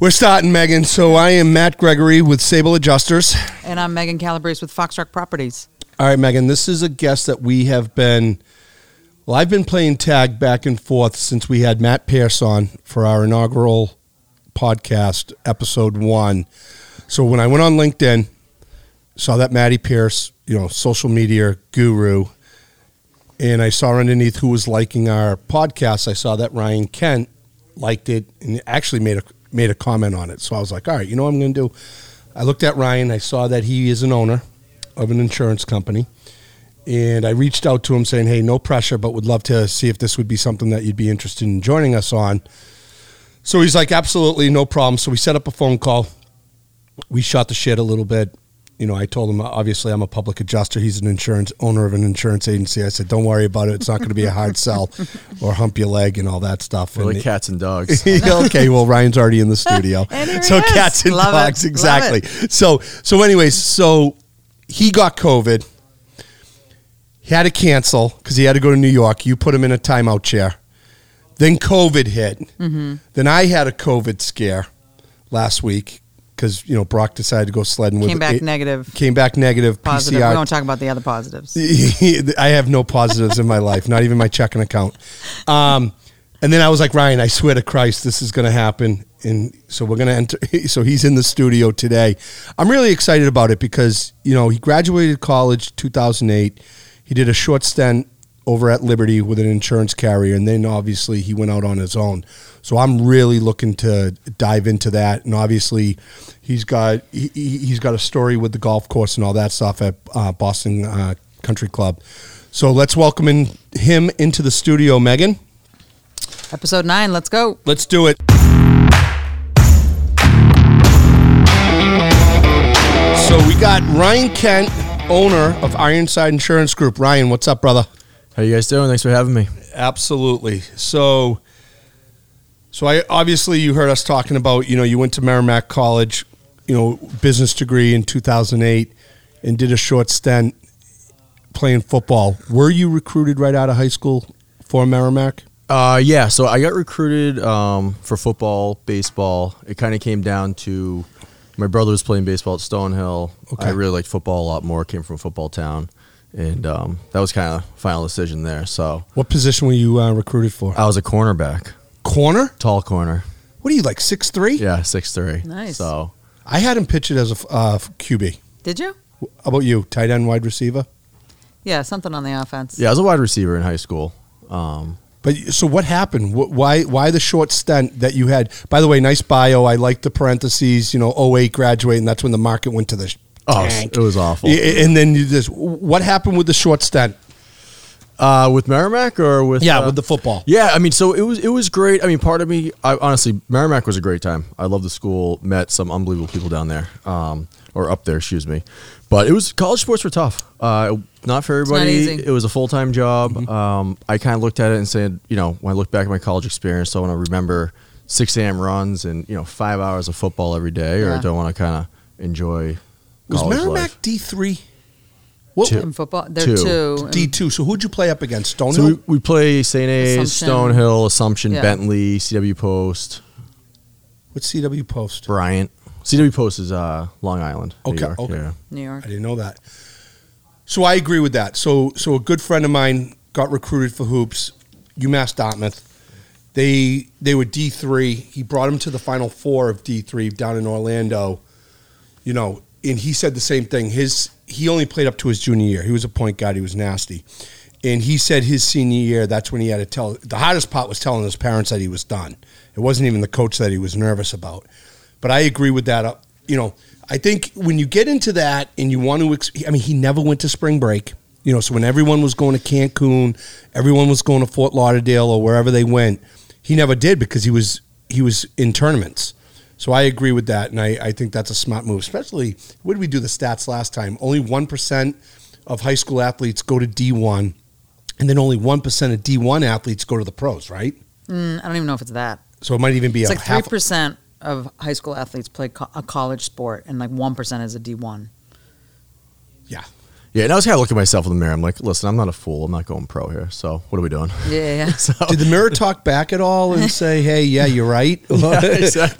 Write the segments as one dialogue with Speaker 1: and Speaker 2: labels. Speaker 1: We're starting, Megan. So I am Matt Gregory with Sable Adjusters.
Speaker 2: And I'm Megan Calabrese with Fox Rock Properties.
Speaker 1: All right, Megan, this is a guest that we have been. Well, I've been playing tag back and forth since we had Matt Pierce on for our inaugural podcast, episode one. So when I went on LinkedIn, saw that Matty Pierce, you know, social media guru, and I saw underneath who was liking our podcast. I saw that Ryan Kent liked it and actually made a made a comment on it. So I was like, all right, you know what I'm going to do? I looked at Ryan. I saw that he is an owner of an insurance company, and I reached out to him saying, hey, no pressure, but would love to see if this would be something that you'd be interested in joining us on. So he's like, absolutely, no problem. So we set up a phone call. We shot the shit a little bit you know, I told him obviously I'm a public adjuster. He's an insurance owner of an insurance agency. I said, don't worry about it. It's not going to be a hard sell or hump your leg and all that stuff.
Speaker 3: Really,
Speaker 1: and it-
Speaker 3: cats and dogs.
Speaker 1: okay, well Ryan's already in the studio,
Speaker 2: And here
Speaker 1: so
Speaker 2: he is.
Speaker 1: cats and
Speaker 2: Love it.
Speaker 1: dogs
Speaker 2: Love
Speaker 1: exactly. So so anyways, so he got COVID. He had to cancel because he had to go to New York. You put him in a timeout chair. Then COVID hit.
Speaker 2: Mm-hmm.
Speaker 1: Then I had a COVID scare last week because you know Brock decided to go sledding with
Speaker 2: Came back
Speaker 1: it-
Speaker 2: negative.
Speaker 1: Came back negative.
Speaker 2: Positive.
Speaker 1: PCR
Speaker 2: We don't talk about the other positives.
Speaker 1: I have no positives in my life, not even my checking account. Um, and then I was like, Ryan, I swear to Christ, this is going to happen. And so we're going to enter. So he's in the studio today. I'm really excited about it because, you know, he graduated college 2008. He did a short stint over at Liberty with an insurance carrier. And then obviously he went out on his own. So I'm really looking to dive into that. And obviously he's got, he, he- he's got a story with the golf course and all that stuff at uh, Boston uh, Country Club. So let's welcome in, him into the studio, Megan.
Speaker 2: Episode nine. Let's go.
Speaker 1: Let's do it. So we got Ryan Kent, owner of Ironside Insurance Group. Ryan, what's up, brother?
Speaker 3: How you guys doing? Thanks for having me.
Speaker 1: Absolutely. So, so I obviously you heard us talking about you know you went to Merrimack College, you know business degree in 2008, and did a short stint playing football. Were you recruited right out of high school for Merrimack?
Speaker 3: Uh, yeah, so I got recruited um, for football, baseball. It kind of came down to my brother was playing baseball at Stonehill.
Speaker 1: Okay.
Speaker 3: I really liked football a lot more. Came from a football town, and um, that was kind of final decision there. So
Speaker 1: What position were you uh, recruited for?
Speaker 3: I was a cornerback,
Speaker 1: Corner.
Speaker 3: tall corner.
Speaker 1: What are you like six three?
Speaker 3: Yeah, six three.
Speaker 2: Nice.
Speaker 3: So
Speaker 1: I had him pictured as a f- uh, f- QB.
Speaker 2: Did you?
Speaker 1: How about you, tight end, wide receiver?
Speaker 2: Yeah, something on the offense.
Speaker 3: yeah, I was a wide receiver in high school. Um,
Speaker 1: But y- so what happened? Wh- Why why the short stint that you had? By the way, nice bio. I like the parentheses. You know, 08 graduate, and that's when the market went to the. sh-
Speaker 3: oh,
Speaker 1: Tank.
Speaker 3: it was awful.
Speaker 1: Y- And then you just what happened with the short stint?
Speaker 3: Uh, with Merrimack or with
Speaker 1: Yeah,
Speaker 3: uh,
Speaker 1: with the football.
Speaker 3: Yeah, I mean, so it was it was great. I mean, part of me, I honestly, Merrimack was a great time. I loved the school, met some unbelievable people down there, um, or up there, excuse me. But it was college sports were tough. Uh, not for
Speaker 2: not
Speaker 3: everybody.
Speaker 2: easy. Mm-hmm.
Speaker 3: It was a full time job. Um, I kind of looked at it and said, you know, when I look back at my college experience, do I want to remember six a.m. runs and you know five hours of football every day, or
Speaker 2: Yeah.
Speaker 3: do I want to kind of enjoy
Speaker 1: Was
Speaker 3: college
Speaker 1: Merrimack D
Speaker 3: life?
Speaker 1: three? What
Speaker 3: Two.
Speaker 2: In football, there
Speaker 3: Two.
Speaker 2: two. two.
Speaker 1: D two? So who'd you play up against? Stonehill.
Speaker 3: So we, we play St. A's,
Speaker 2: Assumption.
Speaker 3: Stonehill, Assumption,
Speaker 2: Yeah.
Speaker 3: Bentley, CW Post,
Speaker 1: What's CW post?
Speaker 3: Bryant. CW Post is uh, Long Island. New
Speaker 1: Okay,
Speaker 3: York,
Speaker 1: okay.
Speaker 3: yeah.
Speaker 2: New York.
Speaker 1: I didn't know that. So I agree with that. So so a good friend of mine got recruited for hoops, UMass Dartmouth. They they were D three. He brought him to the final four of D three down in Orlando. You know, and he said the same thing. His he only played up to his junior year. He was a point guard. He was nasty. And he said his senior year, that's when he had to tell. The hardest part was telling his parents that he was done. It wasn't even the coach that he was nervous about. But I agree with that. Uh, You know, I think when you get into that and you want to, ex- I mean, he never went to spring break. You know, so when everyone was going to Cancun, everyone was going to Fort Lauderdale or wherever they went, he never did because he was he was in tournaments. So I agree with that, and I, I think that's a smart move. Especially, what did we do the stats last time? Only one percent of high school athletes go to D one, and then only one percent of D one athletes go to the pros, right?
Speaker 2: Mm, I don't even know if it's that.
Speaker 1: So it might even be
Speaker 2: It's
Speaker 1: a
Speaker 2: like three
Speaker 1: half.
Speaker 2: percent of high school athletes play co- a college sport, and like one percent is a D one.
Speaker 1: Yeah,
Speaker 3: Yeah, and I was kind of looking at myself in the mirror. I'm like, listen, I'm not a fool. I'm not going pro here. So what are we doing?
Speaker 2: Yeah, yeah, yeah.
Speaker 1: Did the mirror talk back at all and say, "Hey, yeah, you're right," or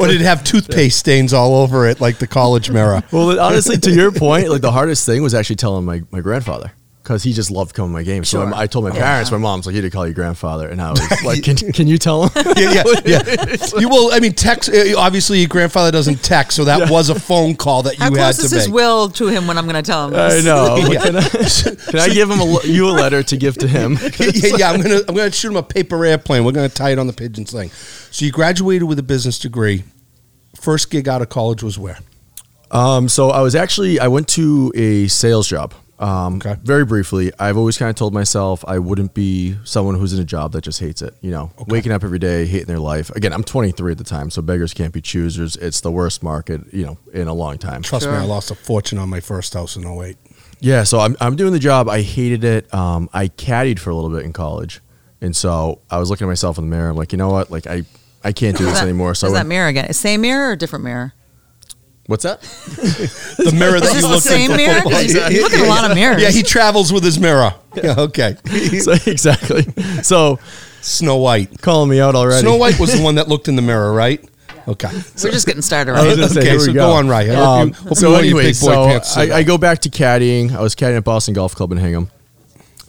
Speaker 1: did it have toothpaste stains all over it, like the college mirror?
Speaker 3: Well, honestly, to your point, like the hardest thing was actually telling my, my grandfather because he just loved coming to my games. So
Speaker 2: Sure.
Speaker 3: I, I told my
Speaker 2: Yeah.
Speaker 3: parents, my mom's like, you need to call your grandfather. And I was like, can, can you tell him?
Speaker 1: yeah, yeah, yeah. You will. I mean, text. uh, Obviously, your grandfather doesn't text, so that was a phone call that you
Speaker 2: How
Speaker 1: had
Speaker 2: close
Speaker 1: to
Speaker 2: is
Speaker 1: make.
Speaker 2: his will to him when I'm going to tell him
Speaker 3: I
Speaker 2: this?
Speaker 3: know.
Speaker 1: Yeah.
Speaker 3: Can I, can I give him a, le- you a letter to give to him?
Speaker 1: yeah, yeah, yeah, I'm gonna I'm gonna shoot him a paper airplane. We're gonna tie it on the pigeon sling. So you graduated with a business degree. First gig out of college was where?
Speaker 3: Um, so I was actually I went to a sales job. Um,
Speaker 1: Okay.
Speaker 3: Very briefly, I've always kind of told myself I wouldn't be someone who's in a job that just hates it. You know, waking up every day hating their life. Again, I'm 23 at the time, so beggars can't be choosers. It's the worst market you know in a long time.
Speaker 1: Trust me,
Speaker 2: Sure.
Speaker 1: I lost a fortune on my first house in 08.
Speaker 3: Yeah, so I'm, I'm doing the job. I hated it. Um, I caddied for a little bit in college, and so I was looking at myself in the mirror. I'm like, you know what? Like I I can't do
Speaker 2: Is
Speaker 3: this
Speaker 2: that-
Speaker 3: anymore. So I
Speaker 2: is that
Speaker 3: went-
Speaker 2: mirror again? Same mirror or different mirror?
Speaker 3: what's that?
Speaker 1: The mirror
Speaker 2: Is
Speaker 1: that you
Speaker 2: this the
Speaker 1: looked
Speaker 2: same
Speaker 1: at.
Speaker 2: mirror? 'Cause you- You look at a lot of mirrors.
Speaker 1: Yeah, he travels with his mirror. Yeah, okay.
Speaker 3: so, exactly. So
Speaker 1: Snow White.
Speaker 3: calling me out already.
Speaker 1: Snow White was the one that looked in the mirror, right? Okay.
Speaker 2: We're just getting started,
Speaker 3: I was
Speaker 2: right?
Speaker 3: gonna say,
Speaker 1: Okay,
Speaker 3: here
Speaker 1: so
Speaker 3: we Um,
Speaker 1: go on, Ry. I hope you- hope you
Speaker 3: so
Speaker 1: wear your
Speaker 3: anyway,
Speaker 1: big boy
Speaker 3: so
Speaker 1: pants
Speaker 3: I,
Speaker 1: today.
Speaker 3: I go back to caddying. I was caddying at Boston Golf Club in Hingham,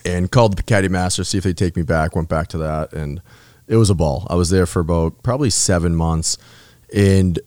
Speaker 3: and called the caddy master see if they would take me back. Went back to that, and it was a ball. I was there for about probably seven months, and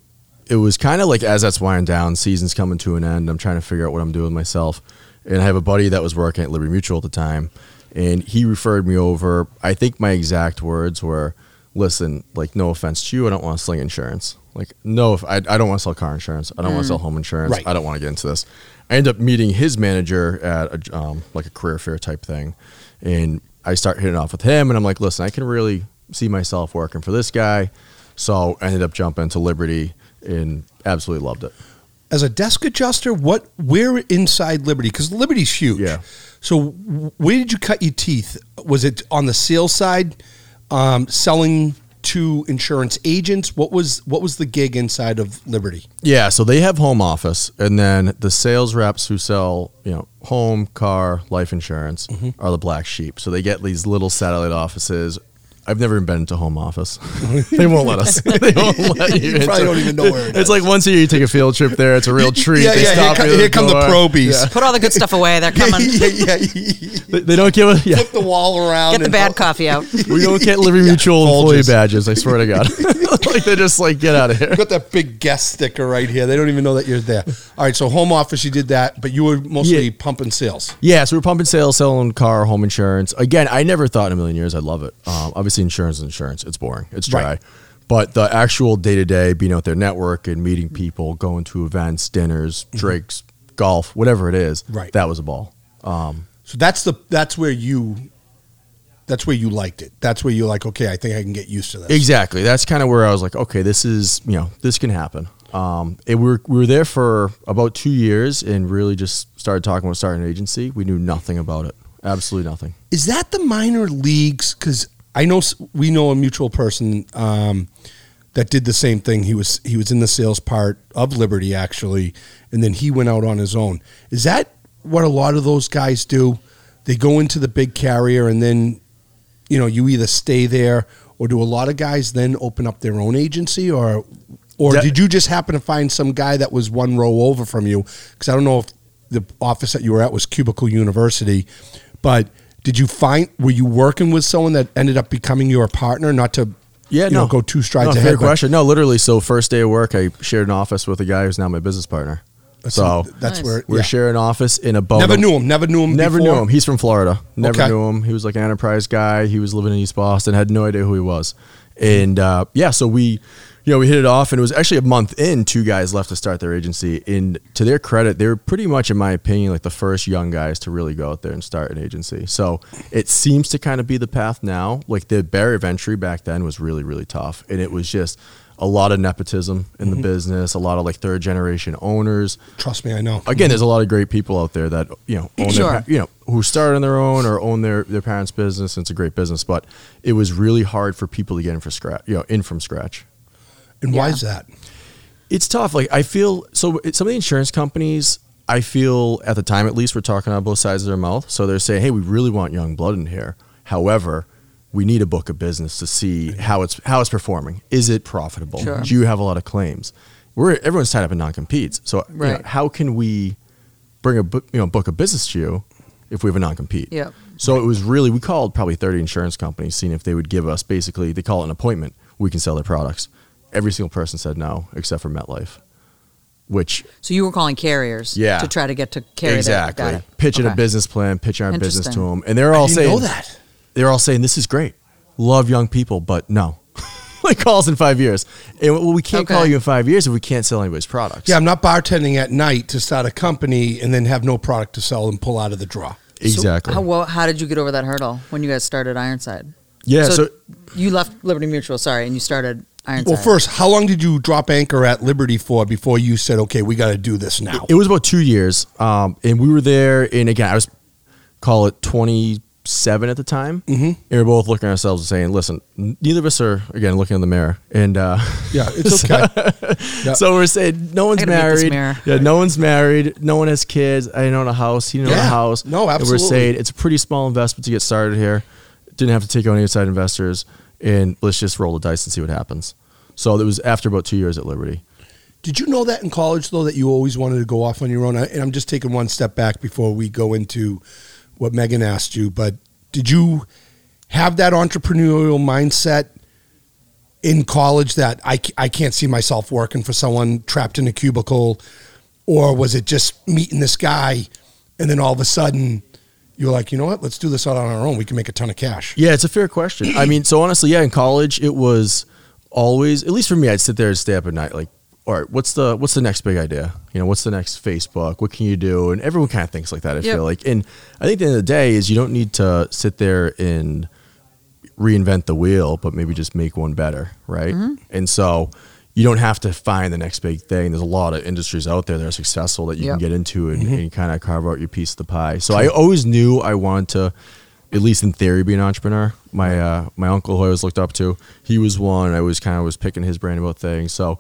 Speaker 3: it was kind of like as that's winding down, season's coming to an end. I'm trying to figure out what I'm doing with myself, and I have a buddy that was working at Liberty Mutual at the time, and he referred me over. I think my exact words were listen, like, no offense to you, I don't want to sling insurance. Like, no, if I, I don't want to sell car insurance. I don't want to sell home insurance.
Speaker 1: Right.
Speaker 3: I don't want to get into this. I end up meeting his manager at a, um, like a career fair type thing, and I start hitting off with him, and I'm like, listen, I can really see myself working for this guy. So I ended up jumping to Liberty and absolutely loved it.
Speaker 1: as a desk adjuster, what where inside Liberty? Because Liberty's huge.
Speaker 3: Yeah.
Speaker 1: So w- where did you cut your teeth? Was it on the sales side, um, selling to insurance agents? What was what was the gig inside of Liberty?
Speaker 3: Yeah, so they have home office, and then the sales reps who sell, you know, home, car, life insurance
Speaker 1: Mm-hmm.
Speaker 3: are the black sheep. So they get these little satellite offices. I've never even been into home office. they won't let us. they won't let you.
Speaker 1: You probably
Speaker 3: into-
Speaker 1: don't even know where it
Speaker 3: It's like once a year you take a field trip there. It's a real treat.
Speaker 1: yeah,
Speaker 3: They
Speaker 1: yeah. Here,
Speaker 3: stop
Speaker 1: co-
Speaker 3: you at
Speaker 1: here come the
Speaker 3: door.
Speaker 1: probies.
Speaker 2: Put all the good stuff away. They're coming.
Speaker 1: yeah, yeah, yeah.
Speaker 3: They, they don't give a. Yeah,
Speaker 1: Flip the wall around.
Speaker 2: Get the
Speaker 1: and-
Speaker 2: bad coffee out.
Speaker 3: we don't get Liberty Mutual employee
Speaker 1: Folgers.
Speaker 3: badges. I swear to God. like they're just like get out of here.
Speaker 1: Got that big guest sticker right here. They don't even know that you're there. All right, so home office, you did that, but you were mostly
Speaker 3: Yeah.
Speaker 1: pumping sales.
Speaker 3: Yeah, so we're pumping sales, selling car, home insurance. Again, I never thought in a million years I'd love it. Um, obviously, insurance is insurance. It's boring. It's dry.
Speaker 1: Right.
Speaker 3: But the actual day to day, being out there networking, meeting people, going to events, dinners, drinks, golf, whatever it is,
Speaker 1: Mm-hmm. Right.
Speaker 3: that was a ball. Um,
Speaker 1: So that's the that's where you that's where you liked it. That's where you're like, okay, I think I can get used to this.
Speaker 3: Exactly. That's kind of where I was like, okay, this is you know this can happen. Um, it, we were we were there for about two years and really just started talking about starting an agency. We knew nothing about it. Absolutely nothing.
Speaker 1: Is that the minor leagues? Because I know s- we know a mutual person um, that did the same thing. He was he was in the sales part of Liberty actually, and then he went out on his own. Is that what a lot of those guys do? They go into the big carrier, and then you know you either stay there, or do a lot of guys then open up their own agency, or or
Speaker 3: That-
Speaker 1: did you just happen to find some guy that was one row over from you? Because I don't know if the office that you were at was Cubicle University, but did you find were you working with someone that ended up becoming your partner? Not to
Speaker 3: Yeah,
Speaker 1: you
Speaker 3: no.
Speaker 1: know, go two strides
Speaker 3: no,
Speaker 1: ahead.
Speaker 3: Fair
Speaker 1: but
Speaker 3: question. No, literally. So first day of work, I shared an office with a guy who's now my business partner.
Speaker 1: that's-
Speaker 3: so
Speaker 1: that's
Speaker 2: Nice.
Speaker 1: where
Speaker 3: we're
Speaker 1: yeah.
Speaker 3: sharing office in a boat.
Speaker 1: Never knew him. Never knew him.
Speaker 3: Never
Speaker 1: before?
Speaker 3: knew him. He's from Florida. Never
Speaker 1: Okay.
Speaker 3: knew him. He was like an enterprise guy. He was living in East Boston. Had no idea who he was. And uh, yeah, so we, you know, we hit it off. And it was actually a month in. Two guys left to start their agency. And to their credit, they were pretty much, in my opinion, like the first young guys to really go out there and start an agency. So it seems to kind of be the path now. Like the barrier of entry back then was really, really tough, and it was just. A lot of nepotism in
Speaker 1: Mm-hmm.
Speaker 3: the business, a lot of like third generation owners,
Speaker 1: Trust me, I know.
Speaker 3: again, there's a lot of great people out there that you know own
Speaker 2: Sure.
Speaker 3: their, you know who started on their own or own their, their parents' business. And it's a great business, but it was really hard for people to get in for scratch, you know, in from scratch.
Speaker 1: and why
Speaker 2: Yeah.
Speaker 1: is that?
Speaker 3: It's tough. Like I feel so. it- Some of the insurance companies I feel at the time, at least, we're talking out of both sides of their mouth. So they're saying, "Hey, we really want young blood in here. However, we need a book of business to see how it's how it's performing. Is it profitable?
Speaker 2: Sure.
Speaker 3: Do you have a lot of claims? We're everyone's tied up in non-competes. So you know,
Speaker 2: Right.
Speaker 3: how can we bring a book, you know book of business to you if we have a non-compete?
Speaker 2: Yep.
Speaker 3: So it was really we called probably 30 insurance companies, seeing if they would give us basically they call it an appointment. We can sell their products. Every single person said no, except for MetLife, which
Speaker 2: So you were calling carriers,
Speaker 3: Yeah.
Speaker 2: to try to get to carry their-
Speaker 3: exactly
Speaker 2: got it.
Speaker 3: pitching
Speaker 2: Okay.
Speaker 3: a business plan, pitching our business to
Speaker 2: Interesting.
Speaker 3: them, and they're all
Speaker 1: didn't
Speaker 3: saying
Speaker 1: know that.
Speaker 3: they're all saying this is great, love young people, but no, like calls in five years, and well, we can't
Speaker 2: Okay.
Speaker 3: call you in five years if we can't sell anybody's products.
Speaker 1: Yeah, I'm not bartending at night to start a company and then have no product to sell and pull out of the draw.
Speaker 3: exactly.
Speaker 2: How, well, how did you get over that hurdle when you guys started Ironside?
Speaker 3: yeah, so,
Speaker 2: you left Liberty Mutual, sorry, and you started Ironside.
Speaker 1: Well, first, how long did you drop anchor at Liberty for before you said, okay, we got to do this now?
Speaker 3: it was about two years, um, and we were there, and again, I was call it 27 at the time, mm-hmm. and we are both looking at ourselves and saying, "Listen, neither of us are again looking in the mirror," and uh,
Speaker 1: yeah, it's okay. Yeah.
Speaker 3: So we're saying no one's
Speaker 2: I gotta meet this
Speaker 3: married.
Speaker 2: mirror.
Speaker 3: Yeah, no one's married. No one has kids. I own a house. He didn't own a
Speaker 1: Yeah.
Speaker 3: house.
Speaker 1: No,
Speaker 3: And
Speaker 1: absolutely.
Speaker 3: we're saying it's a pretty small investment to get started here. Didn't have to take on outside investors, and let's just roll the dice and see what happens. So it was after about two years at Liberty.
Speaker 1: Did you know that in college though that you always wanted to go off on your own? I- And I'm just taking one step back before we go into what Megan asked you, but did you have that entrepreneurial mindset in college that I, c- I can't see myself working for someone trapped in a cubicle or was it just meeting this guy and then all of a sudden you're like, you know what? Let's do this out on our own. We can make a ton of cash.
Speaker 3: Yeah, it's a fair question. I mean, so honestly, yeah, in college it was always, at least for me, I'd sit there and stay up at night, like, all right, what's the what's the next big idea? You know, what's the next Facebook? What can you do? And everyone kind of thinks like that. I
Speaker 2: Yep.
Speaker 3: feel like, and I think at the end of the day is you don't need to sit there and reinvent the wheel, but maybe just make one better, right? And so you don't have to find the next big thing. There's a lot of industries out there that are successful that you
Speaker 2: Yep.
Speaker 3: can get into and, and kind of carve out your piece of the pie. So I always knew I wanted to, at least in theory, be an entrepreneur. My uh, my uncle who I always looked up to, he was one. I was kind of was picking his brain about things. So.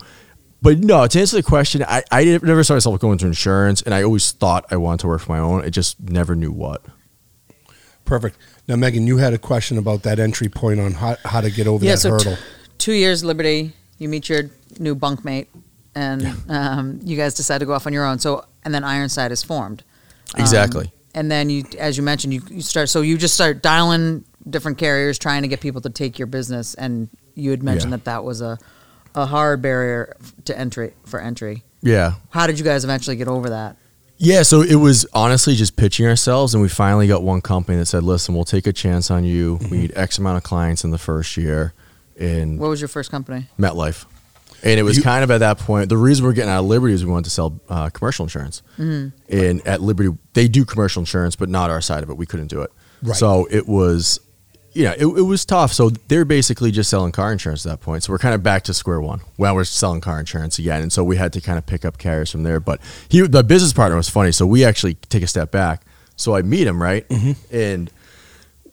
Speaker 3: But no, to answer the question, I, I never saw myself going to insurance, and I always thought I wanted to work for my own. I just never knew what.
Speaker 1: Perfect. Now, Megan, you had a question about that entry point on how, how to get over that
Speaker 2: so t-
Speaker 1: hurdle.
Speaker 2: two years Liberty, you meet your new bunkmate, and um, you guys decide to go off on your own. So, and then Ironside is formed. Um,
Speaker 3: Exactly.
Speaker 2: and then you, as you mentioned, you, you start. So you just start dialing different carriers, trying to get people to take your business. And you had mentioned
Speaker 3: Yeah.
Speaker 2: that that was a, a hard barrier to entry for entry.
Speaker 3: Yeah,
Speaker 2: How did you guys eventually get over that?
Speaker 3: Yeah, so it was honestly just pitching ourselves, and we finally got one company that said, "Listen, we'll take a chance on you. We need X amount of clients in the first year." And
Speaker 2: What was your first company?
Speaker 3: MetLife. And it was
Speaker 1: You-
Speaker 3: kind of at that point. The reason we're getting out of Liberty is we wanted to sell uh, commercial insurance.
Speaker 1: Mm-hmm.
Speaker 3: And at Liberty, they do commercial insurance, but not our side of it. We couldn't do it.
Speaker 1: Right.
Speaker 3: So it was, you know, it, it was tough. So they're basically just selling car insurance at that point. So we're kind of back to square one. Well, we're selling car insurance again. And so we had to kind of pick up carriers from there. But he, the business partner was funny. So we actually take a step back. So I meet him, right?
Speaker 1: Mm-hmm.
Speaker 3: And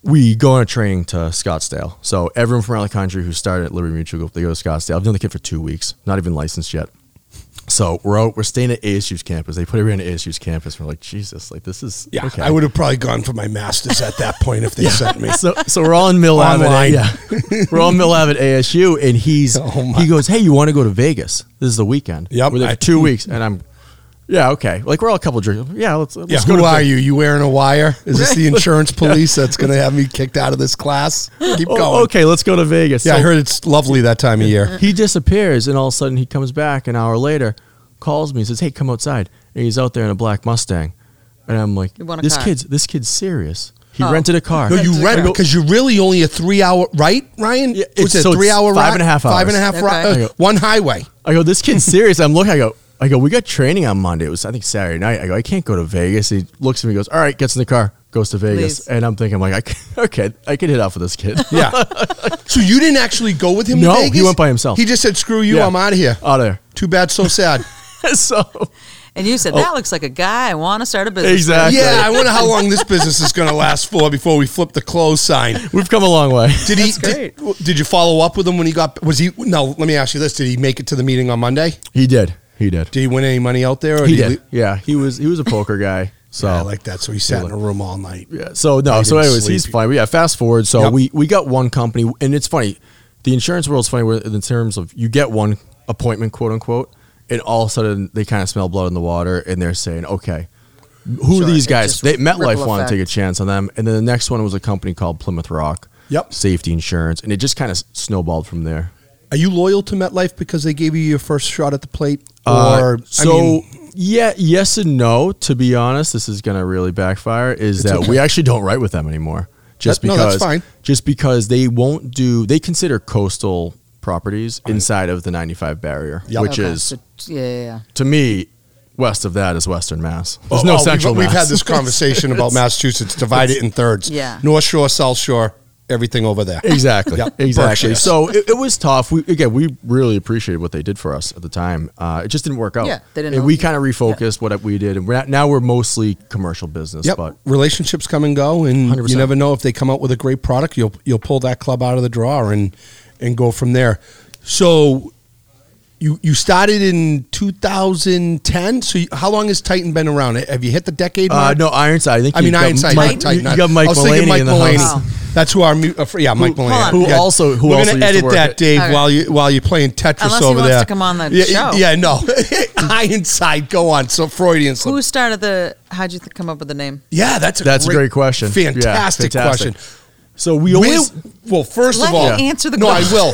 Speaker 3: we go on a training to Scottsdale. So everyone from around the country who started at Liberty Mutual, they go to Scottsdale. I've known the kid for two weeks, not even licensed yet. So we're out, we're staying at ASU's campus. They put everyone at ASU's campus. We're like, Jesus, like this is
Speaker 1: Yeah,
Speaker 3: okay.
Speaker 1: I would have probably gone for my master's at that point if they sent me.
Speaker 3: So, so we're all in Mill Ave.
Speaker 1: Online.
Speaker 3: Yeah, we're all in Mill Ave at ASU, and he's
Speaker 1: Oh my.
Speaker 3: he goes, "Hey, you want to go to Vegas? This is the weekend.
Speaker 1: Yep,
Speaker 3: we're there
Speaker 1: I-
Speaker 3: for two weeks." And I'm, yeah, okay. Like we're all a couple drinks. Yeah, let's, let's
Speaker 1: Yeah,
Speaker 3: go
Speaker 1: who
Speaker 3: to
Speaker 1: are
Speaker 3: Vegas.
Speaker 1: you? You wearing a wire? Is this the insurance police that's going to have me kicked out of this class? Keep
Speaker 3: Oh,
Speaker 1: going.
Speaker 3: okay, let's go to Vegas.
Speaker 1: Yeah, I
Speaker 3: So-
Speaker 1: heard it's lovely that time of year.
Speaker 3: He disappears, and all of a sudden he comes back an hour later, calls me, says, "Hey, come outside." And he's out there in a black Mustang, and I'm like,
Speaker 2: You want a
Speaker 3: "This
Speaker 2: car?"
Speaker 3: kid's this kid's serious. He
Speaker 2: Oh.
Speaker 3: rented a car.
Speaker 1: No, you rent because you're really only a three hour right, Ryan?
Speaker 3: Yeah,
Speaker 1: Was
Speaker 3: it's-
Speaker 1: it
Speaker 3: so it's
Speaker 1: three hour
Speaker 3: five
Speaker 1: ride?
Speaker 3: and a half
Speaker 1: Five and a
Speaker 3: hours.
Speaker 1: half ri-
Speaker 2: Okay.
Speaker 1: uh, one highway.
Speaker 3: I go, "This kid's serious." I'm looking. I go, "I go, we got training on Monday. It was I think Saturday night." I go, "I can't go to Vegas." He looks at me, goes, "All right," gets in the car, goes to Vegas,
Speaker 2: Please.
Speaker 3: and I'm thinking, like, I c okay, I could hit off with this kid."
Speaker 1: Yeah. so you didn't actually go with him? to
Speaker 3: No, he
Speaker 1: Vegas?
Speaker 3: went by himself.
Speaker 1: He just said, "Screw you,
Speaker 3: Yeah.
Speaker 1: I'm out of here."
Speaker 3: out of
Speaker 1: Too bad, so sad.
Speaker 3: there. so
Speaker 2: And you said that looks like a guy I want to start a business. with."
Speaker 3: exactly,
Speaker 1: yeah, I wonder how long this business is going to last for before we flip the close sign.
Speaker 3: we've come a long way.
Speaker 1: Did he?
Speaker 2: That's
Speaker 1: Did, w- did you follow up with him when he got? Was he? No. Let me ask you this: Did he make it to the meeting on Monday?
Speaker 3: He did. He did.
Speaker 1: Did he win any money out there? Or
Speaker 3: He
Speaker 1: did
Speaker 3: did. Yeah, he was he was a poker guy. So
Speaker 1: Yeah, I like that. So he sat in a room all night.
Speaker 3: Yeah. So no.
Speaker 1: He
Speaker 3: So
Speaker 1: didn't
Speaker 3: anyways,
Speaker 1: sleep.
Speaker 3: he's fine. But yeah. Fast forward. So
Speaker 1: Yep.
Speaker 3: we we got one company, and it's funny. The insurance world's funny where- in terms of you get one appointment, quote unquote, and all of a sudden they kind of smell blood in the water, and they're saying, okay. Who
Speaker 2: Sure,
Speaker 3: are these
Speaker 2: it
Speaker 3: guys?
Speaker 2: just
Speaker 3: They
Speaker 2: ripple
Speaker 3: MetLife wanted to take a
Speaker 2: effect.
Speaker 3: chance on them, and then the next one was a company called Plymouth Rock
Speaker 1: Yep.
Speaker 3: Safety Insurance, and it just kind of snowballed from there.
Speaker 1: Are you loyal to MetLife because they gave you your first shot at the plate?
Speaker 3: Uh,
Speaker 1: Or
Speaker 3: so
Speaker 1: I mean,
Speaker 3: yeah, yes and no. To be honest, this is gonna really backfire. Is that
Speaker 1: okay.
Speaker 3: we actually don't write with them anymore? Just
Speaker 1: That- no,
Speaker 3: because,
Speaker 1: that's fine.
Speaker 3: Just because they won't do. They consider coastal properties inside of the 95 barrier,
Speaker 1: Yep.
Speaker 3: which
Speaker 2: Okay,
Speaker 3: is
Speaker 2: so- yeah, yeah, yeah.
Speaker 3: to me west of that is Western Mass. There's
Speaker 1: oh,
Speaker 3: no
Speaker 1: oh,
Speaker 3: central.
Speaker 1: We've, we've had
Speaker 3: Mass.
Speaker 1: this conversation about Massachusetts divided in thirds.
Speaker 2: Yeah.
Speaker 1: North Shore, South Shore, everything over there.
Speaker 3: Exactly.
Speaker 1: Yep.
Speaker 3: Exactly.
Speaker 1: Berkshire.
Speaker 3: So it, it was tough. We again, we really appreciated what they did for us at the time. Uh, it just didn't work out.
Speaker 2: Yeah, they didn't
Speaker 3: And
Speaker 2: know-
Speaker 3: we kind of refocused what we did, and we're at, now we're mostly commercial business.
Speaker 1: Yep.
Speaker 3: But
Speaker 1: Relationships come and go, and
Speaker 3: 100%.
Speaker 1: you never know if they come out with a great product. You'll you'll pull that club out of the drawer and and go from there. So. You, you started in 2010. So you, how long has Titan been around? Have you hit the decade
Speaker 3: Uh,
Speaker 1: mark?
Speaker 3: no, Ironside. I think.
Speaker 1: I
Speaker 3: you've
Speaker 1: mean
Speaker 3: got
Speaker 1: Ironside.
Speaker 3: Mike,
Speaker 1: not Titan.
Speaker 3: You, you got Mike
Speaker 1: I was thinking
Speaker 3: Mulaney
Speaker 1: Mike
Speaker 3: in the
Speaker 1: Mulaney.
Speaker 3: house.
Speaker 1: That's who our mu- uh, fr- yeah Mike
Speaker 2: Hold
Speaker 1: Mulaney.
Speaker 2: on. Who
Speaker 1: yeah.
Speaker 3: also- who
Speaker 1: We're
Speaker 3: also
Speaker 1: gonna
Speaker 3: used to
Speaker 1: edit
Speaker 3: work
Speaker 1: that,
Speaker 3: at-
Speaker 1: Dave,
Speaker 2: Okay.
Speaker 1: while you while you're playing Tetris
Speaker 2: Unless he
Speaker 1: over
Speaker 2: wants
Speaker 1: there.
Speaker 2: to come on the
Speaker 1: yeah,
Speaker 2: show.
Speaker 1: Yeah, no. Ironside, go on. So Freudian slip.
Speaker 2: Who started the? How'd you th- come up with the name?
Speaker 1: yeah, that's a
Speaker 3: That's a great question. Yeah,
Speaker 1: Fantastic,
Speaker 3: fantastic.
Speaker 1: question.
Speaker 3: So we
Speaker 1: Where,
Speaker 3: always.
Speaker 1: well, first
Speaker 2: Let
Speaker 1: of all,
Speaker 2: me answer the
Speaker 1: no,
Speaker 2: question.
Speaker 1: I will.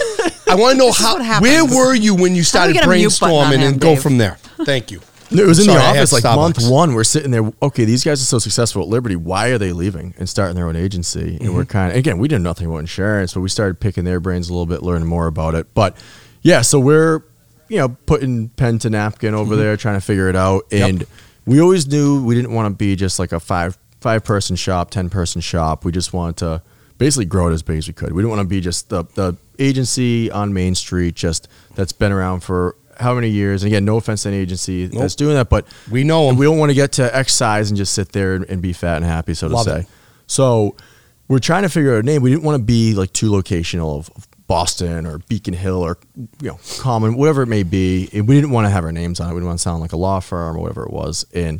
Speaker 1: I want to know
Speaker 2: This is
Speaker 1: how.
Speaker 2: what happens.
Speaker 1: Where were you when you started
Speaker 2: get a mute button on
Speaker 1: brainstorming
Speaker 2: him,
Speaker 1: and go
Speaker 2: Dave?
Speaker 1: from there? Thank you.
Speaker 3: It was in
Speaker 1: Sorry,
Speaker 3: the
Speaker 1: I had
Speaker 3: office like month
Speaker 1: Starbucks.
Speaker 3: one. We're sitting there. Okay, these guys are so successful at Liberty. Why are they leaving and starting their own agency? And
Speaker 1: Mm-hmm.
Speaker 3: we're kind of again, we didn't know nothing about insurance, but we started picking their brains a little bit, learning more about it. But yeah, so we're you know putting pen to napkin over
Speaker 1: Mm-hmm.
Speaker 3: there, trying to figure it out. And we always knew we didn't want to be just like a five five person shop, ten person shop. We just wanted to basically grow it as big as we could. We didn't want to be just the the agency on Main Street, just that's been around for. How many years? And again, no offense to any agency that's doing that, but
Speaker 1: We know 'em.
Speaker 3: we don't want to get to X size and just sit there and, and be fat and happy, so to
Speaker 1: Love
Speaker 3: say.
Speaker 1: it.
Speaker 3: So we're trying to figure out a name. We didn't want to be like too locational of of Boston or Beacon Hill or you know Common, whatever it may be. And we didn't want to have our names on it. We didn't want to sound like a law firm or whatever it was. And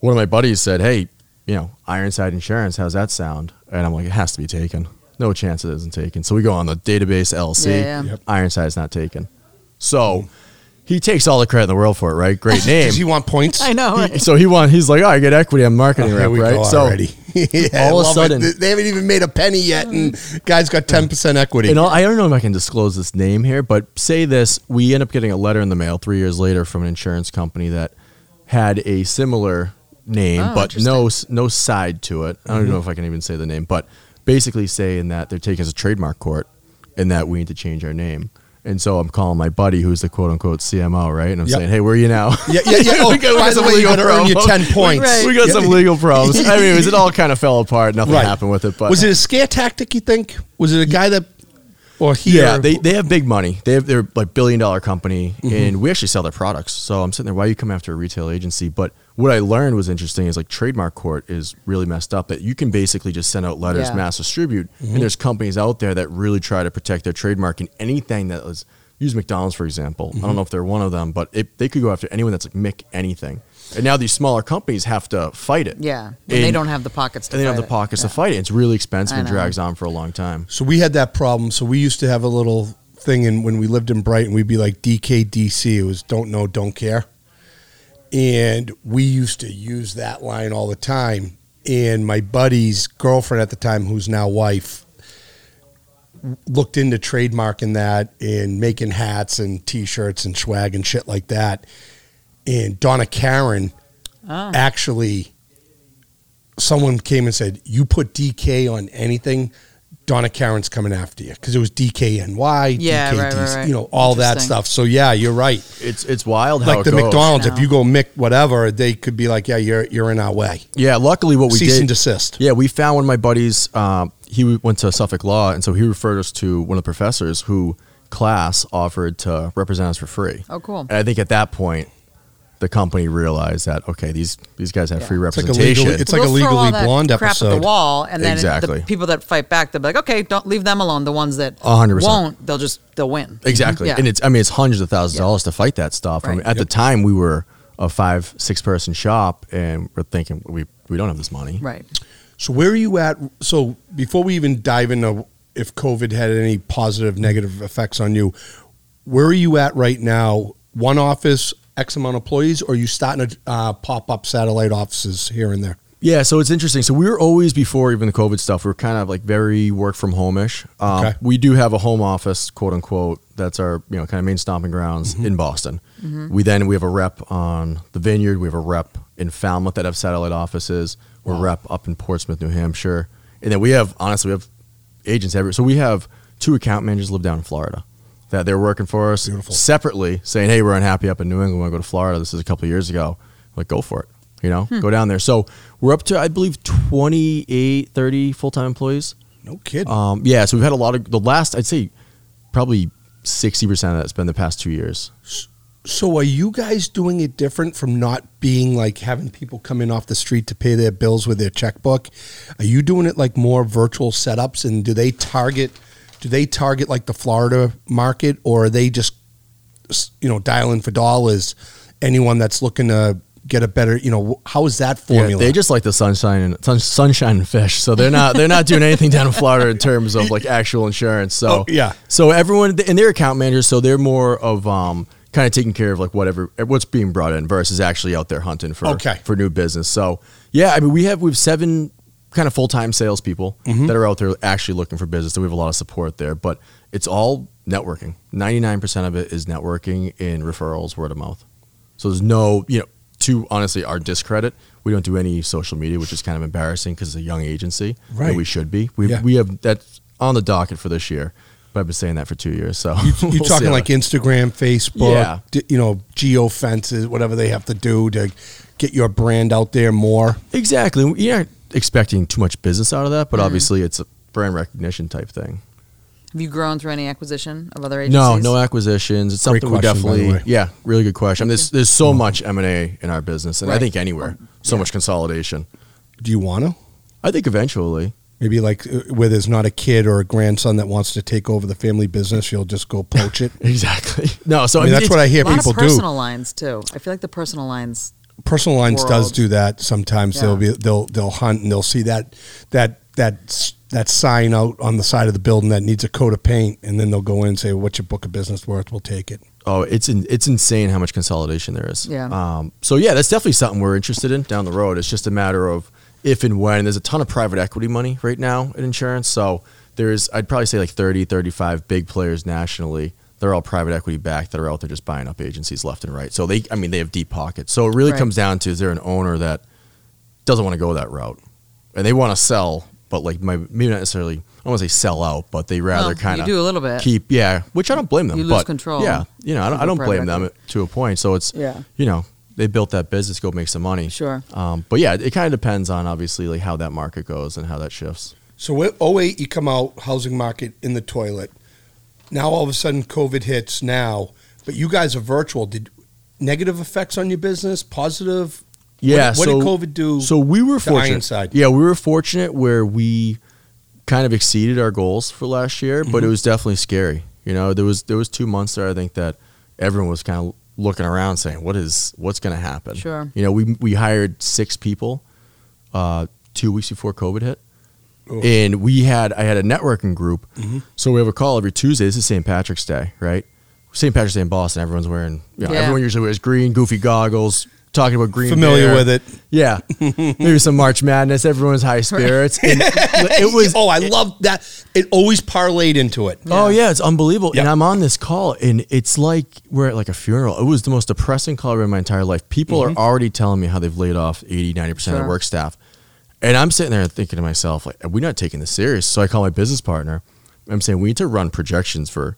Speaker 3: one of my buddies said, "Hey, you know Ironside Insurance, how's that sound?" And I'm like, "It has to be taken. No chance it isn't taken." So we go on the database LLC.
Speaker 2: Yeah, yeah.
Speaker 3: Ironside's not taken. So. He takes all the credit in the world for it, right? Great name.
Speaker 1: Does he want points?
Speaker 2: I know.
Speaker 3: He- so he won. He's like, oh, I get equity. I'm marketing
Speaker 1: Oh,
Speaker 3: rep,
Speaker 1: here we
Speaker 3: right?
Speaker 1: go
Speaker 3: so
Speaker 1: already. Yeah, I
Speaker 3: all of
Speaker 1: love
Speaker 3: a
Speaker 1: it.
Speaker 3: sudden-
Speaker 1: They- they haven't even made a penny yet, and guys got ten percent equity.
Speaker 3: and all, I don't know if I can disclose this name here, but say this: we end up getting a letter in the mail three years later from an insurance company that had a similar name,
Speaker 2: Oh,
Speaker 3: but no s- no side to it. I don't even know if I can even say the name, but basically saying that they're taking us to trademark court and that we need to change our name. And so I'm calling my buddy, who's the quote unquote CMO, right? And I'm
Speaker 1: Yep.
Speaker 3: saying, hey, where are you now?
Speaker 1: yeah, yeah, yeah. Oh, by the way, you got to earn your ten points.
Speaker 2: Right.
Speaker 3: we got
Speaker 1: Yeah.
Speaker 3: some legal problems. I mean, it all kind of fell apart. Nothing
Speaker 1: Right.
Speaker 3: happened with it. But
Speaker 1: was it a scare tactic? You think? Was it a guy that? Or he?
Speaker 3: Yeah,
Speaker 1: or-
Speaker 3: they, they have big money. They have they're like billion dollar company,
Speaker 2: Mm-hmm.
Speaker 3: and we actually sell their products. So I'm sitting there, why you come after a retail agency? But what I learned was interesting is like trademark court is really messed up. That you can basically just send out letters,
Speaker 2: Yeah. Mm-hmm.
Speaker 3: mass distribute, and there's companies out there that really try to protect their trademark in anything that was. Use McDonald's for example.
Speaker 2: Mm-hmm.
Speaker 3: I don't know if they're one of them, but it, they could go after anyone that's like Mick anything. And now these smaller companies have to fight it.
Speaker 2: yeah, and they
Speaker 3: And-
Speaker 2: don't have the pockets. To
Speaker 3: and they don't
Speaker 2: fight
Speaker 3: have the
Speaker 2: it.
Speaker 3: pockets to fight it. It's really expensive
Speaker 2: I
Speaker 3: and
Speaker 2: know.
Speaker 3: drags on for a long time.
Speaker 1: So we had that problem. So we used to have a little thing, and when we lived in Brighton, we'd be like DKDC. It was don't know, don't care. And we used to use that line all the time. And my buddy's girlfriend at the time, who's now wife, looked into trademarking that and making hats and t-shirts and swag and shit like that. And Donna Karen
Speaker 2: Ah.
Speaker 1: actually someone came and said, "You put DK on anything, Donna Karen's coming after you because it was DKNY,
Speaker 2: Yeah, right,
Speaker 1: DKDC,
Speaker 2: right, right.
Speaker 1: you know, all that
Speaker 2: Interesting.
Speaker 1: stuff." So yeah, you're right.
Speaker 3: It's it's wild how
Speaker 1: like
Speaker 3: it
Speaker 1: the
Speaker 3: goes.
Speaker 1: McDonald's, if
Speaker 2: No.
Speaker 1: you go Mick whatever, they could be like, "Yeah, you're you're in our way."
Speaker 3: Yeah, luckily what we
Speaker 1: Cease
Speaker 3: did
Speaker 1: and desist.
Speaker 3: Yeah, we found one of my buddies. Um, he w- went to Suffolk Law, and so he referred us to one of the professors who class offered to represent us for free.
Speaker 2: Oh, cool.
Speaker 3: And I think at that point, the company realized that okay, these these guys have
Speaker 2: Yeah.
Speaker 3: free
Speaker 2: It's
Speaker 1: like a
Speaker 3: representation.
Speaker 1: legal- it's like-
Speaker 2: We'll
Speaker 1: a
Speaker 2: throw all
Speaker 1: Legally
Speaker 2: that
Speaker 1: Blonde
Speaker 2: crap At
Speaker 1: episode.
Speaker 2: the wall, and then
Speaker 3: Exactly.
Speaker 2: the people that fight back, they'll be like, "Okay, don't leave them alone." The ones that
Speaker 3: 100%.
Speaker 2: won't, they'll just they'll win.
Speaker 3: exactly,
Speaker 2: Yeah.
Speaker 3: and it's I mean it's hundreds of thousands
Speaker 2: Yeah.
Speaker 3: of dollars to fight that stuff. I mean,
Speaker 2: Right.
Speaker 3: at the time, we were a five six person shop, and we're thinking we we don't have this money.
Speaker 2: right.
Speaker 1: So where are you at? So before we even dive into if COVID had any positive, negative effects on you, where are you at right now? One office, X amount of employees, or are you starting to uh, pop up satellite offices here and there?
Speaker 3: Yeah, so it's interesting. So we were always before even the COVID stuff. We were kind of like very work from home ish. Um,
Speaker 1: Okay.
Speaker 3: We do have a home office, quote unquote. That's our you know kind of main stomping grounds in Boston. We then we have a rep on the Vineyard. We have a rep in Falmouth that have satellite offices. We're a rep up in Portsmouth, New Hampshire, and then we have honestly we have agents everywhere. So we have two account managers live down in Florida that they're working for us
Speaker 1: Beautiful.
Speaker 3: separately, saying, "Hey, we're unhappy up in New England. We want to go to Florida." This is a couple of years ago. Like, go for it. You know, go down there. So we're up to, I believe, 28, 30 full time employees.
Speaker 1: No kidding.
Speaker 3: Um, yeah, so we've had a lot of the last, I'd say, probably sixty percent of that's been the past two years.
Speaker 1: so are you guys doing it different from not being like having people come in off the street to pay their bills with their checkbook? Are you doing it like more virtual setups, and do they target? Do they target like the Florida market, or are they just s- you know dialing for dollars? Anyone that's looking to get a better, you know, how is that formula?
Speaker 3: Yeah, they just like the sunshine and sun, sunshine and fish. So they're not they're not doing anything down in Florida in terms of like actual insurance. So
Speaker 1: Oh, yeah.
Speaker 3: So everyone and their account managers, so they're more of um kind of taking care of like whatever what's being brought in versus actually out there hunting for
Speaker 1: Okay.
Speaker 3: for new business. So yeah, I mean we have we've seven kind of full time salespeople
Speaker 1: Mm-hmm.
Speaker 3: that are out there actually looking for business. So we have a lot of support there, but it's all networking. Ninety nine percent of it is networking and referrals, word of mouth. So there's no, you know, to honestly our discredit, we don't do any social media, which is kind of embarrassing because it's a young agency. and
Speaker 1: Right.
Speaker 3: we should be. We
Speaker 1: Yeah.
Speaker 3: we have that's on the docket for this year, but I've been saying that for two years. So
Speaker 1: You're
Speaker 3: we'll see
Speaker 1: talking
Speaker 3: how
Speaker 1: like
Speaker 3: that-
Speaker 1: Instagram, Facebook,
Speaker 3: Yeah.
Speaker 1: d- you know, geo fences, whatever they have to do to get your brand out there more.
Speaker 3: exactly. You aren't expecting too much business out of that, but
Speaker 1: Mm-hmm.
Speaker 3: obviously it's a brand recognition type thing.
Speaker 2: Have you grown through any acquisition of other agencies?
Speaker 3: No, no acquisitions. It's
Speaker 1: Great
Speaker 3: something
Speaker 1: question, by
Speaker 3: we
Speaker 1: the way.
Speaker 3: definitely, yeah, really good question. I mean, there's, there's so much M and A in our business, and I
Speaker 2: Right.
Speaker 3: think anywhere, so
Speaker 2: yeah.
Speaker 3: much consolidation.
Speaker 1: Do you want to?
Speaker 3: I think eventually,
Speaker 1: Maybe like uh, where there's not a kid or a grandson that wants to take over the family business, you'll just go poach it.
Speaker 3: exactly. No, so
Speaker 1: I mean, that's
Speaker 3: it's-
Speaker 1: what I
Speaker 2: A
Speaker 1: hear
Speaker 2: lot
Speaker 1: people
Speaker 2: of personal
Speaker 1: do.
Speaker 2: lines too. I feel like the personal lines.
Speaker 1: Personal lines does
Speaker 2: world.
Speaker 1: do that sometimes. They'll be
Speaker 2: Yeah.
Speaker 1: they'll they'll hunt and they'll see that that that s- that sign out on the side of the building that needs a coat of paint, and then they'll go in and say, "What's your book of business worth? We'll take it."
Speaker 3: Oh, it's in, it's insane how much consolidation there is.
Speaker 2: Yeah.
Speaker 3: Um, so yeah, that's definitely something we're interested in down the road. It's just a matter of if and when. There's a ton of private equity money right now in insurance. So there's I'd probably say like 30, 35 big players nationally. They're all private equity backed that are out there just buying up agencies left and right. So they I mean they have deep pockets. So it really
Speaker 2: Right.
Speaker 3: comes down to is there an owner that doesn't want to go that route and they want to sell, but like my, maybe not necessarily. I don't want to say sell out, but they rather
Speaker 2: Well, you
Speaker 3: kind of
Speaker 2: do a little bit.
Speaker 3: keep yeah, which I don't blame them.
Speaker 2: You lose
Speaker 3: but
Speaker 2: control.
Speaker 3: Yeah, you know I don't, I
Speaker 2: People
Speaker 3: don't blame
Speaker 2: private
Speaker 3: them
Speaker 2: equity.
Speaker 3: to a point. So it's
Speaker 2: Yeah.
Speaker 3: you know they built that business, go make some money.
Speaker 2: Sure.
Speaker 3: Um, but yeah, it kind of depends on obviously like how that market goes and how that shifts.
Speaker 1: So at 08, you come out housing market in the toilet. Now all of a sudden COVID hits now, but you guys are virtual. Did negative effects on your business? Positive?
Speaker 3: Yeah.
Speaker 1: What,
Speaker 3: so,
Speaker 1: what did COVID do?
Speaker 3: So we were
Speaker 1: to
Speaker 3: fortunate.
Speaker 1: Ironside?
Speaker 3: Yeah, we were fortunate where we kind of exceeded our goals for last year,
Speaker 1: Mm-hmm.
Speaker 3: but it was definitely scary. You know, there was there was two months there. I think that everyone was kind of looking around, saying, "What is what's going to happen?"
Speaker 2: Sure.
Speaker 3: You know, we we hired six people uh, two weeks before COVID hit.
Speaker 1: Oh.
Speaker 3: And we had I had a networking group,
Speaker 1: Mm-hmm.
Speaker 3: so we have a call every Tuesday. This is St. Patrick's Day, right? St. Patrick's Day in Boston. Everyone's wearing, you know,
Speaker 2: Yeah.
Speaker 3: everyone usually wears green, goofy goggles. Talking about green,
Speaker 1: Familiar
Speaker 3: beer.
Speaker 1: with it.
Speaker 3: Yeah, maybe some March Madness. Everyone's high spirits. And it was.
Speaker 1: oh, I love that. It always parlayed into it.
Speaker 3: Oh yeah, it's unbelievable. And
Speaker 1: Yeah.
Speaker 3: I'm on this call, and it's like we're at like a funeral. It was the most depressing call I've ever in my entire life. People
Speaker 1: Mm-hmm.
Speaker 3: are already telling me how they've laid off 80, 90 percent of
Speaker 2: Sure.
Speaker 3: their work staff, and I'm sitting there thinking to myself, like, we're not taking this serious. So I call my business partner. I'm saying we need to run projections for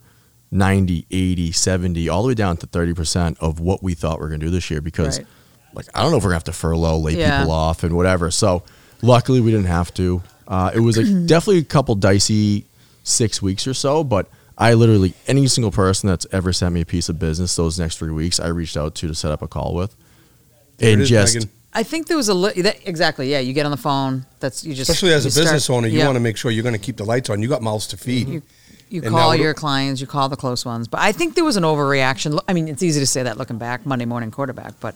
Speaker 3: 90, 80, 70, all the way down to 30 percent of what we thought we are going to do this year because.
Speaker 2: Right.
Speaker 3: Like I don't know if we're gonna have to furlough, lay
Speaker 2: Yeah.
Speaker 3: people off, and whatever. So luckily we didn't have to. Uh, it was like definitely a couple dicey six weeks or so, but I literally any single person that's ever sent me a piece of business those next three weeks, I reached out to to set up a call with.
Speaker 1: There it
Speaker 3: and
Speaker 1: is,
Speaker 3: just
Speaker 1: Megan.
Speaker 2: I think there was a li- that, exactly. Yeah, you get on the phone. That's you just
Speaker 1: especially as a
Speaker 2: you start-
Speaker 1: business owner, you
Speaker 2: yeah.
Speaker 1: want to make sure you're going to keep the lights on. You got mouths to feed.
Speaker 2: You
Speaker 1: And now
Speaker 2: call
Speaker 1: it-
Speaker 2: your clients, you call the close ones. But I think there was an overreaction. Lo- I mean, it's easy to say that looking back, Monday morning quarterback, but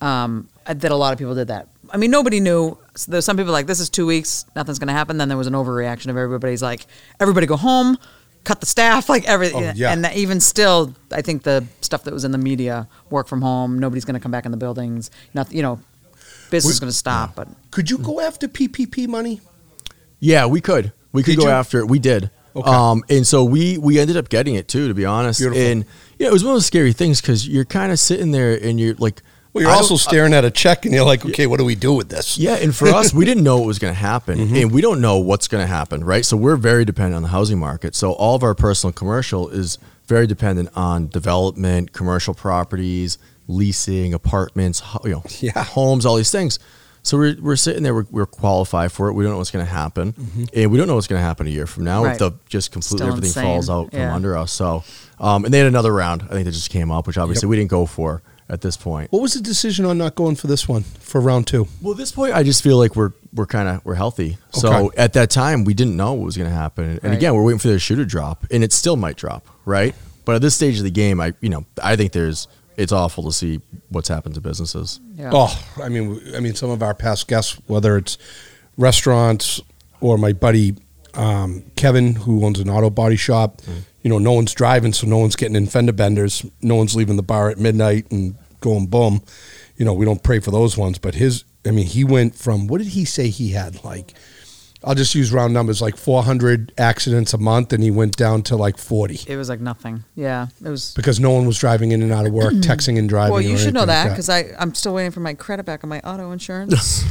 Speaker 2: um, I- that a lot of people did that. I mean, nobody knew. So There's some people like, this is two weeks, nothing's going to happen. Then there was an overreaction of everybody's like, everybody go home, cut the staff, like everything.
Speaker 1: Oh, yeah.
Speaker 2: And that even still, I think the stuff that was in the media, work from home, nobody's going to come back in the buildings, nothing, you know, business is going to stop. But
Speaker 1: Could you go after PPP money?
Speaker 3: Yeah, we could. We could
Speaker 1: Did
Speaker 3: go
Speaker 1: you?
Speaker 3: after it. We did.
Speaker 1: Okay.
Speaker 3: Um, and so we we ended up getting it too, to be honest.
Speaker 1: Beautiful.
Speaker 3: And you know, it was one of those scary things because you're kind of sitting there and you're like,
Speaker 1: Well, you're
Speaker 3: I
Speaker 1: also
Speaker 3: don't-
Speaker 1: staring at a check and you're like, okay, what do we do with this?
Speaker 3: yeah. And for us, we didn't know what was going to happen, and we don't know what's going to happen, right? So we're very dependent on the housing market. So all of our personal commercial is very dependent on development, commercial properties, leasing, apartments, ho- you know,
Speaker 1: Yeah.
Speaker 3: homes, all these things. So we're, we're sitting there, we're, we're qualified for it. We don't know what's going to happen, and we don't know what's going to happen a year from now
Speaker 2: Right.
Speaker 3: if the just completely
Speaker 2: Still
Speaker 3: everything
Speaker 2: insane.
Speaker 3: falls out
Speaker 2: Yeah.
Speaker 3: from under us. So, um, and they had another round. I think that just came up, which obviously we didn't go for at this point.
Speaker 1: What was the decision on not going for this one for round two?
Speaker 3: Well, at this point, I just feel like we're we're kind of we're healthy. So
Speaker 1: Okay.
Speaker 3: at that time, we didn't know what was going to happen, and
Speaker 2: Right.
Speaker 3: again, we're waiting for the shoe to drop, and it still might drop, right? But at this stage of the game, I you know I think there's it's awful to see what's happened to businesses.
Speaker 2: yeah.
Speaker 1: Oh, I mean, w- I mean, some of our past guests, whether it's restaurants or my buddy um, Kevin, who owns an auto body shop,
Speaker 2: Mm.
Speaker 1: you know, no one's driving, so no one's getting in fender benders. No one's leaving the bar at midnight and going boom. You know, we don't pray for those ones, but his, I mean, he went from what did he say he had like? I'll just use round numbers, like 400 accidents a month, and he went down to like 40
Speaker 2: It was like nothing. Yeah, it was.
Speaker 1: because no one was driving in and out of work, texting and driving.
Speaker 2: Well, you
Speaker 1: or
Speaker 2: should know
Speaker 1: anything
Speaker 2: that
Speaker 1: like
Speaker 2: because I I'm still waiting for my credit back on my auto insurance.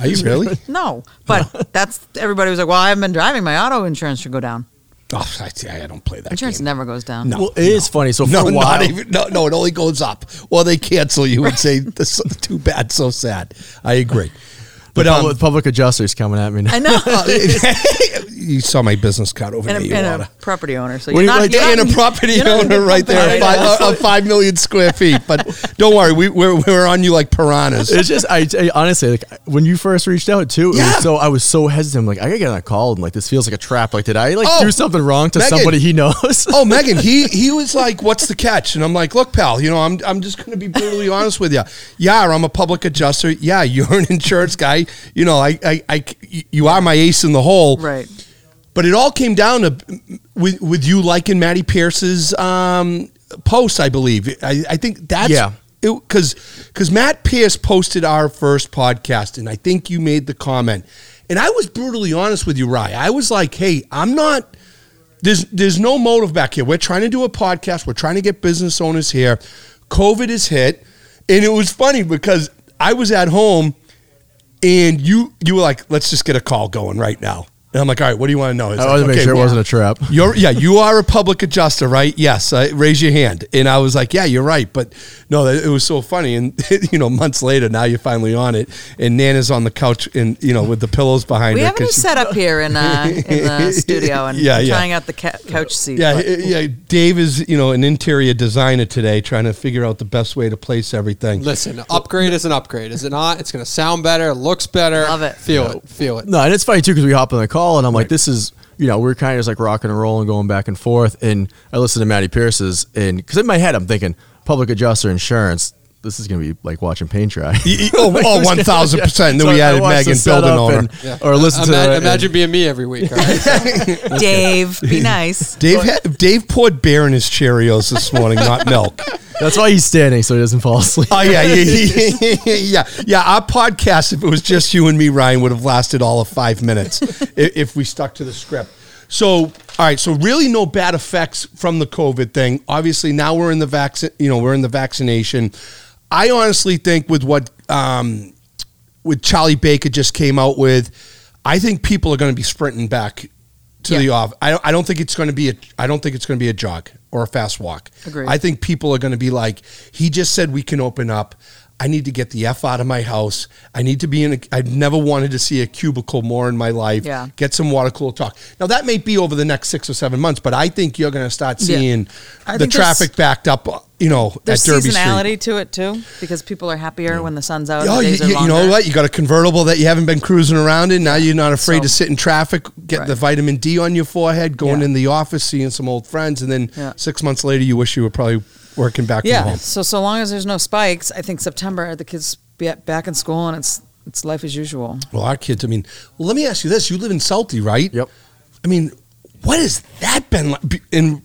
Speaker 1: Are you really?
Speaker 2: no, but that's everybody was like, "Well, I haven't been driving. My auto insurance should go down.
Speaker 1: Oh, I, I don't play that.
Speaker 2: Insurance
Speaker 1: game.
Speaker 2: never goes down."
Speaker 1: No.
Speaker 3: well, it is funny. So for
Speaker 1: No,
Speaker 3: a while,
Speaker 1: not even. No, no, it only goes up. Well, they cancel you and say, "This is too bad, so sad." I agree.
Speaker 3: but
Speaker 1: But
Speaker 3: public,
Speaker 1: um, uh,
Speaker 3: public adjusters coming at me. Now.
Speaker 2: I know.
Speaker 1: you saw my business card over
Speaker 2: and
Speaker 1: there.
Speaker 2: a,
Speaker 1: You
Speaker 2: and
Speaker 1: wanna-
Speaker 2: a property owner. So
Speaker 1: What
Speaker 2: you're
Speaker 1: do you-
Speaker 2: not,
Speaker 1: like,
Speaker 2: you're
Speaker 1: and
Speaker 2: not-
Speaker 1: a property
Speaker 2: you're not
Speaker 1: owner
Speaker 2: even
Speaker 1: right there,
Speaker 2: complaining.
Speaker 1: five, uh, uh, five million square feet. But don't worry, we, we're we're on you like piranhas.
Speaker 3: It's just I, I honestly like when you first reached out too. It
Speaker 1: Yeah.
Speaker 3: was so I was so hesitant. I'm like I gotta get on a call and like this feels like a trap. Like did I like
Speaker 1: Oh,
Speaker 3: do something wrong to
Speaker 1: Megan.
Speaker 3: somebody he knows?
Speaker 1: oh, Megan, he he was like, "What's the catch?" And I'm like, "Look, pal, you know, I'm I'm just going to be brutally honest with you. Yeah, I'm a public adjuster. Yeah, you're an insurance guy. You know, I I, I you are my ace in the hole.
Speaker 2: Right.
Speaker 1: But it all came down to with with you liking Maddie Pierce's um, post, I believe. I, I think that's
Speaker 3: Yeah.
Speaker 1: Because because Matt Pierce posted our first podcast, and I think you made the comment, and I was brutally honest with you, Rye. I was like, hey, I'm not. There's there's no motive back here. We're trying to do a podcast. We're trying to get business owners here. COVID has hit, and it was funny because I was at home and you you were like, let's just get a call going right now. And I'm like, all right, what do you want to know? He's
Speaker 3: I
Speaker 1: like,
Speaker 3: wanted to make
Speaker 1: okay,
Speaker 3: sure it
Speaker 1: well,
Speaker 3: wasn't a trap.
Speaker 1: You're yeah, you are a public adjuster, right? Yes, uh, raise your hand. And I was like, yeah, you're right. But no, that- it was so funny. And you know, months later, now you're finally on it, and Nana's on the couch and you know with the pillows behind
Speaker 2: We
Speaker 1: her.
Speaker 2: have a new
Speaker 1: 'cause she-
Speaker 2: setup here in, uh, in the studio and
Speaker 1: Yeah, yeah.
Speaker 2: trying out the ca- couch seat.
Speaker 1: yeah,
Speaker 2: but-
Speaker 1: yeah. yeah, Dave is you know an interior designer today, trying to figure out the best way to place everything.
Speaker 4: Listen, upgrade is an upgrade, is it not? It's going to sound better, looks better.
Speaker 2: Love it.
Speaker 4: Feel it. Feel it.
Speaker 3: No, and it's funny too because we hop on the call and I'm like, this is you know we're kind of just like rocking and rolling, going back and forth. And I listen to Matty Pierce's and because in my head I'm thinking public adjuster insurance. This is gonna be like watching paint dry.
Speaker 1: oh, oh, 1000%. And then we
Speaker 3: I
Speaker 1: added
Speaker 3: watched
Speaker 1: Megan,
Speaker 3: the
Speaker 1: building
Speaker 3: setup
Speaker 1: owner.
Speaker 3: and-
Speaker 4: Yeah.
Speaker 3: Or listen
Speaker 4: Ima-
Speaker 3: to
Speaker 4: Imagine being me every week. All right?
Speaker 2: Dave, be nice.
Speaker 1: Dave had, Dave poured beer in his Cheerios this morning, not milk.
Speaker 3: That's why he's standing so he doesn't fall asleep.
Speaker 1: Oh yeah, yeah, yeah, yeah, yeah. Our podcast, if it was just you and me, Ryan, would have lasted all of five minutes if, if we stuck to the script. So, all right. So, really, no bad effects from the COVID thing. Obviously, now we're in the vaccine. You know, we're in the vaccination. I honestly think with what um, with Charlie Baker just came out with, I think people are going to be sprinting back to
Speaker 2: Yeah.
Speaker 1: the off. I, I don't think it's going to be a. I don't think it's going to be a jog or a fast walk.
Speaker 2: Agreed.
Speaker 1: I think people are going to be like, he just said we can open up. I need to get the F out of my house. I need to be in a, I've never wanted to see a cubicle more in my life.
Speaker 2: Yeah.
Speaker 1: Get some water cooler talk. Now, that may be over the next six or seven months, but I think you're going to start
Speaker 2: Yeah.
Speaker 1: seeing
Speaker 2: I
Speaker 1: the
Speaker 2: think there's-
Speaker 1: traffic backed up, you know, at
Speaker 2: There's
Speaker 1: Derby Street.
Speaker 2: seasonality to it too, because people are happier when the sun's out. and
Speaker 1: Oh,
Speaker 2: the
Speaker 1: you,
Speaker 2: days are
Speaker 1: you- you know
Speaker 2: longer.
Speaker 1: what? You got a convertible that you haven't been cruising around in. Now you're not afraid
Speaker 2: So-
Speaker 1: to sit in traffic, get
Speaker 2: Right.
Speaker 1: the vitamin D on your forehead, going
Speaker 2: Yeah.
Speaker 1: in the office, seeing some old friends, and then
Speaker 2: Yeah.
Speaker 1: six months later, you wish you were probably working back from
Speaker 2: Yeah.
Speaker 1: home.
Speaker 2: So so long as there's no spikes, I think September the kids be at- back in school and it's it's life as usual.
Speaker 1: Well, our kids. I mean, well, let me ask you this: You live in Salty, right?
Speaker 3: Yep.
Speaker 1: I mean, what has that been like? Be- In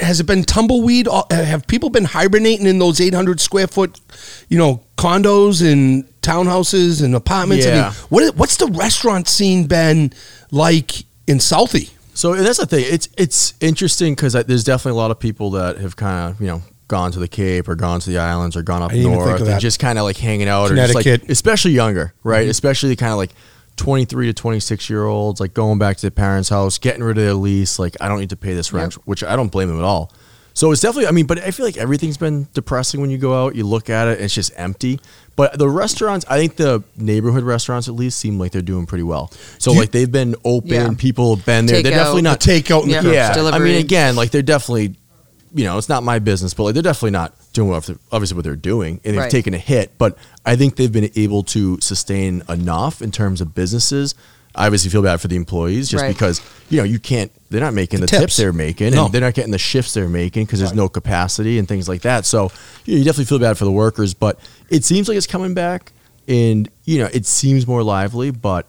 Speaker 1: has it been tumbleweed? All- Have people been hibernating in those 800 square foot, you know, condos and townhouses and apartments? I
Speaker 3: Yeah.
Speaker 1: mean, what what's the restaurant scene been like in Salty?
Speaker 3: So that's the thing. It's it's interesting because there's definitely a lot of people that have kind of you know gone to the Cape or gone to the islands or gone up
Speaker 1: I didn't even think
Speaker 3: north
Speaker 1: of
Speaker 3: and
Speaker 1: that.
Speaker 3: just kind of like hanging out or just like
Speaker 1: Connecticut. Mm-hmm.
Speaker 3: especially younger, right? Especially kind of like 23 to 26 year olds, like going back to their parents' house, getting rid of their lease. Like I don't need to pay this rent, which I don't blame them at all. So it's definitely. I mean, but I feel like everything's been depressing when you go out. You look at it, and it's just empty. But the restaurants, I think the neighborhood restaurants at least seem like they're doing pretty well. So
Speaker 1: Do you-
Speaker 3: like they've been open,
Speaker 2: Yeah.
Speaker 3: people have been there. They're
Speaker 2: Takeout.
Speaker 3: definitely not
Speaker 1: The takeout and the
Speaker 2: Yep.
Speaker 1: curbside.
Speaker 3: Yeah, I
Speaker 2: Delivery.
Speaker 3: mean, again, like they're definitely, you know, it's not my business, but like they're definitely not doing what, obviously what they're doing, and they've
Speaker 2: Right.
Speaker 3: taken a hit. But I think they've been able to sustain enough in terms of businesses. I obviously feel bad for the employees just
Speaker 2: Right.
Speaker 3: because you know you can't. They're not making the,
Speaker 1: tips.
Speaker 3: tips. they're making,
Speaker 1: No.
Speaker 3: and they're not getting the shifts they're making because there's no capacity and things like that. So you, know, you definitely feel bad for the workers, but it seems like it's coming back, and you know it seems more lively, but.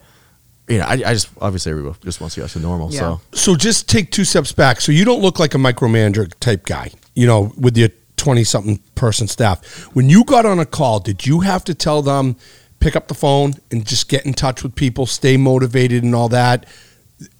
Speaker 3: You know, I, I just obviously everybody just wants to get back to normal.
Speaker 2: Yeah.
Speaker 3: So
Speaker 1: So just take two steps back. So you don't look like a micromanager type guy, you know, with your 20 something person staff. When you got on a call, did you have to tell them, pick up the phone and just get in touch with people, stay motivated and all that?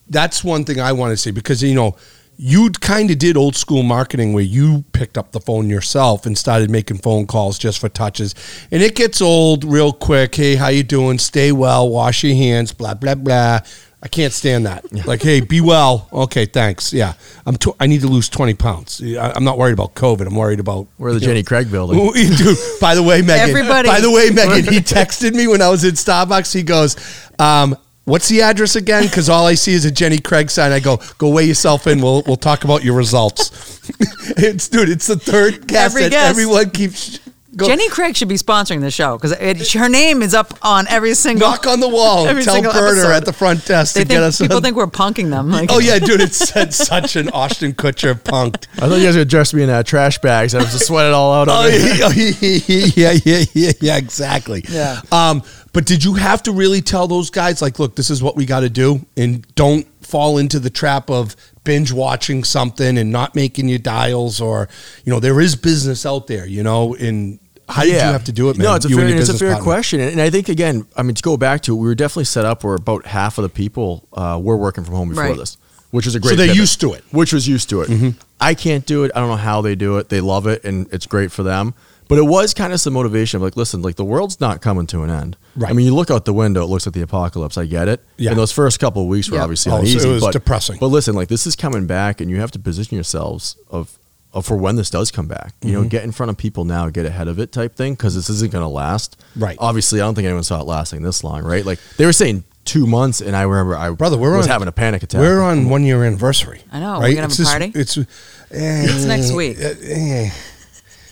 Speaker 1: That's one thing I want to say because, you know, you kind of did old school marketing where you picked up the phone yourself and started making phone calls just for touches and it gets old real quick hey how you doing stay well wash your hands blah blah blah i can't stand that like hey be well okay thanks yeah i'm tw- i need to lose 20 pounds I- i'm not worried about covid i'm worried about
Speaker 3: We're the Jenny Craig building.
Speaker 1: Ooh, dude, by the way, Megan.
Speaker 2: Everybody.
Speaker 1: By the way, Megan. He texted me when I was in Starbucks. He goes, um, "What's the address again?" Because all I see is a Jenny Craig sign. I go, "Go weigh yourself in. We'll we'll talk about your results." it's dude. It's the third guess
Speaker 2: Every
Speaker 1: that
Speaker 2: guess.
Speaker 1: everyone keeps. Go,
Speaker 2: Jenny Craig should be sponsoring the show because her name is up on every single
Speaker 1: knock on the wall.
Speaker 2: every
Speaker 1: tell
Speaker 2: single
Speaker 1: Berner
Speaker 2: episode.
Speaker 1: at the front desk
Speaker 2: They
Speaker 1: to get
Speaker 2: think,
Speaker 1: us.
Speaker 2: people
Speaker 1: on-
Speaker 2: think we're punking them. Like,
Speaker 1: oh yeah, dude. It said such an Austin Kutcher punked.
Speaker 3: I thought you guys would dress me in uh, trash bags. I was just sweating all out.
Speaker 1: Oh
Speaker 3: on it.
Speaker 1: yeah, yeah, yeah, yeah, yeah, exactly.
Speaker 2: Yeah.
Speaker 1: Um, but did you have to really tell those guys like, look, this is what we got to do, and don't fall into the trap of binge watching something and not making your dials, or you know, there is business out there, you know, and how did you have to do it, man?
Speaker 3: No, it's a
Speaker 1: You
Speaker 3: fair,
Speaker 1: and your
Speaker 3: it's a
Speaker 1: business
Speaker 3: fair
Speaker 1: partner.
Speaker 3: question, and and I think again, I mean, to go back to it, we were definitely set up where about half of the people uh, were working from home before
Speaker 2: Right.
Speaker 3: this, which is a great.
Speaker 1: they're
Speaker 3: pivot,
Speaker 1: used to it. Mm-hmm.
Speaker 3: Which was used to it. I can't do it. I don't know how they do it. They love it, and it's great for them. But it was kind of some motivation of like, listen, like the world's not coming to an end.
Speaker 1: Right.
Speaker 3: I mean, you look out the window; it looks like the apocalypse. I get it.
Speaker 1: Yeah.
Speaker 3: And those first couple of weeks were
Speaker 2: Yeah.
Speaker 3: obviously
Speaker 1: Oh, so
Speaker 3: uneasy.
Speaker 1: it was
Speaker 3: but,
Speaker 1: depressing.
Speaker 3: But listen, like this is coming back, and you have to position yourselves of, of for when this does come back. You
Speaker 1: Mm-hmm.
Speaker 3: know, get in front of people now, get ahead of it, type thing, because this isn't going to last.
Speaker 1: Right.
Speaker 3: Obviously, I don't think anyone saw it lasting this long. Right. Like they were saying two months, and I remember I
Speaker 1: Brother, we're
Speaker 3: was
Speaker 1: on-
Speaker 3: having a panic attack.
Speaker 1: We're on one year anniversary.
Speaker 2: I know. We're gonna have
Speaker 1: It's
Speaker 2: a
Speaker 1: just-
Speaker 2: party?
Speaker 1: It's eh,
Speaker 2: It's next week.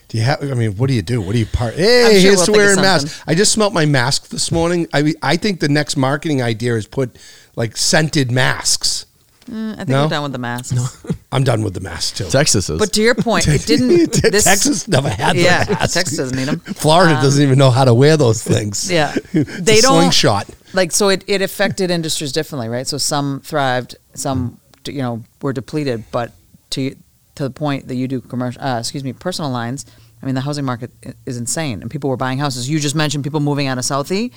Speaker 1: Do you have? I mean, what do you do? What do you part? Hey,
Speaker 2: sure we'll
Speaker 1: here's
Speaker 2: think
Speaker 1: to
Speaker 2: of
Speaker 1: wearing
Speaker 2: something.
Speaker 1: masks. I just smelt my mask this morning. I mean, I think the next marketing idea is put like scented masks.
Speaker 2: Mm, I think
Speaker 1: No.
Speaker 2: we're done with the masks.
Speaker 1: I'm done with the mask too.
Speaker 3: Texas is.
Speaker 2: But to your point, it didn't. This,
Speaker 1: Texas never had
Speaker 2: yeah,
Speaker 1: the mask.
Speaker 2: Texas doesn't need 'em.
Speaker 1: Florida doesn't even know how to wear those things.
Speaker 2: Yeah.
Speaker 1: It's
Speaker 2: They
Speaker 1: a
Speaker 2: don't-
Speaker 1: slingshot.
Speaker 2: like so it, it affected industries differently right so some thrived some d- you know were depleted but to to the point that you do commercial uh, excuse me personal lines i mean the housing market i- is insane and people were buying houses you just mentioned people moving out of southie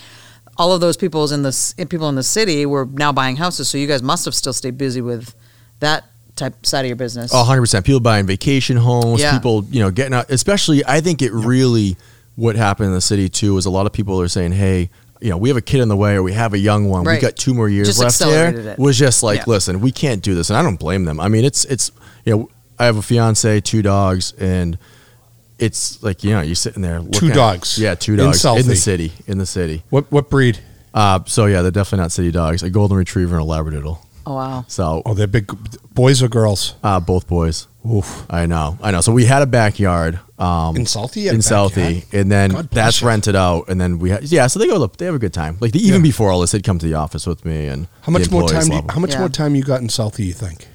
Speaker 2: all of those people's in the c- people in the city were now buying houses so you guys must have still stayed busy with that type side of your business
Speaker 1: Uh-huh.
Speaker 3: A hundred percent. People buying vacation homes.
Speaker 2: Yeah.
Speaker 3: People, you know, getting out. Especially, I think it really what happened in the city too is a lot of people are saying, "Hey, you know, we have a kid in the way, or we have a young one.
Speaker 2: Right.
Speaker 3: We've got two more years
Speaker 2: Just
Speaker 3: left."
Speaker 2: accelerated
Speaker 3: There
Speaker 2: it.
Speaker 3: was just like,
Speaker 2: Yeah.
Speaker 3: "Listen, we can't do this," and I don't blame them. I mean, it's it's you know, I have a fiance, two dogs, and it's like you know you're sitting there looking at-
Speaker 1: dogs
Speaker 3: yeah, two
Speaker 1: in
Speaker 3: dogs in,
Speaker 1: Southie.
Speaker 3: the city, in the city.
Speaker 1: What what breed?
Speaker 3: Uh, so yeah, they're definitely not city dogs. A golden retriever and a labradoodle.
Speaker 2: Oh wow.
Speaker 3: So
Speaker 1: Oh, they're big boys or girls?
Speaker 3: uh, both boys.
Speaker 1: Oof.
Speaker 3: I know, I know. So we had a backyard um,
Speaker 1: In Southie, you had
Speaker 3: in
Speaker 1: a backyard?
Speaker 3: Southie, and then
Speaker 1: God bless
Speaker 3: that's
Speaker 1: you.
Speaker 3: rented out, and then we had, yeah. So they go, look, they have a good time. Like they, even before all this, they'd come to the office with me, and
Speaker 1: How much
Speaker 3: the
Speaker 1: more
Speaker 3: employees
Speaker 1: time? Do you,
Speaker 3: love 'em.
Speaker 1: how much
Speaker 2: Yeah.
Speaker 1: more time you got in Southie? You think?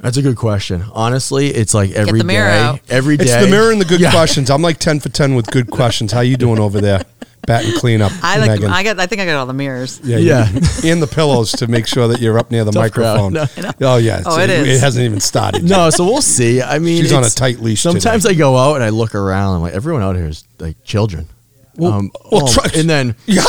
Speaker 3: That's a good question. Honestly, it's like every
Speaker 2: the mirror
Speaker 3: day-
Speaker 2: out.
Speaker 3: every day.
Speaker 1: It's the mirror and the good
Speaker 3: Yeah.
Speaker 1: questions. I'm like ten for ten with good questions. How you doing over there? Bat and clean up.
Speaker 2: I like.
Speaker 1: Megan.
Speaker 2: I got. I think I got all the mirrors.
Speaker 1: Yeah,
Speaker 3: Yeah.
Speaker 1: you- and the pillows to make sure that you're up near the
Speaker 3: Tough
Speaker 1: microphone.
Speaker 3: crowd.
Speaker 1: Oh yeah,
Speaker 2: Oh,
Speaker 1: it's-
Speaker 2: it is.
Speaker 1: It hasn't even started. yet.
Speaker 3: No, so we'll see. I mean,
Speaker 1: She's on
Speaker 3: it's-
Speaker 1: a tight leash today.
Speaker 3: Sometimes I go out and I look around. I'm like, everyone out here is like children.
Speaker 1: Well,
Speaker 3: Um,
Speaker 1: well,
Speaker 3: oh,
Speaker 1: try-
Speaker 3: and then
Speaker 1: yeah,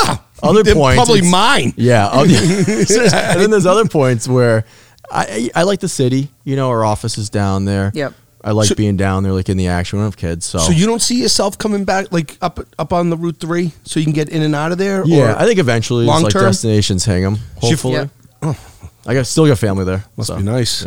Speaker 3: other
Speaker 1: They're
Speaker 3: points,
Speaker 1: probably
Speaker 3: it's-
Speaker 1: mine.
Speaker 3: yeah, other- and then there's other points where I I like the city. You know, our office is down there.
Speaker 2: Yep.
Speaker 3: I like
Speaker 1: So-
Speaker 3: being down there, like in the action. We don't have kids, so,
Speaker 1: So you don't see yourself coming back like up up on the Route Three, so you can get in and out of there.
Speaker 3: yeah,
Speaker 1: or,
Speaker 3: I think eventually it's
Speaker 1: long
Speaker 3: like
Speaker 1: term?
Speaker 3: destinations hang them. Hopefully,
Speaker 2: Yep.
Speaker 3: I got still got family there.
Speaker 1: must
Speaker 3: so.
Speaker 1: be nice.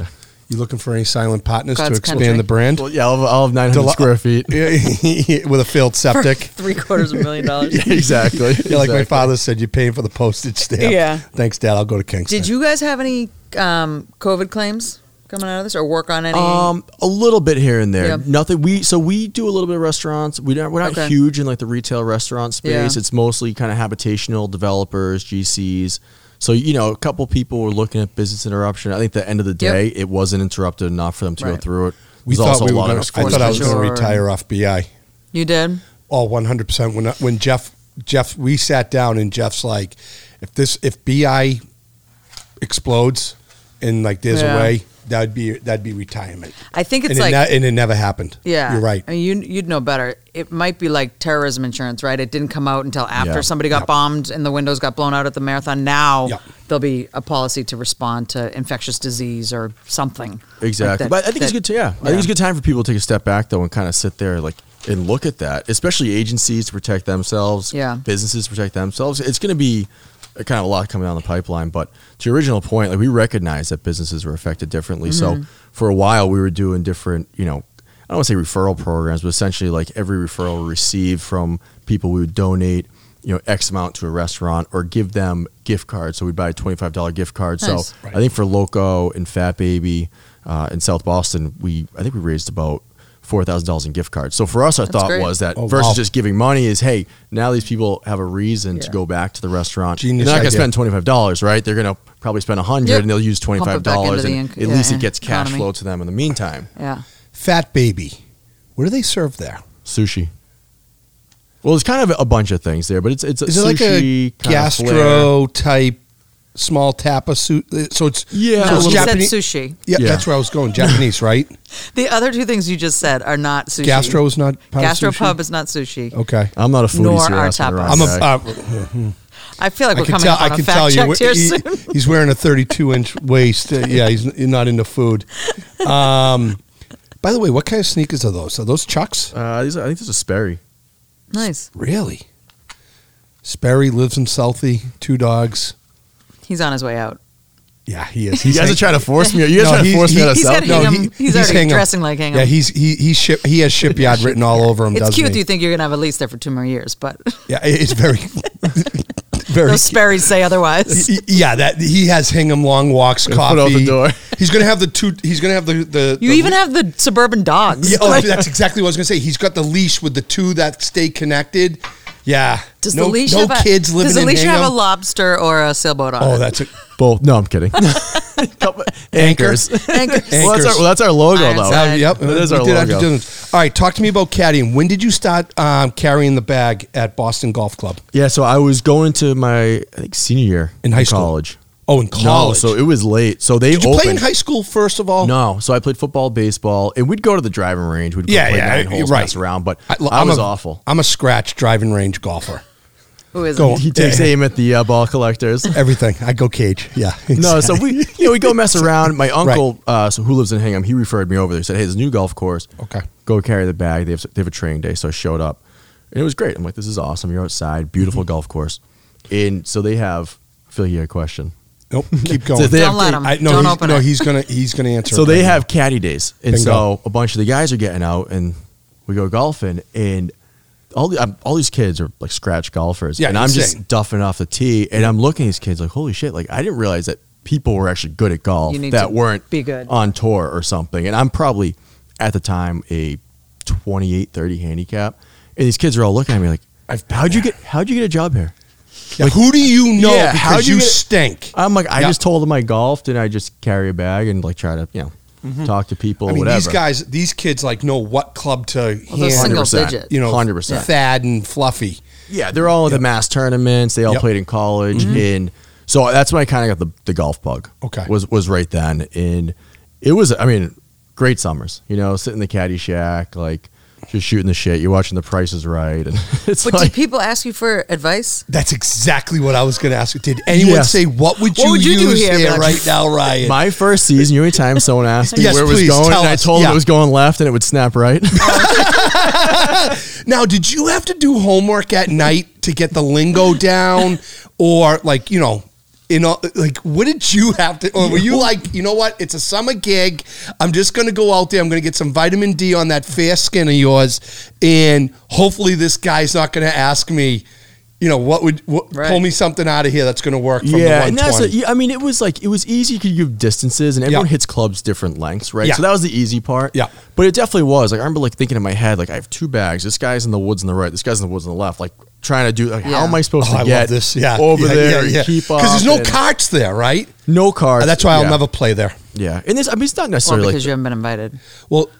Speaker 1: You looking for any silent partners to
Speaker 2: God's
Speaker 1: expand
Speaker 2: country.
Speaker 1: the brand?
Speaker 3: Well, yeah, I'll have, I'll have 900
Speaker 1: Deli-
Speaker 3: square feet.
Speaker 1: Yeah, with a failed
Speaker 2: For
Speaker 1: septic.
Speaker 2: three quarters of a million dollars.
Speaker 3: exactly.
Speaker 1: Yeah, like my
Speaker 3: Exactly.
Speaker 1: father said, you're paying for the postage stamp.
Speaker 2: Yeah.
Speaker 1: Thanks, Dad. I'll go to Kingston.
Speaker 2: Did you guys have any um, COVID claims coming out of this, or work on any?
Speaker 3: Um, a little bit here and there.
Speaker 2: Yeah.
Speaker 3: Nothing. We so we do a little bit of restaurants. We don't, we're not
Speaker 2: Okay.
Speaker 3: huge in like the retail restaurant space.
Speaker 2: Yeah.
Speaker 3: It's mostly kind of habitational developers, GCs. So you know, a couple people were looking at business interruption. I think at the end of the
Speaker 2: Yep.
Speaker 3: day, it wasn't interrupted enough for them to go
Speaker 2: Right.
Speaker 3: through it.
Speaker 1: We
Speaker 3: There's
Speaker 1: thought
Speaker 3: also
Speaker 1: we
Speaker 3: a
Speaker 1: were
Speaker 3: lot
Speaker 1: gonna,
Speaker 3: of
Speaker 1: I thought I was
Speaker 2: excuses.
Speaker 1: going
Speaker 2: Sure.
Speaker 1: to retire off BI.
Speaker 2: you did.
Speaker 1: Oh, 100%. When, when Jeff, Jeff, we sat down and Jeff's like, if this, if BI explodes and like there's
Speaker 2: Yeah.
Speaker 1: a way, that'd be, that'd be retirement.
Speaker 2: I think it's
Speaker 1: and,
Speaker 2: like
Speaker 1: it ne- and it never happened.
Speaker 2: Yeah,
Speaker 1: You're right.
Speaker 2: I mean, you, you'd know better. It might be like terrorism insurance, right? It didn't come out until after
Speaker 3: Yeah.
Speaker 2: somebody got
Speaker 1: Yep.
Speaker 2: bombed and the windows got blown out at the marathon. Now
Speaker 1: Yep.
Speaker 2: there'll be a policy to respond to infectious disease or something. like
Speaker 3: Exactly.
Speaker 2: that-
Speaker 3: but I think
Speaker 2: that-
Speaker 3: it's good to, yeah. I think it's a good time for people to take a step back though and kind of sit there like and look at that, especially agencies to protect themselves,
Speaker 2: Yeah.
Speaker 3: businesses to protect themselves. It's going to be a kind of a lot coming down the pipeline, but to your original point, like we recognize that businesses were affected differently.
Speaker 2: Mm-hmm.
Speaker 3: So for a while we were doing different, you know, I don't want to say referral programs, but essentially like every referral we received from people we would donate you know, X amount to a restaurant or give them gift cards. So we'd buy a $25 gift card.
Speaker 2: Nice.
Speaker 3: So
Speaker 1: Right.
Speaker 3: I think for Loco and Fat Baby uh, in South Boston, we I think we raised about four thousand dollars in gift cards. So for us, our thought
Speaker 2: great.
Speaker 3: was that
Speaker 1: Oh,
Speaker 3: versus
Speaker 1: wow.
Speaker 3: just giving money is hey, now these people have a reason
Speaker 2: Yeah.
Speaker 3: to go back to the restaurant.
Speaker 1: Genius
Speaker 3: They're not
Speaker 1: idea.
Speaker 3: gonna spend twenty five dollars, right? They're gonna probably spend a hundred
Speaker 2: Yep.
Speaker 3: and they'll use
Speaker 2: Pump
Speaker 3: twenty
Speaker 2: it back
Speaker 3: five
Speaker 2: into
Speaker 3: dollars
Speaker 2: the
Speaker 3: and
Speaker 2: inc-
Speaker 3: at least
Speaker 2: yeah,
Speaker 3: it gets cash
Speaker 2: economy.
Speaker 3: flow to them in the meantime.
Speaker 2: Yeah.
Speaker 1: Fat baby. What do they serve there?
Speaker 3: Sushi. Well, it's kind of a bunch of things there, but it's it's a
Speaker 1: Is it
Speaker 3: sushi
Speaker 1: like a
Speaker 3: kind of flair.
Speaker 1: gastro type small tapa suit? Uh, So it's
Speaker 3: Yeah,
Speaker 1: so
Speaker 2: No,
Speaker 3: a
Speaker 1: it's
Speaker 2: he
Speaker 3: little-
Speaker 2: said
Speaker 1: Japanese.
Speaker 2: sushi.
Speaker 1: Yeah,
Speaker 3: Yeah.
Speaker 1: that's where I was going. Japanese, right?
Speaker 2: The other two things you just said are not sushi.
Speaker 1: Gastro is not part of
Speaker 2: Gastro
Speaker 1: sushi?
Speaker 2: pub is not sushi.
Speaker 1: Okay.
Speaker 3: I'm not a foodie.
Speaker 2: Nor
Speaker 3: so you're
Speaker 2: are
Speaker 3: asking the wrong
Speaker 2: tapas.
Speaker 1: I'm a.
Speaker 3: guy.
Speaker 1: Uh,
Speaker 2: I feel like
Speaker 1: I
Speaker 2: we're
Speaker 1: can
Speaker 2: coming
Speaker 1: tell.
Speaker 2: up on
Speaker 1: I
Speaker 2: a
Speaker 1: can
Speaker 2: fact
Speaker 1: tell you.
Speaker 2: check here
Speaker 1: he-
Speaker 2: soon.
Speaker 1: he's wearing a 32 inch waist. Uh, yeah, he's he's not into food. Um, by the way, what kind of sneakers are those? Are those Chucks?
Speaker 3: Uh, these are- I think this is Sperry.
Speaker 2: nice.
Speaker 1: Really? Sperry lives in Southie. Two dogs.
Speaker 2: He's on his way out.
Speaker 1: Yeah, he is.
Speaker 3: You guys are trying to force me. You guys
Speaker 1: No,
Speaker 3: are trying to
Speaker 1: he's-
Speaker 3: force me
Speaker 1: he-
Speaker 3: out of
Speaker 2: he's
Speaker 3: South.
Speaker 2: gotta eat 'em. He's already
Speaker 1: hanging.
Speaker 2: dressing like Hingham.
Speaker 1: Yeah, he's he he ship, he has shipyard written all over him.
Speaker 2: It's
Speaker 1: doesn't
Speaker 2: cute that
Speaker 1: he?
Speaker 2: you think you're gonna have a lease there for two more years, but
Speaker 1: Yeah, it- it's very very.
Speaker 2: those Sperry's say otherwise.
Speaker 1: y- yeah, that he has Hingham long walks,
Speaker 3: out
Speaker 1: coffee.
Speaker 3: the door.
Speaker 1: He's gonna have the two. He's gonna have the the.
Speaker 2: You
Speaker 1: the-
Speaker 2: even have the suburban dogs.
Speaker 1: Yeah, oh, that's exactly what I was gonna say. He's got the leash with the two that stay connected. Yeah.
Speaker 2: Does
Speaker 1: no,
Speaker 2: the leash
Speaker 1: no
Speaker 2: have a,
Speaker 1: kids living
Speaker 2: Does the
Speaker 1: in
Speaker 2: leash
Speaker 1: Hingham.
Speaker 2: have a lobster or a sailboat on it?
Speaker 1: Oh, that's a
Speaker 3: Both. No, I'm kidding. Couple- anchors.
Speaker 2: Anchor.
Speaker 3: Well, that's our, well, that's our logo, though.
Speaker 2: Ironside.
Speaker 1: Uh, yep,
Speaker 3: That is
Speaker 1: we
Speaker 3: our
Speaker 1: did have to
Speaker 3: logo.
Speaker 1: do this. All right, talk to me about caddying. When did you start um, carrying the bag at Boston Golf Club
Speaker 3: Yeah, so I was going to my I think senior year
Speaker 1: in high school?
Speaker 3: college.
Speaker 1: Oh, in
Speaker 3: No,
Speaker 1: college.
Speaker 3: so it was late. So they
Speaker 1: did you
Speaker 3: opened.
Speaker 1: play in high school first of all?
Speaker 3: No, so I played football, baseball, and we'd go to the driving range. We'd go
Speaker 1: Yeah,
Speaker 3: play
Speaker 1: yeah,
Speaker 3: nine
Speaker 1: I-
Speaker 3: holes,
Speaker 1: right.
Speaker 3: mess around. But I,
Speaker 1: lo-
Speaker 3: was
Speaker 1: a,
Speaker 3: awful.
Speaker 1: I'm a scratch driving range golfer.
Speaker 2: Who is
Speaker 1: Go
Speaker 2: it?
Speaker 3: He takes aim at the uh, ball collectors.
Speaker 1: Everything. I go cage. Yeah.
Speaker 3: No, so
Speaker 1: exactly.
Speaker 3: we you know we go mess around. My uncle, uh, so who lives in Hingham, he referred me over there. Said, "Hey, there's a new golf course.
Speaker 1: Okay.
Speaker 3: go carry the bag. They have they have a training day." So I showed up, and it was great. I'm like, "This is awesome. You're outside, beautiful
Speaker 1: Mm-hmm.
Speaker 3: golf course." And so they have. I feel like you had a question.
Speaker 1: nope. Keep going.
Speaker 3: So they
Speaker 2: Don't
Speaker 3: have
Speaker 2: let
Speaker 3: to-
Speaker 2: him.
Speaker 1: I, no,
Speaker 2: Don't
Speaker 1: he's,
Speaker 2: open
Speaker 1: no,
Speaker 2: it.
Speaker 1: he's gonna he's gonna answer.
Speaker 3: So
Speaker 1: it
Speaker 3: they
Speaker 1: right
Speaker 3: have caddy days, and
Speaker 1: Bingo.
Speaker 3: so a bunch of the guys are getting out, and We go golfing, and all the, I'm, all these kids are like scratch golfers,
Speaker 1: Yeah,
Speaker 3: and I'm
Speaker 1: insane.
Speaker 3: just duffing off the tee, and I'm looking at these kids like, holy shit! Like I didn't realize that people were actually good at golf
Speaker 2: You need
Speaker 3: that
Speaker 2: to
Speaker 3: weren't
Speaker 2: be good.
Speaker 3: on tour or something, and I'm probably at the time a 28, 30 handicap, and these kids are all looking at me like,
Speaker 1: I've been
Speaker 3: how'd you get how'd you get a job here?
Speaker 1: Yeah, who do you know?
Speaker 3: Yeah,
Speaker 1: because
Speaker 3: how'd you
Speaker 1: you,
Speaker 3: get-
Speaker 1: stink.
Speaker 3: I'm like, I
Speaker 1: Yeah.
Speaker 3: just told them I golfed and I just carry a bag and like try to, you know, talk to people,
Speaker 1: Mm-hmm. I mean,
Speaker 3: whatever.
Speaker 1: these guys, these kids, like know what club to
Speaker 2: those
Speaker 1: hand,
Speaker 2: single
Speaker 3: 100%.
Speaker 2: digit.
Speaker 1: you know,
Speaker 3: 100%.
Speaker 1: Thad and Fluffy.
Speaker 3: yeah, they're all at the mass tournaments. They all
Speaker 1: Yep. Mm-hmm.
Speaker 3: played in college, and so that's when I kind of got the, the golf bug.
Speaker 1: Okay.
Speaker 3: was was right then, and it was. I mean, great summers. You know, sitting in the caddy shack, like just shooting the shit. You're watching The Price Is Right, and it's
Speaker 2: But
Speaker 3: like
Speaker 2: did people ask you for advice?
Speaker 1: That's exactly what I was going to ask. you. Did anyone
Speaker 3: Yes.
Speaker 1: say what would
Speaker 2: What
Speaker 1: you,
Speaker 2: would you do
Speaker 1: use
Speaker 2: here,
Speaker 1: here,
Speaker 2: Max?
Speaker 1: right now, Ryan?
Speaker 3: my first season. You know, anytime someone asked me
Speaker 1: Yes,
Speaker 3: where it was
Speaker 1: please,
Speaker 3: going,
Speaker 1: tell
Speaker 3: and I
Speaker 1: us.
Speaker 3: told them
Speaker 1: Yeah.
Speaker 3: it was going left, and it would snap right.
Speaker 1: now, did you have to do homework at night to get the lingo down, or like you know? You know, like, what did you have to, or were you like, you know what? It's a summer gig. I'm just going to go out there. I'm going to get some vitamin D on that fair skin of yours, and hopefully, this guy's not going to ask me, you know, what would what,
Speaker 2: Right.
Speaker 1: pull me something out of here that's going to work. From
Speaker 3: yeah,
Speaker 1: the
Speaker 3: and that's
Speaker 1: 120.
Speaker 3: it. Yeah, I mean, it was like it was easy because you have distances, and everyone hits clubs different lengths, right?
Speaker 1: Yeah.
Speaker 3: So that was the easy part.
Speaker 1: Yeah.
Speaker 3: but it definitely was. Like I remember, like thinking in my head, like I have two bags. This guy's in the woods on the right. This guy's in the woods on the left. Like trying to do. Like,
Speaker 2: Yeah.
Speaker 3: How am I supposed
Speaker 1: Oh,
Speaker 3: to
Speaker 1: I
Speaker 3: get
Speaker 1: love this. Yeah,
Speaker 3: over
Speaker 1: yeah,
Speaker 3: there?
Speaker 1: yeah,
Speaker 3: and
Speaker 1: yeah.
Speaker 3: keep up
Speaker 1: because there's no
Speaker 3: and-
Speaker 1: carts there, right?
Speaker 3: no cars.
Speaker 1: That's why I'll
Speaker 3: Yeah.
Speaker 1: never play there.
Speaker 3: Yeah, and this I mean, it's not
Speaker 2: Or
Speaker 3: necessarily
Speaker 2: because
Speaker 3: like
Speaker 2: you haven't been invited?
Speaker 1: Well,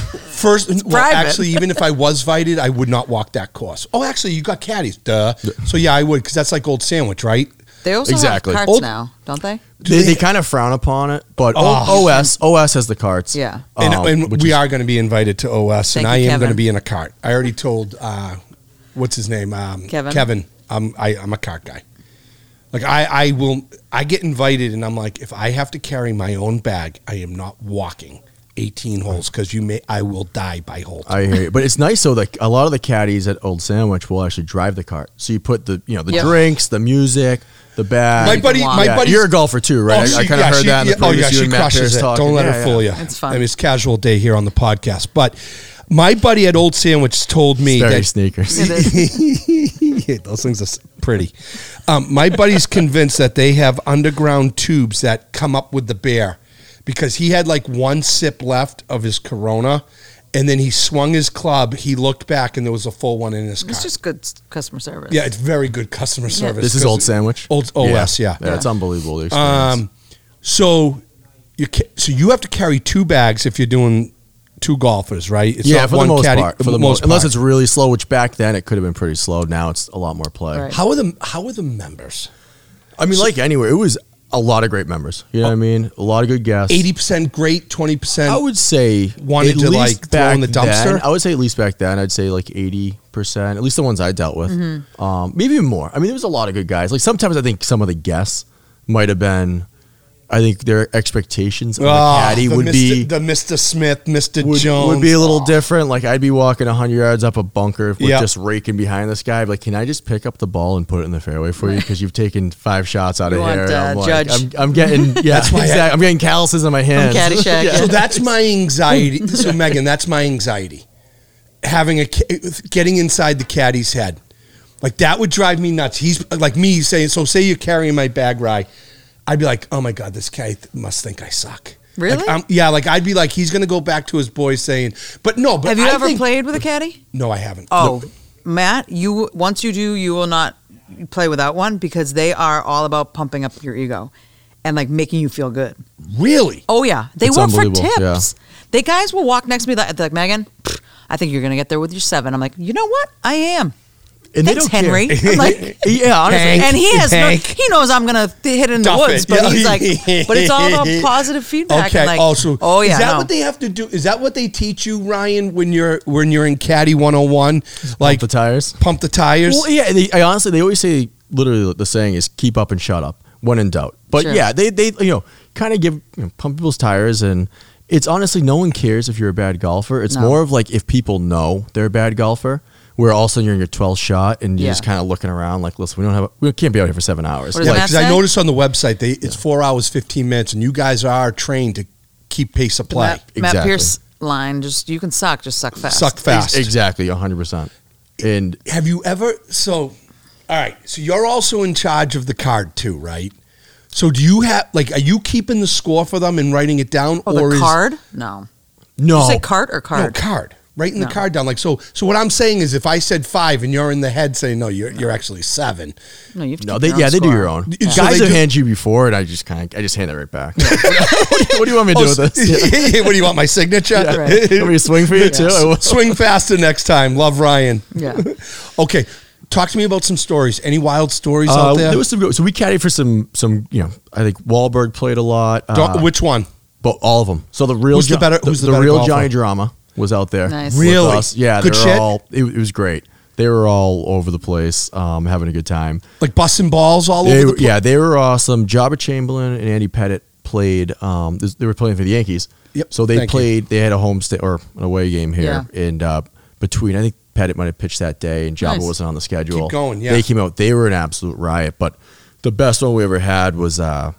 Speaker 1: first, well,
Speaker 2: private.
Speaker 1: actually, even if I was invited, I would not walk that course. Oh, actually, you got caddies, duh. So yeah, I would because that's like old sandwich, right?
Speaker 2: They also
Speaker 3: Exactly.
Speaker 2: have carts
Speaker 1: Old-
Speaker 2: now, don't they?
Speaker 3: they, they kind of frown upon it, but
Speaker 1: Oh.
Speaker 3: OS OS has the carts.
Speaker 2: Yeah.
Speaker 1: And,
Speaker 3: um,
Speaker 1: and
Speaker 3: which
Speaker 1: we
Speaker 3: is-
Speaker 1: are going to be invited to OS,
Speaker 2: Thank
Speaker 1: and I
Speaker 2: you,
Speaker 1: am going
Speaker 2: Kevin.
Speaker 1: to be in a cart. I already told uh, what's his name, um,
Speaker 2: Kevin.
Speaker 1: Kevin, um, I, I'm a cart guy. Like I, I will, I get invited, and I'm like, if I have to carry my own bag, I am not walking 18 holes because you may, I will die by hole.
Speaker 3: I hear you, but it's nice though. Like a lot of the caddies at Old Sandwich will actually drive the cart, so you put the you know the
Speaker 2: Yeah.
Speaker 3: drinks, the music, the bag.
Speaker 1: My buddy, my
Speaker 3: Yeah,
Speaker 1: buddy,
Speaker 3: you're a golfer too, right? I- I kinda heard that in the
Speaker 1: oh
Speaker 3: previous
Speaker 1: yeah,
Speaker 3: you
Speaker 1: she
Speaker 3: and Matt Pierce
Speaker 1: crushes it.
Speaker 3: talking.
Speaker 1: Don't let
Speaker 3: Yeah,
Speaker 1: her fool
Speaker 3: yeah.
Speaker 1: you.
Speaker 2: It's fun.
Speaker 1: I mean, it's casual day here on the podcast, but my buddy at Old Sandwich told me
Speaker 3: Sperry
Speaker 1: that
Speaker 3: sneakers.
Speaker 2: It is.
Speaker 1: those things are s- pretty. Um, my buddy's convinced that they have underground tubes that come up with the beer because he had like one sip left of his Corona, and then he swung his club. He looked back, and there was a full one in his car.
Speaker 2: It's just good s- customer service.
Speaker 1: yeah, it's very good customer service.
Speaker 3: This is
Speaker 1: 'cause-
Speaker 3: Old Sandwich.
Speaker 1: Old OS, yeah.
Speaker 3: it's unbelievable. The experience.
Speaker 1: Um, so you ca- so you have to carry two bags if you're doing two golfers, right? It's
Speaker 3: yeah,
Speaker 1: not
Speaker 3: for the most
Speaker 1: caddy-
Speaker 3: part. For the most, unless it's really slow, which back then it could have been pretty slow. Now it's a lot more play.
Speaker 2: Right.
Speaker 1: how are the how are the members?
Speaker 3: I mean, like anywhere, it was a lot of great members. You know what I mean? A lot of good guests.
Speaker 1: Eighty percent great, twenty percent.
Speaker 3: I would say
Speaker 1: Wanted to, like, throw in the dumpster?
Speaker 3: then- I would say at least back then, I'd say like eighty percent, at least the ones I dealt with.
Speaker 2: Mm-hmm.
Speaker 3: Um, maybe even more. I mean, there was a lot of good guys. Like sometimes I think some of the guests might have been. I think their
Speaker 1: Ah,
Speaker 3: expectations of the caddy would
Speaker 1: Mr.
Speaker 3: be
Speaker 1: the Mister Smith, Mister
Speaker 3: would,
Speaker 1: Jones Ah.
Speaker 3: would be a little different. Like I'd be walking hundred yards up a bunker with
Speaker 1: Yeah.
Speaker 3: just raking behind this guy. I'd be Like, can I just pick up the ball and put it in the fairway for you because you've taken five shots out
Speaker 2: You
Speaker 3: of
Speaker 2: want,
Speaker 3: here? and
Speaker 2: uh,
Speaker 3: I'm, like,
Speaker 2: judge.
Speaker 3: I'm, I'm getting yeah,
Speaker 1: why I-
Speaker 3: exactly. I, am getting calluses on my hands.
Speaker 2: Caddyshack, yeah.
Speaker 1: So that's my anxiety. So Megan, that's my anxiety. Having a ca- getting inside the caddy's head, like that would drive me nuts. He's like me saying, "So say you're carrying my bag, Rye," I'd be like, "Oh my god, this guy th- must think I suck."
Speaker 2: Really?
Speaker 1: Like, I'm- yeah, like I'd be like, he's gonna go back to his boys saying, "But no, but
Speaker 2: Have you
Speaker 1: I
Speaker 2: ever
Speaker 1: think-
Speaker 2: played with a caddy?
Speaker 1: No, I haven't.
Speaker 2: Oh,
Speaker 1: No.
Speaker 2: Matt, you once you do, you will not play without one because they are all about pumping up your ego and like making you feel good.
Speaker 1: really?
Speaker 2: Oh yeah, they
Speaker 3: It's
Speaker 2: work for
Speaker 3: unbelievable,
Speaker 2: tips.
Speaker 3: yeah.
Speaker 2: They guys will walk next to me like, they're like Megan. pfft, I think you're gonna get there with your seven. I'm like, you know what? I am.
Speaker 3: And they
Speaker 2: Thanks,
Speaker 3: don't care.
Speaker 2: Henry. I'm like,
Speaker 3: yeah, honestly.
Speaker 1: Hank.
Speaker 2: and he has
Speaker 1: Hank.
Speaker 2: no. He knows I'm gonna th- hit it in the
Speaker 1: Duff
Speaker 2: woods,
Speaker 1: it.
Speaker 2: but
Speaker 1: Yeah.
Speaker 2: he's like, but it's all about positive feedback.
Speaker 1: Okay.
Speaker 2: And like,
Speaker 1: also,
Speaker 2: oh yeah,
Speaker 1: is that
Speaker 2: no.
Speaker 1: what they have to do? Is that what they teach you, Ryan, when you're when you're in Caddy 101? Like
Speaker 3: the tires.
Speaker 1: Pump the tires.
Speaker 3: Well, yeah, and they, I honestly, they always say literally the saying is keep up and shut up when in doubt. But
Speaker 2: Sure.
Speaker 3: yeah, they they you know kind of give you know, pump people's tires and. It's honestly no one cares if you're a bad golfer. It's
Speaker 2: No.
Speaker 3: more of like if people know they're a bad golfer, where all of a sudden you're in your 12th shot and you're
Speaker 2: Yeah.
Speaker 3: just kind of looking around like, listen, we don't have we can't be out here for seven hours.
Speaker 2: What does
Speaker 1: Yeah,
Speaker 2: Matt
Speaker 1: because I
Speaker 2: say?
Speaker 1: noticed on the website they it's four hours fifteen minutes, and you guys are trained to keep pace of play.
Speaker 2: Matt, Matt
Speaker 3: Exactly.
Speaker 2: Pierce line. Just you can suck, just suck fast.
Speaker 1: Suck fast.
Speaker 3: Exactly, 100%. And
Speaker 1: Have you ever? So, all right. So you're also in charge of the card too, right? So do you have like? Are you keeping the score for them and writing it down,
Speaker 2: Oh, the
Speaker 1: or is
Speaker 2: card? No.
Speaker 3: no.
Speaker 2: Did you say cart or card?
Speaker 1: no card? Writing the
Speaker 2: No.
Speaker 1: card down, like so. So what I'm saying is, if I said five and you're in the head saying no, you're you're actually seven.
Speaker 2: No, you have to
Speaker 3: No,
Speaker 2: keep
Speaker 3: they,
Speaker 2: your own
Speaker 3: yeah, they do
Speaker 2: score.
Speaker 3: your own.
Speaker 1: Yeah. So
Speaker 3: Guys
Speaker 1: they
Speaker 3: have
Speaker 1: do-
Speaker 3: hand you before, and I just kind of, I just hand that right back. what do you want me to do
Speaker 1: Oh,
Speaker 3: with this?
Speaker 1: what do you want? My signature?
Speaker 2: Right.
Speaker 3: You want me to swing for you too? I will.
Speaker 1: Swing faster next time. Love Ryan.
Speaker 2: Yeah.
Speaker 1: okay. Talk to me about some stories. Any wild stories out
Speaker 3: Uh,
Speaker 1: there?
Speaker 3: there was some. good- So we caddied for some. Some. You know, I think Wahlberg played a lot. Uh,
Speaker 1: Do- Which one?
Speaker 3: but all of them. So the real.
Speaker 1: Who's the
Speaker 3: Jo-
Speaker 1: better- who's the better
Speaker 3: real
Speaker 1: golfer?
Speaker 3: Johnny Drama was out there.
Speaker 2: Nice.
Speaker 3: with
Speaker 1: Really?
Speaker 3: us. Yeah.
Speaker 1: Good
Speaker 3: they were
Speaker 1: shit?
Speaker 3: All, it, it was great. They were all over the place, um, having a good time.
Speaker 1: Like busting balls all
Speaker 3: They,
Speaker 1: over the
Speaker 3: were-
Speaker 1: place.
Speaker 3: yeah, they were awesome. Jabba Chamberlain and Andy Pettit played. Um, this- they were playing for the Yankees.
Speaker 1: Yep,
Speaker 3: So they
Speaker 1: thank you.
Speaker 3: played. They had a home sta- or an away game here,
Speaker 2: Yeah.
Speaker 3: and uh, between I think Pettit might have pitched that day, and Jabba
Speaker 2: Nice.
Speaker 3: wasn't on the schedule.
Speaker 1: going, yeah.
Speaker 3: They came out. They were an absolute riot. But the best one we ever had was uh,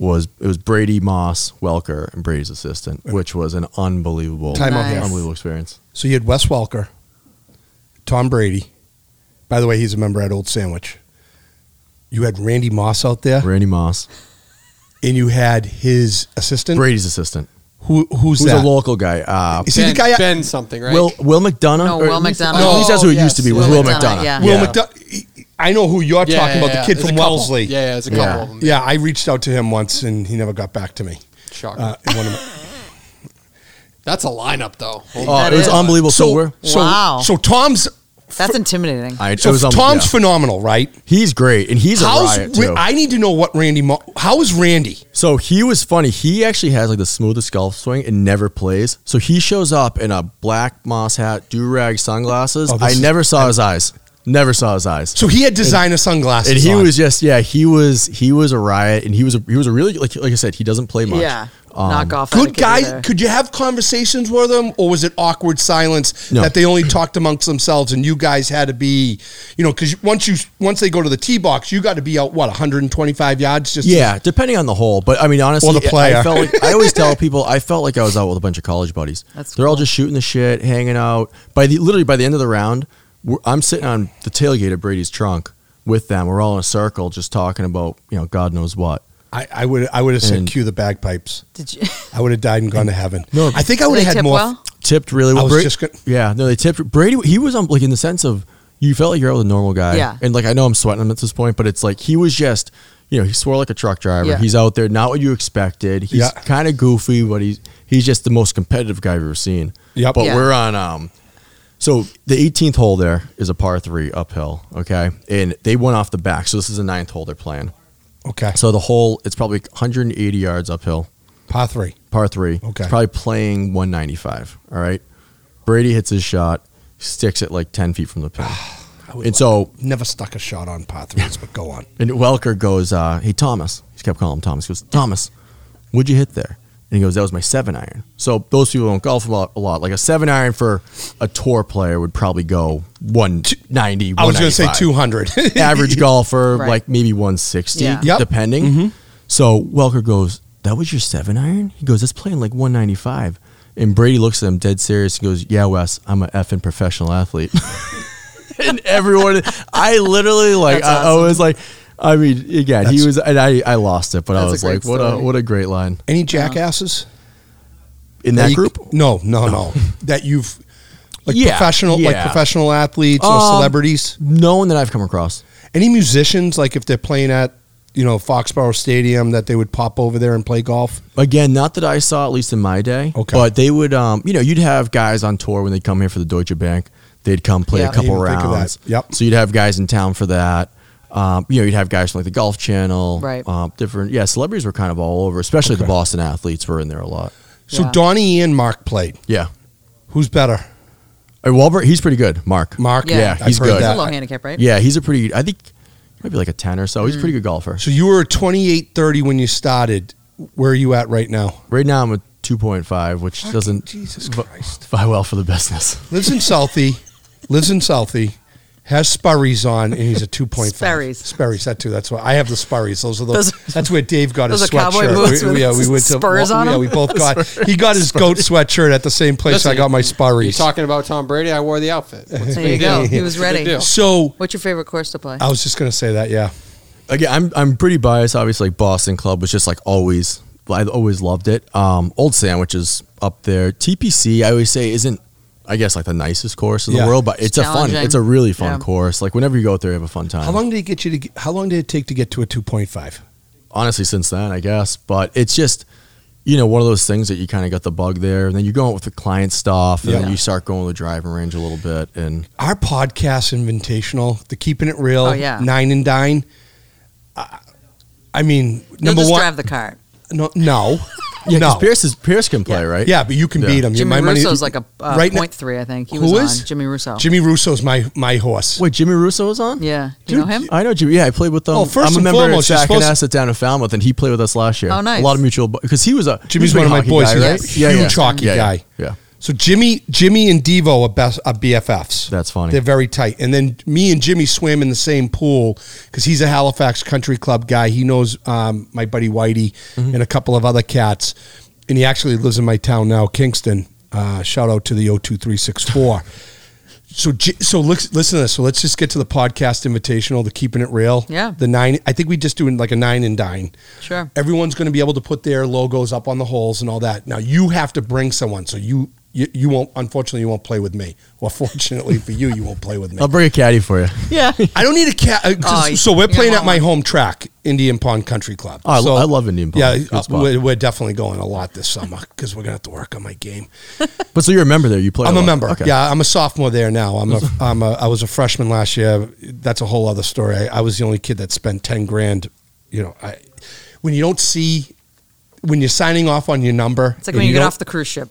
Speaker 3: was it was Brady Moss, Welker, and Brady's assistant, which was an unbelievable
Speaker 1: Time
Speaker 2: out here. Nice.
Speaker 3: unbelievable experience.
Speaker 1: So you had Wes Welker, Tom Brady. By the way, he's a member at Old Sandwich. You had Randy Moss out there,
Speaker 3: Randy Moss,
Speaker 1: and you had his assistant.
Speaker 3: Brady's assistant,
Speaker 1: Who, who's,
Speaker 3: who's
Speaker 1: that?
Speaker 3: a local guy. Uh,
Speaker 1: Is he
Speaker 4: Ben,
Speaker 1: the guy?
Speaker 4: ben something, right?
Speaker 3: Will Will McDonough?
Speaker 2: No,
Speaker 3: or
Speaker 2: Will
Speaker 3: at least-
Speaker 2: McDonough.
Speaker 3: At least that's who it
Speaker 4: Oh,
Speaker 3: used to be.
Speaker 4: yes,
Speaker 3: Was
Speaker 4: Will
Speaker 3: Will
Speaker 2: McDonough,
Speaker 3: McDonough?
Speaker 2: yeah.
Speaker 1: Will McDo- I know who you're
Speaker 4: Yeah,
Speaker 1: talking
Speaker 4: yeah,
Speaker 1: about,
Speaker 4: yeah.
Speaker 1: the kid
Speaker 4: There's
Speaker 1: from
Speaker 4: a couple.
Speaker 1: Wellesley.
Speaker 4: Yeah, yeah, there's a
Speaker 3: Yeah.
Speaker 4: couple of them.
Speaker 1: Yeah, I reached out to him once, and he never got back to me.
Speaker 4: Shocker.
Speaker 1: Uh, in one of my-
Speaker 4: That's a lineup, though.
Speaker 3: Oh,
Speaker 2: That
Speaker 3: it was
Speaker 2: is.
Speaker 3: unbelievable. So, we're,
Speaker 1: so,
Speaker 2: Wow.
Speaker 1: So Tom's,
Speaker 2: That's intimidating.
Speaker 3: I,
Speaker 1: so
Speaker 3: it was unbe-
Speaker 1: Tom's
Speaker 3: yeah.
Speaker 1: phenomenal, right?
Speaker 3: He's great, and he's a riot
Speaker 1: Ra-
Speaker 3: too.
Speaker 1: I need to know what Randy. Mo- how is Randy?
Speaker 3: so he was funny. He actually has like the smoothest golf swing and never plays. So he shows up in a black moss hat, do rag, sunglasses.
Speaker 1: Oh, this
Speaker 3: I
Speaker 1: is-
Speaker 3: never saw his eyes. Never saw his eyes.
Speaker 1: So he had designer sunglasses.
Speaker 3: and he
Speaker 1: on.
Speaker 3: was just yeah. He was he was a riot, and he was a, he was a really like like I said. He doesn't play much.
Speaker 2: Yeah. Knock off.
Speaker 1: Um, good
Speaker 2: etiquette
Speaker 1: guys.
Speaker 2: either.
Speaker 1: Could you have conversations with them, or was it awkward silence
Speaker 3: No.
Speaker 1: that they only talked amongst themselves, and you guys had to be, you know, because once you once they go to the tee box, you got to be out what 125 yards just to-
Speaker 3: Yeah, depending on the hole. But I mean, honestly,
Speaker 1: Or the player.
Speaker 3: I, felt like, I always tell people I felt like I was out with a bunch of college buddies.
Speaker 2: That's
Speaker 3: They're all
Speaker 2: cool.
Speaker 3: just shooting the shit, hanging out. By the literally by the end of the round, we're, I'm sitting on the tailgate of Brady's trunk with them. We're all in a circle, just talking about you know God knows what.
Speaker 1: I, I would I would have said
Speaker 3: And-
Speaker 1: cue the bagpipes.
Speaker 2: Did you?
Speaker 1: I would have died and gone to heaven.
Speaker 3: No.
Speaker 1: I think I
Speaker 2: Do
Speaker 1: would
Speaker 2: they
Speaker 1: have had
Speaker 2: tip
Speaker 1: more.
Speaker 2: well?
Speaker 3: Tipped really well.
Speaker 1: I was
Speaker 3: Brady,
Speaker 1: just gonna-
Speaker 3: yeah, no, they tipped Brady. He was um, like in the sense of you felt like you're out with a normal guy.
Speaker 2: Yeah.
Speaker 3: and like I know I'm sweating him at this point, but it's like he was just. You know, he swore like a truck driver.
Speaker 2: Yeah.
Speaker 3: He's out there, not what you expected. He's
Speaker 1: Yeah.
Speaker 3: kind of goofy, but he's he's just the most competitive guy I've ever seen.
Speaker 1: Yep.
Speaker 3: But
Speaker 2: Yeah.
Speaker 3: we're on um so the eighteenth hole there is a par three uphill, okay? And they went off the back. So this is the ninth hole they're playing.
Speaker 1: okay, so
Speaker 3: So the hole it's probably 180 yards uphill
Speaker 1: par three.
Speaker 3: par three.
Speaker 1: Okay.
Speaker 3: It's probably playing 195. All right. Brady hits his shot, sticks it like 10 feet from the pin.
Speaker 1: would
Speaker 3: and so,
Speaker 1: Never stuck a shot on par threes, but go on.
Speaker 3: and Welker goes, uh, Hey, Thomas. He kept calling him Thomas. He goes, Thomas, what'd you hit there? And he goes, That was my seven iron. So those people don't golf a lot. A lot. Like a seven iron for a tour player would probably go 190.
Speaker 1: I was going to say
Speaker 3: 195
Speaker 1: 200.
Speaker 3: average golfer,
Speaker 2: Right.
Speaker 3: like maybe 160,
Speaker 2: Yeah.
Speaker 1: Yep.
Speaker 3: depending. So Welker goes, That was your seven iron? He goes, That's playing like 195. And Brady looks at him dead serious and goes, Yeah, Wes, I'm an effing professional athlete. and everyone, I literally, like,
Speaker 2: That's
Speaker 3: I, I was like, I mean, again, he
Speaker 1: That's-
Speaker 3: was, and I, I lost it, but I
Speaker 2: That's a
Speaker 3: was
Speaker 2: great
Speaker 3: like, what a,
Speaker 2: story.
Speaker 3: what a great line
Speaker 1: Any jackasses?
Speaker 3: in that
Speaker 1: you-
Speaker 3: group.
Speaker 1: No, no, no. that you've like
Speaker 3: Yeah,
Speaker 1: professional, like
Speaker 3: yeah.
Speaker 1: professional athletes or
Speaker 3: Um,
Speaker 1: celebrities.
Speaker 3: No one that I've come across.
Speaker 1: Any musicians, like if they're playing at you know Foxborough Stadium, that they would pop over there and play golf.
Speaker 3: Again, not that I saw, at least in my day.
Speaker 1: Okay.
Speaker 3: But they would, um, you know, you'd have guys on tour when they'd come here for the Deutsche Bank. They'd come play
Speaker 2: Yeah.
Speaker 3: a couple
Speaker 1: Didn't think of that.
Speaker 3: rounds.
Speaker 1: Yep.
Speaker 3: So you'd have guys in town for that. Um, you know, you'd have guys from like the Golf Channel.
Speaker 2: Right.
Speaker 3: Um, different, yeah, celebrities were kind of all over, especially the Boston athletes were in there a lot.
Speaker 1: So
Speaker 2: Yeah.
Speaker 1: Donnie and Mark played.
Speaker 3: Yeah.
Speaker 1: Who's better?
Speaker 3: Hey, Wahlberg, he's pretty good, Mark.
Speaker 1: Mark.
Speaker 2: Yeah. Yeah,
Speaker 1: I've
Speaker 3: he's
Speaker 1: heard
Speaker 3: good.
Speaker 2: It's a
Speaker 1: that.
Speaker 2: low handicap, right?
Speaker 3: Yeah, he's a pretty, I think, maybe like a 10 or
Speaker 2: Mm.
Speaker 3: so. He's a pretty good golfer.
Speaker 1: So you were a 28 30 when you started. Where are you at right now?
Speaker 3: Right now, I'm a 2.5, which
Speaker 1: Fucking
Speaker 3: doesn't
Speaker 1: Jesus
Speaker 3: v-
Speaker 1: Christ.
Speaker 3: fly well for the business.
Speaker 1: Lives in Southie. lives in Southie. has Sperry's on, and he's a two point five.
Speaker 2: Sperry's.
Speaker 1: Sperry's that too. That's why I have the Sperry's. Those are those.
Speaker 2: Those are-
Speaker 1: that's where Dave got
Speaker 2: those
Speaker 1: his
Speaker 2: are cowboy
Speaker 1: sweatshirt.
Speaker 2: boots with spurs on
Speaker 1: yeah,
Speaker 2: 'em?
Speaker 1: we both got. He got his goat sweatshirt at the same place I got my
Speaker 4: You're
Speaker 1: Sperry's.
Speaker 4: talking about Tom Brady. I wore the outfit. What's the
Speaker 2: There you
Speaker 4: big
Speaker 2: go.
Speaker 4: deal?
Speaker 2: He was
Speaker 4: What's the
Speaker 2: ready.
Speaker 4: big deal?
Speaker 1: So
Speaker 2: What's your favorite course to play?
Speaker 1: I was just gonna say that. Yeah,
Speaker 3: again, I'm I'm pretty biased. Obviously, like Boston Club was just like always. I always loved it. Um, Old Sandwiches up there. TPC, I always say, isn't I guess like the nicest course in
Speaker 1: Yeah.
Speaker 3: the world, but it's, a fun.
Speaker 2: challenging.
Speaker 3: It's a really fun
Speaker 2: Yeah.
Speaker 3: course. Like whenever you go out there, you have a fun time.
Speaker 1: how long did it get you to? Get, how long did it take to get to a two point five?
Speaker 3: honestly since then, I guess. But it's just, you know, one of those things that you kind of got the bug there, and then you go out with the client stuff, and
Speaker 1: Yeah.
Speaker 3: then you start going to the driving range a little bit, and
Speaker 1: Our podcast invitational, the keeping it real,
Speaker 2: Oh, yeah.
Speaker 1: nine and dine. I, I mean,
Speaker 2: You'll
Speaker 1: number
Speaker 2: just
Speaker 1: one,
Speaker 2: drive the cart.
Speaker 1: no, no,
Speaker 3: yeah,
Speaker 1: no.
Speaker 3: 'cause Pierce is Pierce can play,
Speaker 2: Yeah.
Speaker 3: right?
Speaker 1: Yeah, but you can
Speaker 3: Yeah.
Speaker 1: beat him. You-
Speaker 2: Jimmy
Speaker 1: my money-
Speaker 2: Russo's like a uh,
Speaker 1: Right now-
Speaker 2: point three, I think. He
Speaker 1: Who
Speaker 2: was
Speaker 1: is?
Speaker 2: on Jimmy Russo.
Speaker 1: Jimmy Russo's my my horse.
Speaker 3: Wait, Jimmy Russo was on?
Speaker 2: yeah, you
Speaker 3: Dude,
Speaker 2: know him.
Speaker 3: I know Jimmy. Yeah, I played with them.
Speaker 1: Oh, first
Speaker 3: I'm a
Speaker 1: and
Speaker 3: member
Speaker 1: foremost, you're
Speaker 3: at
Speaker 1: supposed to-
Speaker 3: Shack down in Falmouth, and he played with us last year.
Speaker 2: Oh, nice.
Speaker 3: A lot of mutual because he was a
Speaker 1: Jimmy's
Speaker 3: he
Speaker 1: one
Speaker 3: was a
Speaker 1: of my
Speaker 3: big
Speaker 1: boys.
Speaker 3: hockey guy,
Speaker 1: He's a
Speaker 3: right?
Speaker 1: huge hockey
Speaker 3: yeah,
Speaker 1: guy.
Speaker 3: Yeah, yeah.
Speaker 1: So Jimmy, Jimmy and Devo are best are BFFs.
Speaker 3: That's funny.
Speaker 1: They're very tight. And then me and Jimmy swim in the same pool because he's a Halifax Country Club guy. He knows um, my buddy Whitey
Speaker 3: Mm-hmm.
Speaker 1: and a couple of other cats, and he actually lives in my town now, Kingston. Uh, shout out to the 02364. so J- so look, listen to this. So let's just get to the podcast invitational, the keeping it real.
Speaker 2: Yeah.
Speaker 1: The nine. I think we just doing like a nine and dine.
Speaker 2: Sure.
Speaker 1: Everyone's going to be able to put their logos up on the holes and all that. Now you have to bring someone, so you you, you won't. Unfortunately, you won't play with me. Well, fortunately for you, you won't play with me.
Speaker 3: I'll bring a caddy for you.
Speaker 2: Yeah.
Speaker 1: I don't need a cat. uh, 'cause-
Speaker 2: you-
Speaker 1: so we're
Speaker 2: you
Speaker 1: playing
Speaker 2: want
Speaker 1: at my
Speaker 2: one.
Speaker 1: home track, Indian Pond Country Club.
Speaker 3: Oh, I lo-
Speaker 1: So-
Speaker 3: I love Indian Pond. Good
Speaker 1: Yeah, uh,
Speaker 3: spot.
Speaker 1: we're, we're definitely going a lot this summer because we're gonna have to work on my game.
Speaker 3: But so you're a member there. You play.
Speaker 1: I'm
Speaker 3: a
Speaker 1: a
Speaker 3: lot.
Speaker 1: member.
Speaker 3: Oh, Okay.
Speaker 1: Yeah, I'm a sophomore there now. I'm a, I'm a, I was a freshman last year. That's a whole other story. I, I was the only kid that spent 10 grand. You know, I, when you don't see, when you're signing off on your number.
Speaker 2: It's like when you, get off the
Speaker 1: the,
Speaker 2: cruise ship.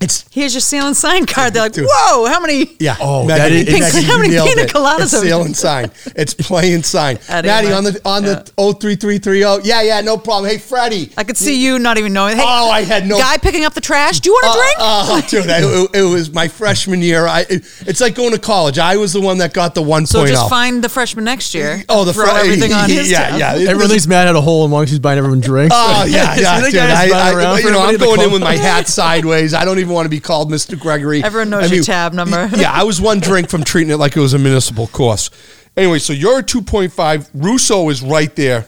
Speaker 1: it's,
Speaker 2: Here's your sailing sign card. They're like,
Speaker 1: Dude.
Speaker 2: whoa, how many?
Speaker 1: yeah.
Speaker 3: Oh, that is-
Speaker 1: Maggie,
Speaker 3: Pink-
Speaker 1: Maggie,
Speaker 2: how
Speaker 1: you
Speaker 2: many
Speaker 1: nailed
Speaker 2: pina
Speaker 1: it.
Speaker 2: coladas
Speaker 1: It's
Speaker 2: are we-
Speaker 1: sail and sign. It's play and sign.
Speaker 2: Out of
Speaker 1: Maddie
Speaker 2: your
Speaker 1: on the
Speaker 2: mind.
Speaker 1: on the oh three three three oh yeah yeah no problem. Hey Freddie.
Speaker 2: I could see you not even knowing. Hey,
Speaker 1: Oh, I had no-
Speaker 2: guy picking up the trash. Do you want a drink?
Speaker 1: Oh, dude, I, it, it was my freshman year. I it, it's like going to college. I was the one that got the one
Speaker 2: so
Speaker 1: point.
Speaker 2: just find the freshman next year.
Speaker 1: Oh, the
Speaker 2: throw
Speaker 1: fr-
Speaker 2: everything on his
Speaker 1: Yeah,
Speaker 2: tab.
Speaker 1: yeah. It-
Speaker 3: Everything's mad at a hole in Monks. He's buying everyone drinks.
Speaker 1: Oh yeah,
Speaker 3: You
Speaker 1: yeah,
Speaker 3: think
Speaker 1: dude.
Speaker 3: I just run
Speaker 1: I,
Speaker 3: around
Speaker 1: I,
Speaker 3: for
Speaker 1: you know,
Speaker 3: everybody
Speaker 1: I'm
Speaker 3: at the
Speaker 1: going in
Speaker 3: club?
Speaker 1: with my hat sideways. I don't even want to be called Mr. Gregory.
Speaker 2: Everyone knows
Speaker 1: I
Speaker 2: your tab number.
Speaker 1: Yeah, I was one drink from treating it like it was a municipal course. Anyway, so you're a 2.5. Russo is right there.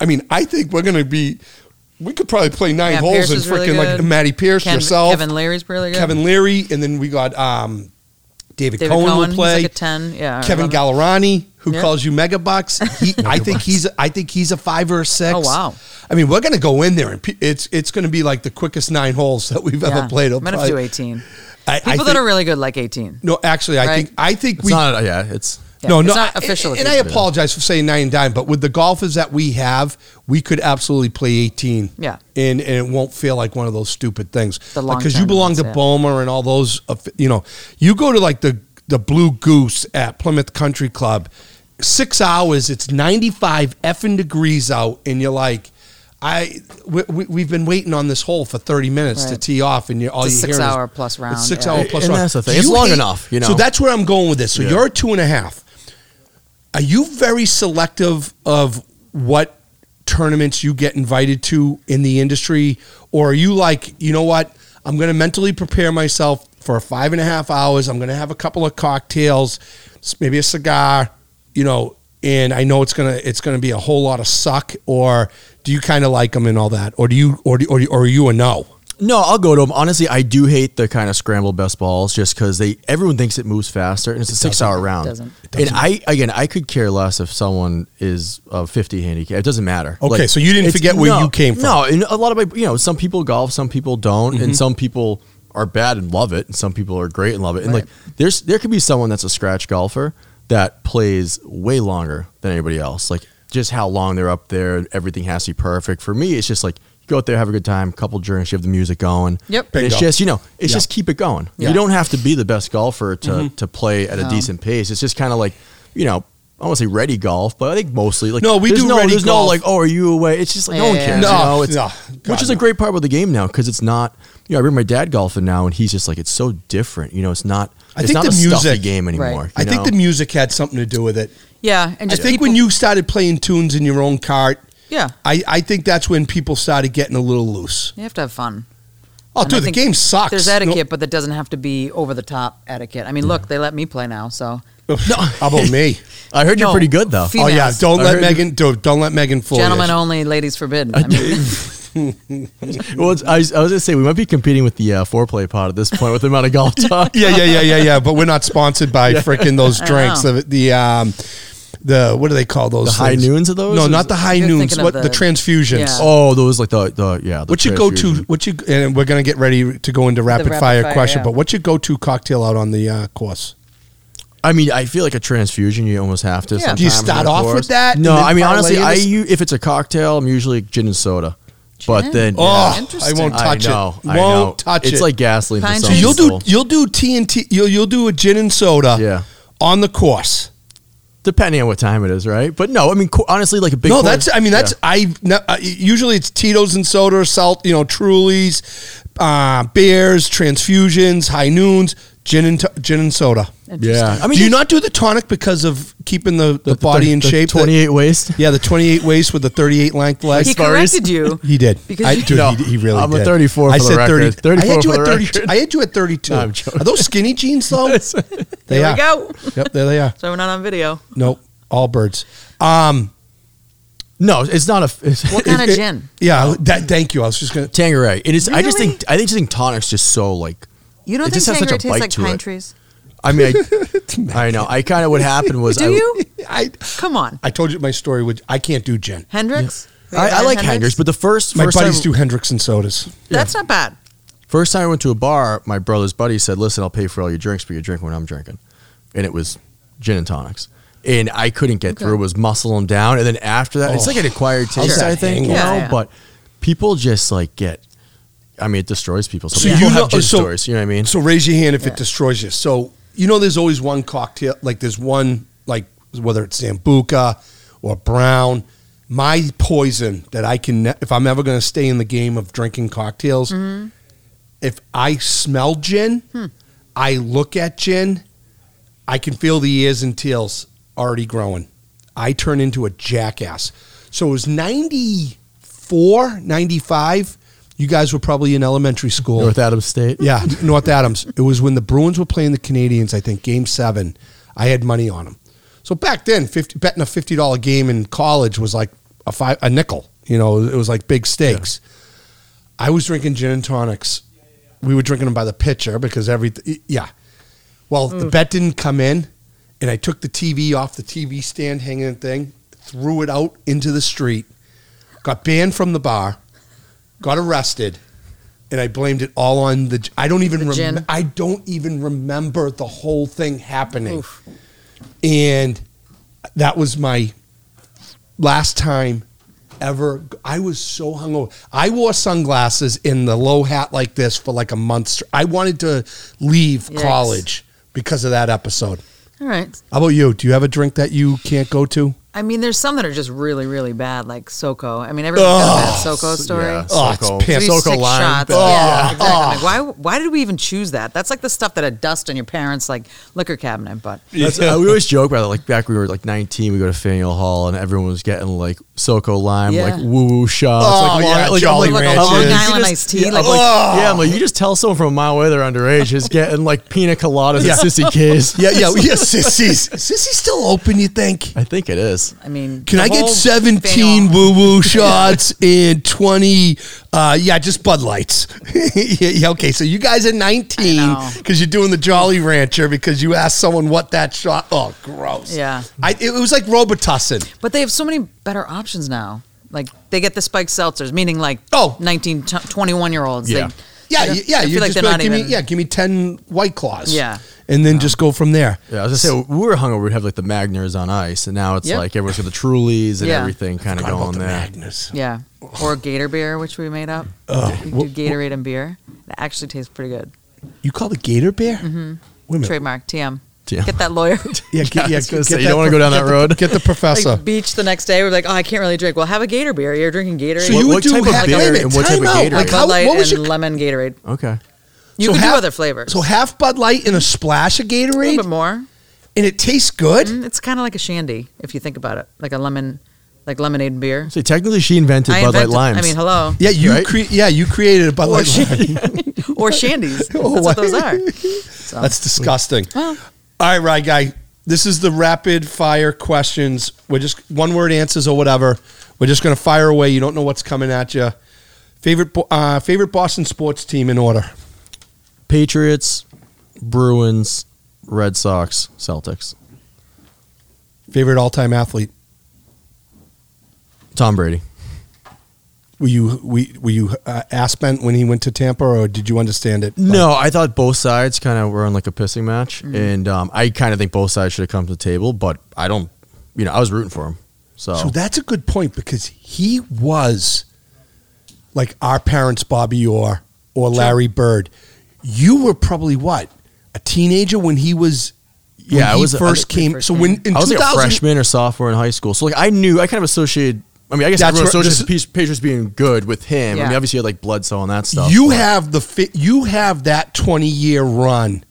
Speaker 1: I mean, I think we're going to be. We could probably play nine
Speaker 2: Yeah,
Speaker 1: holes
Speaker 2: Pierce
Speaker 1: and
Speaker 2: is really
Speaker 1: freaking like
Speaker 2: good.
Speaker 1: Matty Pierce
Speaker 2: Ken-
Speaker 1: yourself,
Speaker 2: Kevin Leary's really good.
Speaker 1: Kevin Leary, and then we got um, David,
Speaker 2: David
Speaker 1: Cohen,
Speaker 2: Cohen,
Speaker 1: will
Speaker 2: he's
Speaker 1: play.
Speaker 2: like a 10, yeah, or
Speaker 1: Kevin
Speaker 2: 11.
Speaker 1: Gallerani, who
Speaker 2: Yeah.
Speaker 1: calls you megabucks. He, I think he's I think he's a five or a six.
Speaker 2: Oh, wow.
Speaker 1: I mean, we're gonna go in there and pe- it's it's gonna be like the quickest nine holes that we've
Speaker 2: Yeah.
Speaker 1: ever played. It'll
Speaker 2: I'm gonna have to do
Speaker 1: probably-
Speaker 2: 18. People
Speaker 1: I, I
Speaker 2: that
Speaker 1: think-
Speaker 2: are really good like 18.
Speaker 1: no, actually, I
Speaker 2: Right.
Speaker 1: think I think
Speaker 3: It's
Speaker 1: we
Speaker 3: not. Yeah, it's.
Speaker 2: Yeah,
Speaker 1: no,
Speaker 2: it's
Speaker 1: no,
Speaker 2: not
Speaker 1: I-
Speaker 2: official.
Speaker 1: And I
Speaker 2: official.
Speaker 1: apologize for saying nine and dime, but with the golfers that we have, we could absolutely play eighteen.
Speaker 2: Yeah.
Speaker 1: and and it won't feel like one of those stupid things.
Speaker 2: The long
Speaker 1: because you belong to
Speaker 2: tournaments, yeah.
Speaker 1: Boma and all those. uh, You know, you go to like the the Blue Goose at Plymouth Country Club. Six hours. It's ninety five effing degrees out, and you're like. I we, we- we've been waiting on this hole for thirty minutes to
Speaker 2: Right.
Speaker 1: tee off, and you're all
Speaker 2: It's a
Speaker 1: you hearing is-
Speaker 2: six-hour plus round,
Speaker 1: It's six
Speaker 2: yeah.
Speaker 1: hour plus
Speaker 3: And
Speaker 1: round.
Speaker 3: that's the thing.
Speaker 1: Do
Speaker 3: It's
Speaker 1: you
Speaker 3: long enough, you
Speaker 1: So
Speaker 3: know?
Speaker 1: that's where I'm going with this. So
Speaker 3: Yeah.
Speaker 1: you're a two and a half. Are you very selective of what tournaments you get invited to in the industry? Or are you like, you know what? I'm going to mentally prepare myself for five and a half hours. I'm going to have a couple of cocktails, s- maybe a cigar, you know, and I know it's going to, it's going to be a whole lot of suck or do you kind of like them and all that? Or do you, or do, or, do- or are you a no?
Speaker 3: No, I'll go to them. Honestly, I do hate the kind of scrambled best balls just because they everyone thinks it moves faster and it's a six hour round.
Speaker 2: doesn't.
Speaker 3: And I again, I could care less if someone is a fifty handicap. It doesn't matter.
Speaker 1: Okay, so you didn't
Speaker 3: it's-
Speaker 1: forget where
Speaker 3: no,
Speaker 1: you came from.
Speaker 3: No, and a lot of my you know some people golf, some people don't,
Speaker 1: Mm-hmm.
Speaker 3: and some people are bad and love it, and some people are great and love it. And
Speaker 2: Right.
Speaker 3: like there's there could be someone that's a scratch golfer that plays way longer than anybody else. Like just how long they're up there, everything has to be perfect. For me, it's just like. you Go out there, have a good time, couple drinks, you have the music going.
Speaker 2: Yep.
Speaker 3: And it's
Speaker 1: Bingo.
Speaker 3: just you know, it's
Speaker 1: Yeah. Mm-hmm.
Speaker 3: just keep it going.
Speaker 2: Yeah.
Speaker 3: You don't have to be the best golfer to to play at a
Speaker 2: No.
Speaker 3: decent pace. It's just kind of like you know, I don't want to say ready golf, but I think mostly like
Speaker 1: No, we
Speaker 3: there's
Speaker 1: do ready
Speaker 3: there's
Speaker 1: golf.
Speaker 3: no like oh are you away? It's just like no one
Speaker 2: Yeah.
Speaker 3: cares.
Speaker 1: No,
Speaker 3: you know? It's-
Speaker 1: no, God,
Speaker 3: which is a
Speaker 1: no.
Speaker 3: great part about the game now because it's not. You know, I remember my dad golfing now, and he's just like it's so different. You know, it's not.
Speaker 1: I
Speaker 3: it's
Speaker 1: think
Speaker 3: not
Speaker 1: the
Speaker 3: a stuffy
Speaker 1: music-
Speaker 3: game anymore.
Speaker 2: Right.
Speaker 1: I
Speaker 3: you
Speaker 1: think
Speaker 3: know?
Speaker 1: the music had something to do with it.
Speaker 2: Yeah, and
Speaker 1: I
Speaker 2: just
Speaker 1: think
Speaker 2: people-
Speaker 1: when you started playing tunes in your own cart,
Speaker 2: yeah,
Speaker 1: I, I think that's when people started getting a little loose.
Speaker 2: you have to have fun.
Speaker 1: Oh,
Speaker 2: And I
Speaker 1: dude, the
Speaker 2: think
Speaker 1: game sucks.
Speaker 2: There's
Speaker 1: No-
Speaker 2: etiquette, but that doesn't have to be over the top etiquette. I mean, look, they let me play now, so
Speaker 1: How about me?
Speaker 3: I heard you're
Speaker 2: No,
Speaker 3: pretty good though.
Speaker 2: female.
Speaker 1: Oh yeah,
Speaker 2: Females.
Speaker 1: don't
Speaker 3: I
Speaker 1: let
Speaker 3: heard-
Speaker 1: Megan don't, don't let Megan fool
Speaker 2: gentlemen
Speaker 1: you.
Speaker 2: only, ladies forbidden. I mean,
Speaker 3: Well, it's, I, was- I was gonna say we might be competing with the uh, foreplay pod at this point with the amount of golf talk.
Speaker 1: Yeah, yeah, yeah, yeah, yeah. But we're not sponsored by frickin' those drinks.
Speaker 2: know.
Speaker 1: The, the um, the what do they call those?
Speaker 3: The high
Speaker 1: things?
Speaker 3: noons of those?
Speaker 1: No,
Speaker 3: Is-
Speaker 1: not the high
Speaker 2: You're
Speaker 1: noons.
Speaker 2: thinking of
Speaker 1: What the,
Speaker 2: the-
Speaker 1: transfusions?
Speaker 2: Yeah.
Speaker 3: Oh, those like the the yeah. The
Speaker 1: What's your go-to?
Speaker 3: transfusion.
Speaker 1: What you and we're gonna get ready to go into rapid,
Speaker 2: rapid
Speaker 1: fire,
Speaker 2: fire,
Speaker 1: question.
Speaker 2: yeah.
Speaker 1: But what's your go-to cocktail out on the uh, course?
Speaker 3: I mean, I feel like a transfusion. You almost have to.
Speaker 2: Yeah.
Speaker 3: Yeah.
Speaker 2: Do
Speaker 1: you start off with that and
Speaker 3: No,
Speaker 1: then
Speaker 3: I mean
Speaker 1: parlay
Speaker 3: honestly,
Speaker 1: it?
Speaker 3: I u- if it's a cocktail, I'm usually gin and soda. But then,
Speaker 1: Oh,
Speaker 3: yeah.
Speaker 1: I won't
Speaker 3: I
Speaker 1: touch
Speaker 3: know,
Speaker 1: it.
Speaker 3: I
Speaker 1: won't
Speaker 3: know.
Speaker 1: touch it.
Speaker 3: It's like gasoline.
Speaker 2: Pine
Speaker 1: so
Speaker 3: For some
Speaker 2: trees.
Speaker 1: you'll do
Speaker 3: people.
Speaker 1: you'll do TNT. You'll you'll do a gin and soda.
Speaker 3: Yeah.
Speaker 1: On the course.
Speaker 3: depending on what time it is, right? But no, I mean co- honestly, like a big.
Speaker 1: no,
Speaker 3: corn-
Speaker 1: that's. I mean, that's.
Speaker 3: Yeah.
Speaker 1: I no, uh, usually it's Tito's and soda, salt. You know, Trulies, uh, beers, transfusions, high noons, gin and t- gin and soda.
Speaker 3: Yeah, I mean,
Speaker 1: do you not do the tonic because of keeping the, the, body in shape? that-
Speaker 3: Twenty eight waist.
Speaker 1: yeah, the twenty-eight waist with the thirty-eight length legs.
Speaker 2: he corrected you.
Speaker 1: He did.
Speaker 2: Because
Speaker 1: I,
Speaker 2: you-
Speaker 1: dude,
Speaker 3: No,
Speaker 1: he, he really
Speaker 3: I'm a
Speaker 1: did.
Speaker 3: 34 for
Speaker 1: I
Speaker 3: the
Speaker 1: said
Speaker 3: record.
Speaker 1: 30. I had
Speaker 3: 34
Speaker 1: you
Speaker 3: for
Speaker 1: at
Speaker 3: the
Speaker 1: 32.
Speaker 3: record.
Speaker 1: I had you at 32.
Speaker 3: No, I'm joking.
Speaker 1: Are those skinny jeans though? they
Speaker 2: There
Speaker 1: are.
Speaker 2: we go.
Speaker 1: Yep, there they are.
Speaker 2: So we're not on video.
Speaker 1: Nope, all birds. Um,
Speaker 3: No, it's not a. It's,
Speaker 2: What kind
Speaker 1: it-
Speaker 2: of
Speaker 1: it-
Speaker 2: gin?
Speaker 1: Yeah, that, thank you. I was just gonna.
Speaker 3: Tangeray. It is. I just
Speaker 2: Really?
Speaker 3: think. I think just think tonic's just so like.
Speaker 2: You don't
Speaker 3: It
Speaker 2: think
Speaker 3: just has such
Speaker 2: Sangria
Speaker 3: a
Speaker 2: tastes
Speaker 3: bite
Speaker 2: like
Speaker 3: to
Speaker 2: pine
Speaker 3: it.
Speaker 2: trees?
Speaker 3: I mean, I, I know. I kind of what happened was.
Speaker 2: Do
Speaker 3: I,
Speaker 2: you?
Speaker 1: I
Speaker 2: Come on,
Speaker 1: I told you my story. Would I can't do gin.
Speaker 2: Hendrix.
Speaker 3: I, I like Hendrix, but the first
Speaker 1: My
Speaker 3: first
Speaker 1: buddies do
Speaker 3: time,
Speaker 1: Hendrix and sodas.
Speaker 2: that's not bad.
Speaker 3: First time I went to a bar, my brother's buddy said, "Listen, I'll pay for all your drinks, but you drink when I'm drinking," and it was gin and tonics. And I couldn't get
Speaker 2: Okay.
Speaker 3: through. It was muscling down, and then after that, it's
Speaker 1: Oh,
Speaker 3: like an acquired
Speaker 1: how's
Speaker 3: taste.
Speaker 1: that
Speaker 3: I think, you
Speaker 1: hangover?
Speaker 3: know.
Speaker 2: Yeah, yeah.
Speaker 3: But people just like get. I mean, it destroys people. Some
Speaker 1: So
Speaker 3: people
Speaker 1: you
Speaker 3: have
Speaker 1: know-
Speaker 3: gin
Speaker 1: so-
Speaker 3: stories. You know what I mean?
Speaker 1: So raise your hand if
Speaker 2: Yeah.
Speaker 1: it destroys you. So you know, there's always one cocktail. Like there's one like whether it's Sambuca or Brown. My poison that I can, ne- if I'm ever going to stay in the game of drinking cocktails, if I smell gin, I look at gin, I can feel the ears and tails already growing. I turn into a jackass. So it was 94, 95. You guys were probably in elementary school.
Speaker 3: North Adams State.
Speaker 1: Yeah, North Adams. It was when the Bruins were playing the Canadians, I think, game seven. I had money on them. So back then, 50, betting a $50 game in college was like a, five, a nickel. You know, it was like big stakes. I was drinking gin and tonics. We were drinking them by the pitcher because every, yeah. Well, the bet didn't come in, and I took the TV off the TV stand hanging thing, threw it out into the street, got banned from the bar, got arrested, and I blamed it all on the. I don't even
Speaker 2: The
Speaker 1: remember.
Speaker 2: gin.
Speaker 1: I don't even remember the whole thing happening, and that was my last time ever. I was so hungover. I wore sunglasses in the low hat like this for like a month. str- I wanted to leave
Speaker 2: Yikes.
Speaker 1: college because of that episode.
Speaker 2: All right.
Speaker 1: How about you? Do you have a drink that you can't go to?
Speaker 2: I mean, there's some that are just really, really bad, like Soko. I mean, everyone's got a bad Soko story.
Speaker 3: Yeah,
Speaker 1: Oh, it's
Speaker 3: Sokol.
Speaker 1: pimp.
Speaker 2: Three
Speaker 1: Soko
Speaker 2: six
Speaker 3: line.
Speaker 2: shots.
Speaker 3: Oh,
Speaker 2: yeah, exactly. Like, why? Why did we even choose that? That's like the stuff that had dust on your parents' like liquor cabinet. But
Speaker 3: That's, uh, we always joke about it. Like back when we were like 19, we go to Faneuil Hall and everyone was getting like Soco Lime,
Speaker 2: Yeah.
Speaker 3: like woo woo shots.
Speaker 1: Oh,
Speaker 3: like, Long-
Speaker 1: yeah,
Speaker 3: like,
Speaker 1: Jolly
Speaker 3: I'm
Speaker 1: Ranchers.
Speaker 3: I'm
Speaker 1: Long
Speaker 3: you
Speaker 2: Island
Speaker 3: just-
Speaker 2: iced tea,
Speaker 3: Yeah,
Speaker 2: like-
Speaker 1: oh.
Speaker 3: I'm like, yeah, I'm like, you just tell someone from a mile away they're underage is getting like pina coladas
Speaker 1: Yeah.
Speaker 3: and sissy K's.
Speaker 1: Yeah, yeah, yeah. Sissies, sissies still open? You think?
Speaker 3: I think it is.
Speaker 2: I mean,
Speaker 1: Can
Speaker 2: the
Speaker 1: I get
Speaker 2: whole
Speaker 1: 17
Speaker 2: thing
Speaker 1: woo woo shots and 20? Uh, yeah, just Bud Lights. yeah, yeah, okay, so you guys are 19
Speaker 2: know.
Speaker 1: because you're doing the Jolly Rancher because you asked someone what that shot. Oh, gross.
Speaker 2: Yeah.
Speaker 1: I, it was like Robitussin.
Speaker 2: on- But they have so many better options now. Like they get the spiked seltzers, meaning like
Speaker 1: Oh.
Speaker 2: 19, t- 21 year olds.
Speaker 3: Yeah.
Speaker 1: Yeah,
Speaker 2: They, I
Speaker 1: yeah,
Speaker 2: don't-
Speaker 1: yeah.
Speaker 2: I
Speaker 1: You
Speaker 2: feel like
Speaker 1: just
Speaker 2: they're
Speaker 1: be like,
Speaker 2: not
Speaker 1: give
Speaker 2: even.
Speaker 1: me, yeah, give me 10 White Claws.
Speaker 2: Yeah.
Speaker 1: And then just go from there.
Speaker 3: Yeah, I was just saying, we were hungover, we'd have like the Magners on ice, and now it's
Speaker 2: Yep.
Speaker 3: like everyone's got the Trulies and
Speaker 2: Yeah.
Speaker 3: everything kind of
Speaker 1: Forgot about
Speaker 3: going
Speaker 1: the
Speaker 3: there.
Speaker 1: Magnus.
Speaker 2: Yeah. Or Gator beer, which we made up.
Speaker 1: Uh,
Speaker 2: we do Gatorade and beer. That actually tastes pretty good.
Speaker 3: Mm-hmm.
Speaker 1: You call it Gator Bear? Wait a minute.
Speaker 2: Trademark TM.
Speaker 3: Yeah.
Speaker 2: Get that lawyer.
Speaker 1: Yeah, get,
Speaker 3: I
Speaker 1: yeah,
Speaker 3: was gonna
Speaker 1: get
Speaker 3: say, you
Speaker 1: that
Speaker 3: don't wanna
Speaker 1: pro-
Speaker 3: go down
Speaker 1: get
Speaker 3: that
Speaker 1: the-
Speaker 3: road.
Speaker 1: Get the professor.
Speaker 2: like beach the next day. We're like, oh, I can't really drink. Well, have a Gator beer. You're drinking Gatorade.
Speaker 1: So you would
Speaker 3: what
Speaker 1: do
Speaker 3: type of
Speaker 1: half-
Speaker 3: beer
Speaker 1: wait a minute,
Speaker 3: and what
Speaker 1: time
Speaker 3: type
Speaker 1: out.
Speaker 3: of Gatorade?
Speaker 1: Like,
Speaker 2: Bud
Speaker 1: how-
Speaker 2: Light
Speaker 1: what was
Speaker 2: and
Speaker 1: your-
Speaker 2: lemon Gatorade.
Speaker 3: okay.
Speaker 2: You
Speaker 1: So
Speaker 2: can
Speaker 1: half-
Speaker 2: do other flavors.
Speaker 1: So half Bud Light and a splash of
Speaker 2: a
Speaker 1: Gatorade,
Speaker 2: little bit
Speaker 3: Mm-hmm.
Speaker 2: more.
Speaker 1: and it tastes good.
Speaker 2: It's kind of like a shandy if you think about it, like a lemon, like lemonade beer.
Speaker 3: So technically, she invented Bud
Speaker 2: invented-
Speaker 3: Light limes.
Speaker 2: I mean, hello.
Speaker 1: Yeah, you
Speaker 3: Right?
Speaker 1: cre- yeah you created a Bud Light. line.
Speaker 2: Or shandies.
Speaker 1: Oh,
Speaker 2: That's what
Speaker 1: wow.
Speaker 2: those are.
Speaker 1: That's disgusting.
Speaker 2: Well.
Speaker 1: All right, right guy. This is the rapid fire questions. We're just one word answers or whatever. We're just gonna fire away. You don't know what's coming at you. Favorite Bo- uh, favorite Boston sports team in order.
Speaker 3: Patriots, Bruins, Red Sox, Celtics.
Speaker 1: Favorite all time athlete.
Speaker 3: Tom Brady.
Speaker 1: Were you we were you uh, ass bent when he went to Tampa, or did you understand it?
Speaker 3: No, I thought both sides kind of were on like a pissing match,
Speaker 1: Mm-hmm.
Speaker 3: and um, I kind of think both sides should have come to the table, but I don't. You know, I was rooting for him, so,
Speaker 1: So that's a good point because he was like our parents, Bobby Orr or Larry Bird. You were probably what a teenager when he was. when
Speaker 3: Yeah, I
Speaker 1: he
Speaker 3: was- I
Speaker 1: first
Speaker 2: was-
Speaker 1: came.
Speaker 2: First
Speaker 1: so
Speaker 2: came.
Speaker 1: when in
Speaker 3: I was like
Speaker 1: 2000,
Speaker 3: a freshman or sophomore in high school. So like I knew I kind of associated. I mean, I guess
Speaker 1: That's
Speaker 3: everyone
Speaker 1: where-
Speaker 3: associates
Speaker 1: this-
Speaker 3: Pe- Patriots being good with him. I mean,
Speaker 2: Yeah.
Speaker 3: obviously, he had like blood cell and that stuff.
Speaker 1: you
Speaker 3: but-
Speaker 1: have the fi- you have that twenty year run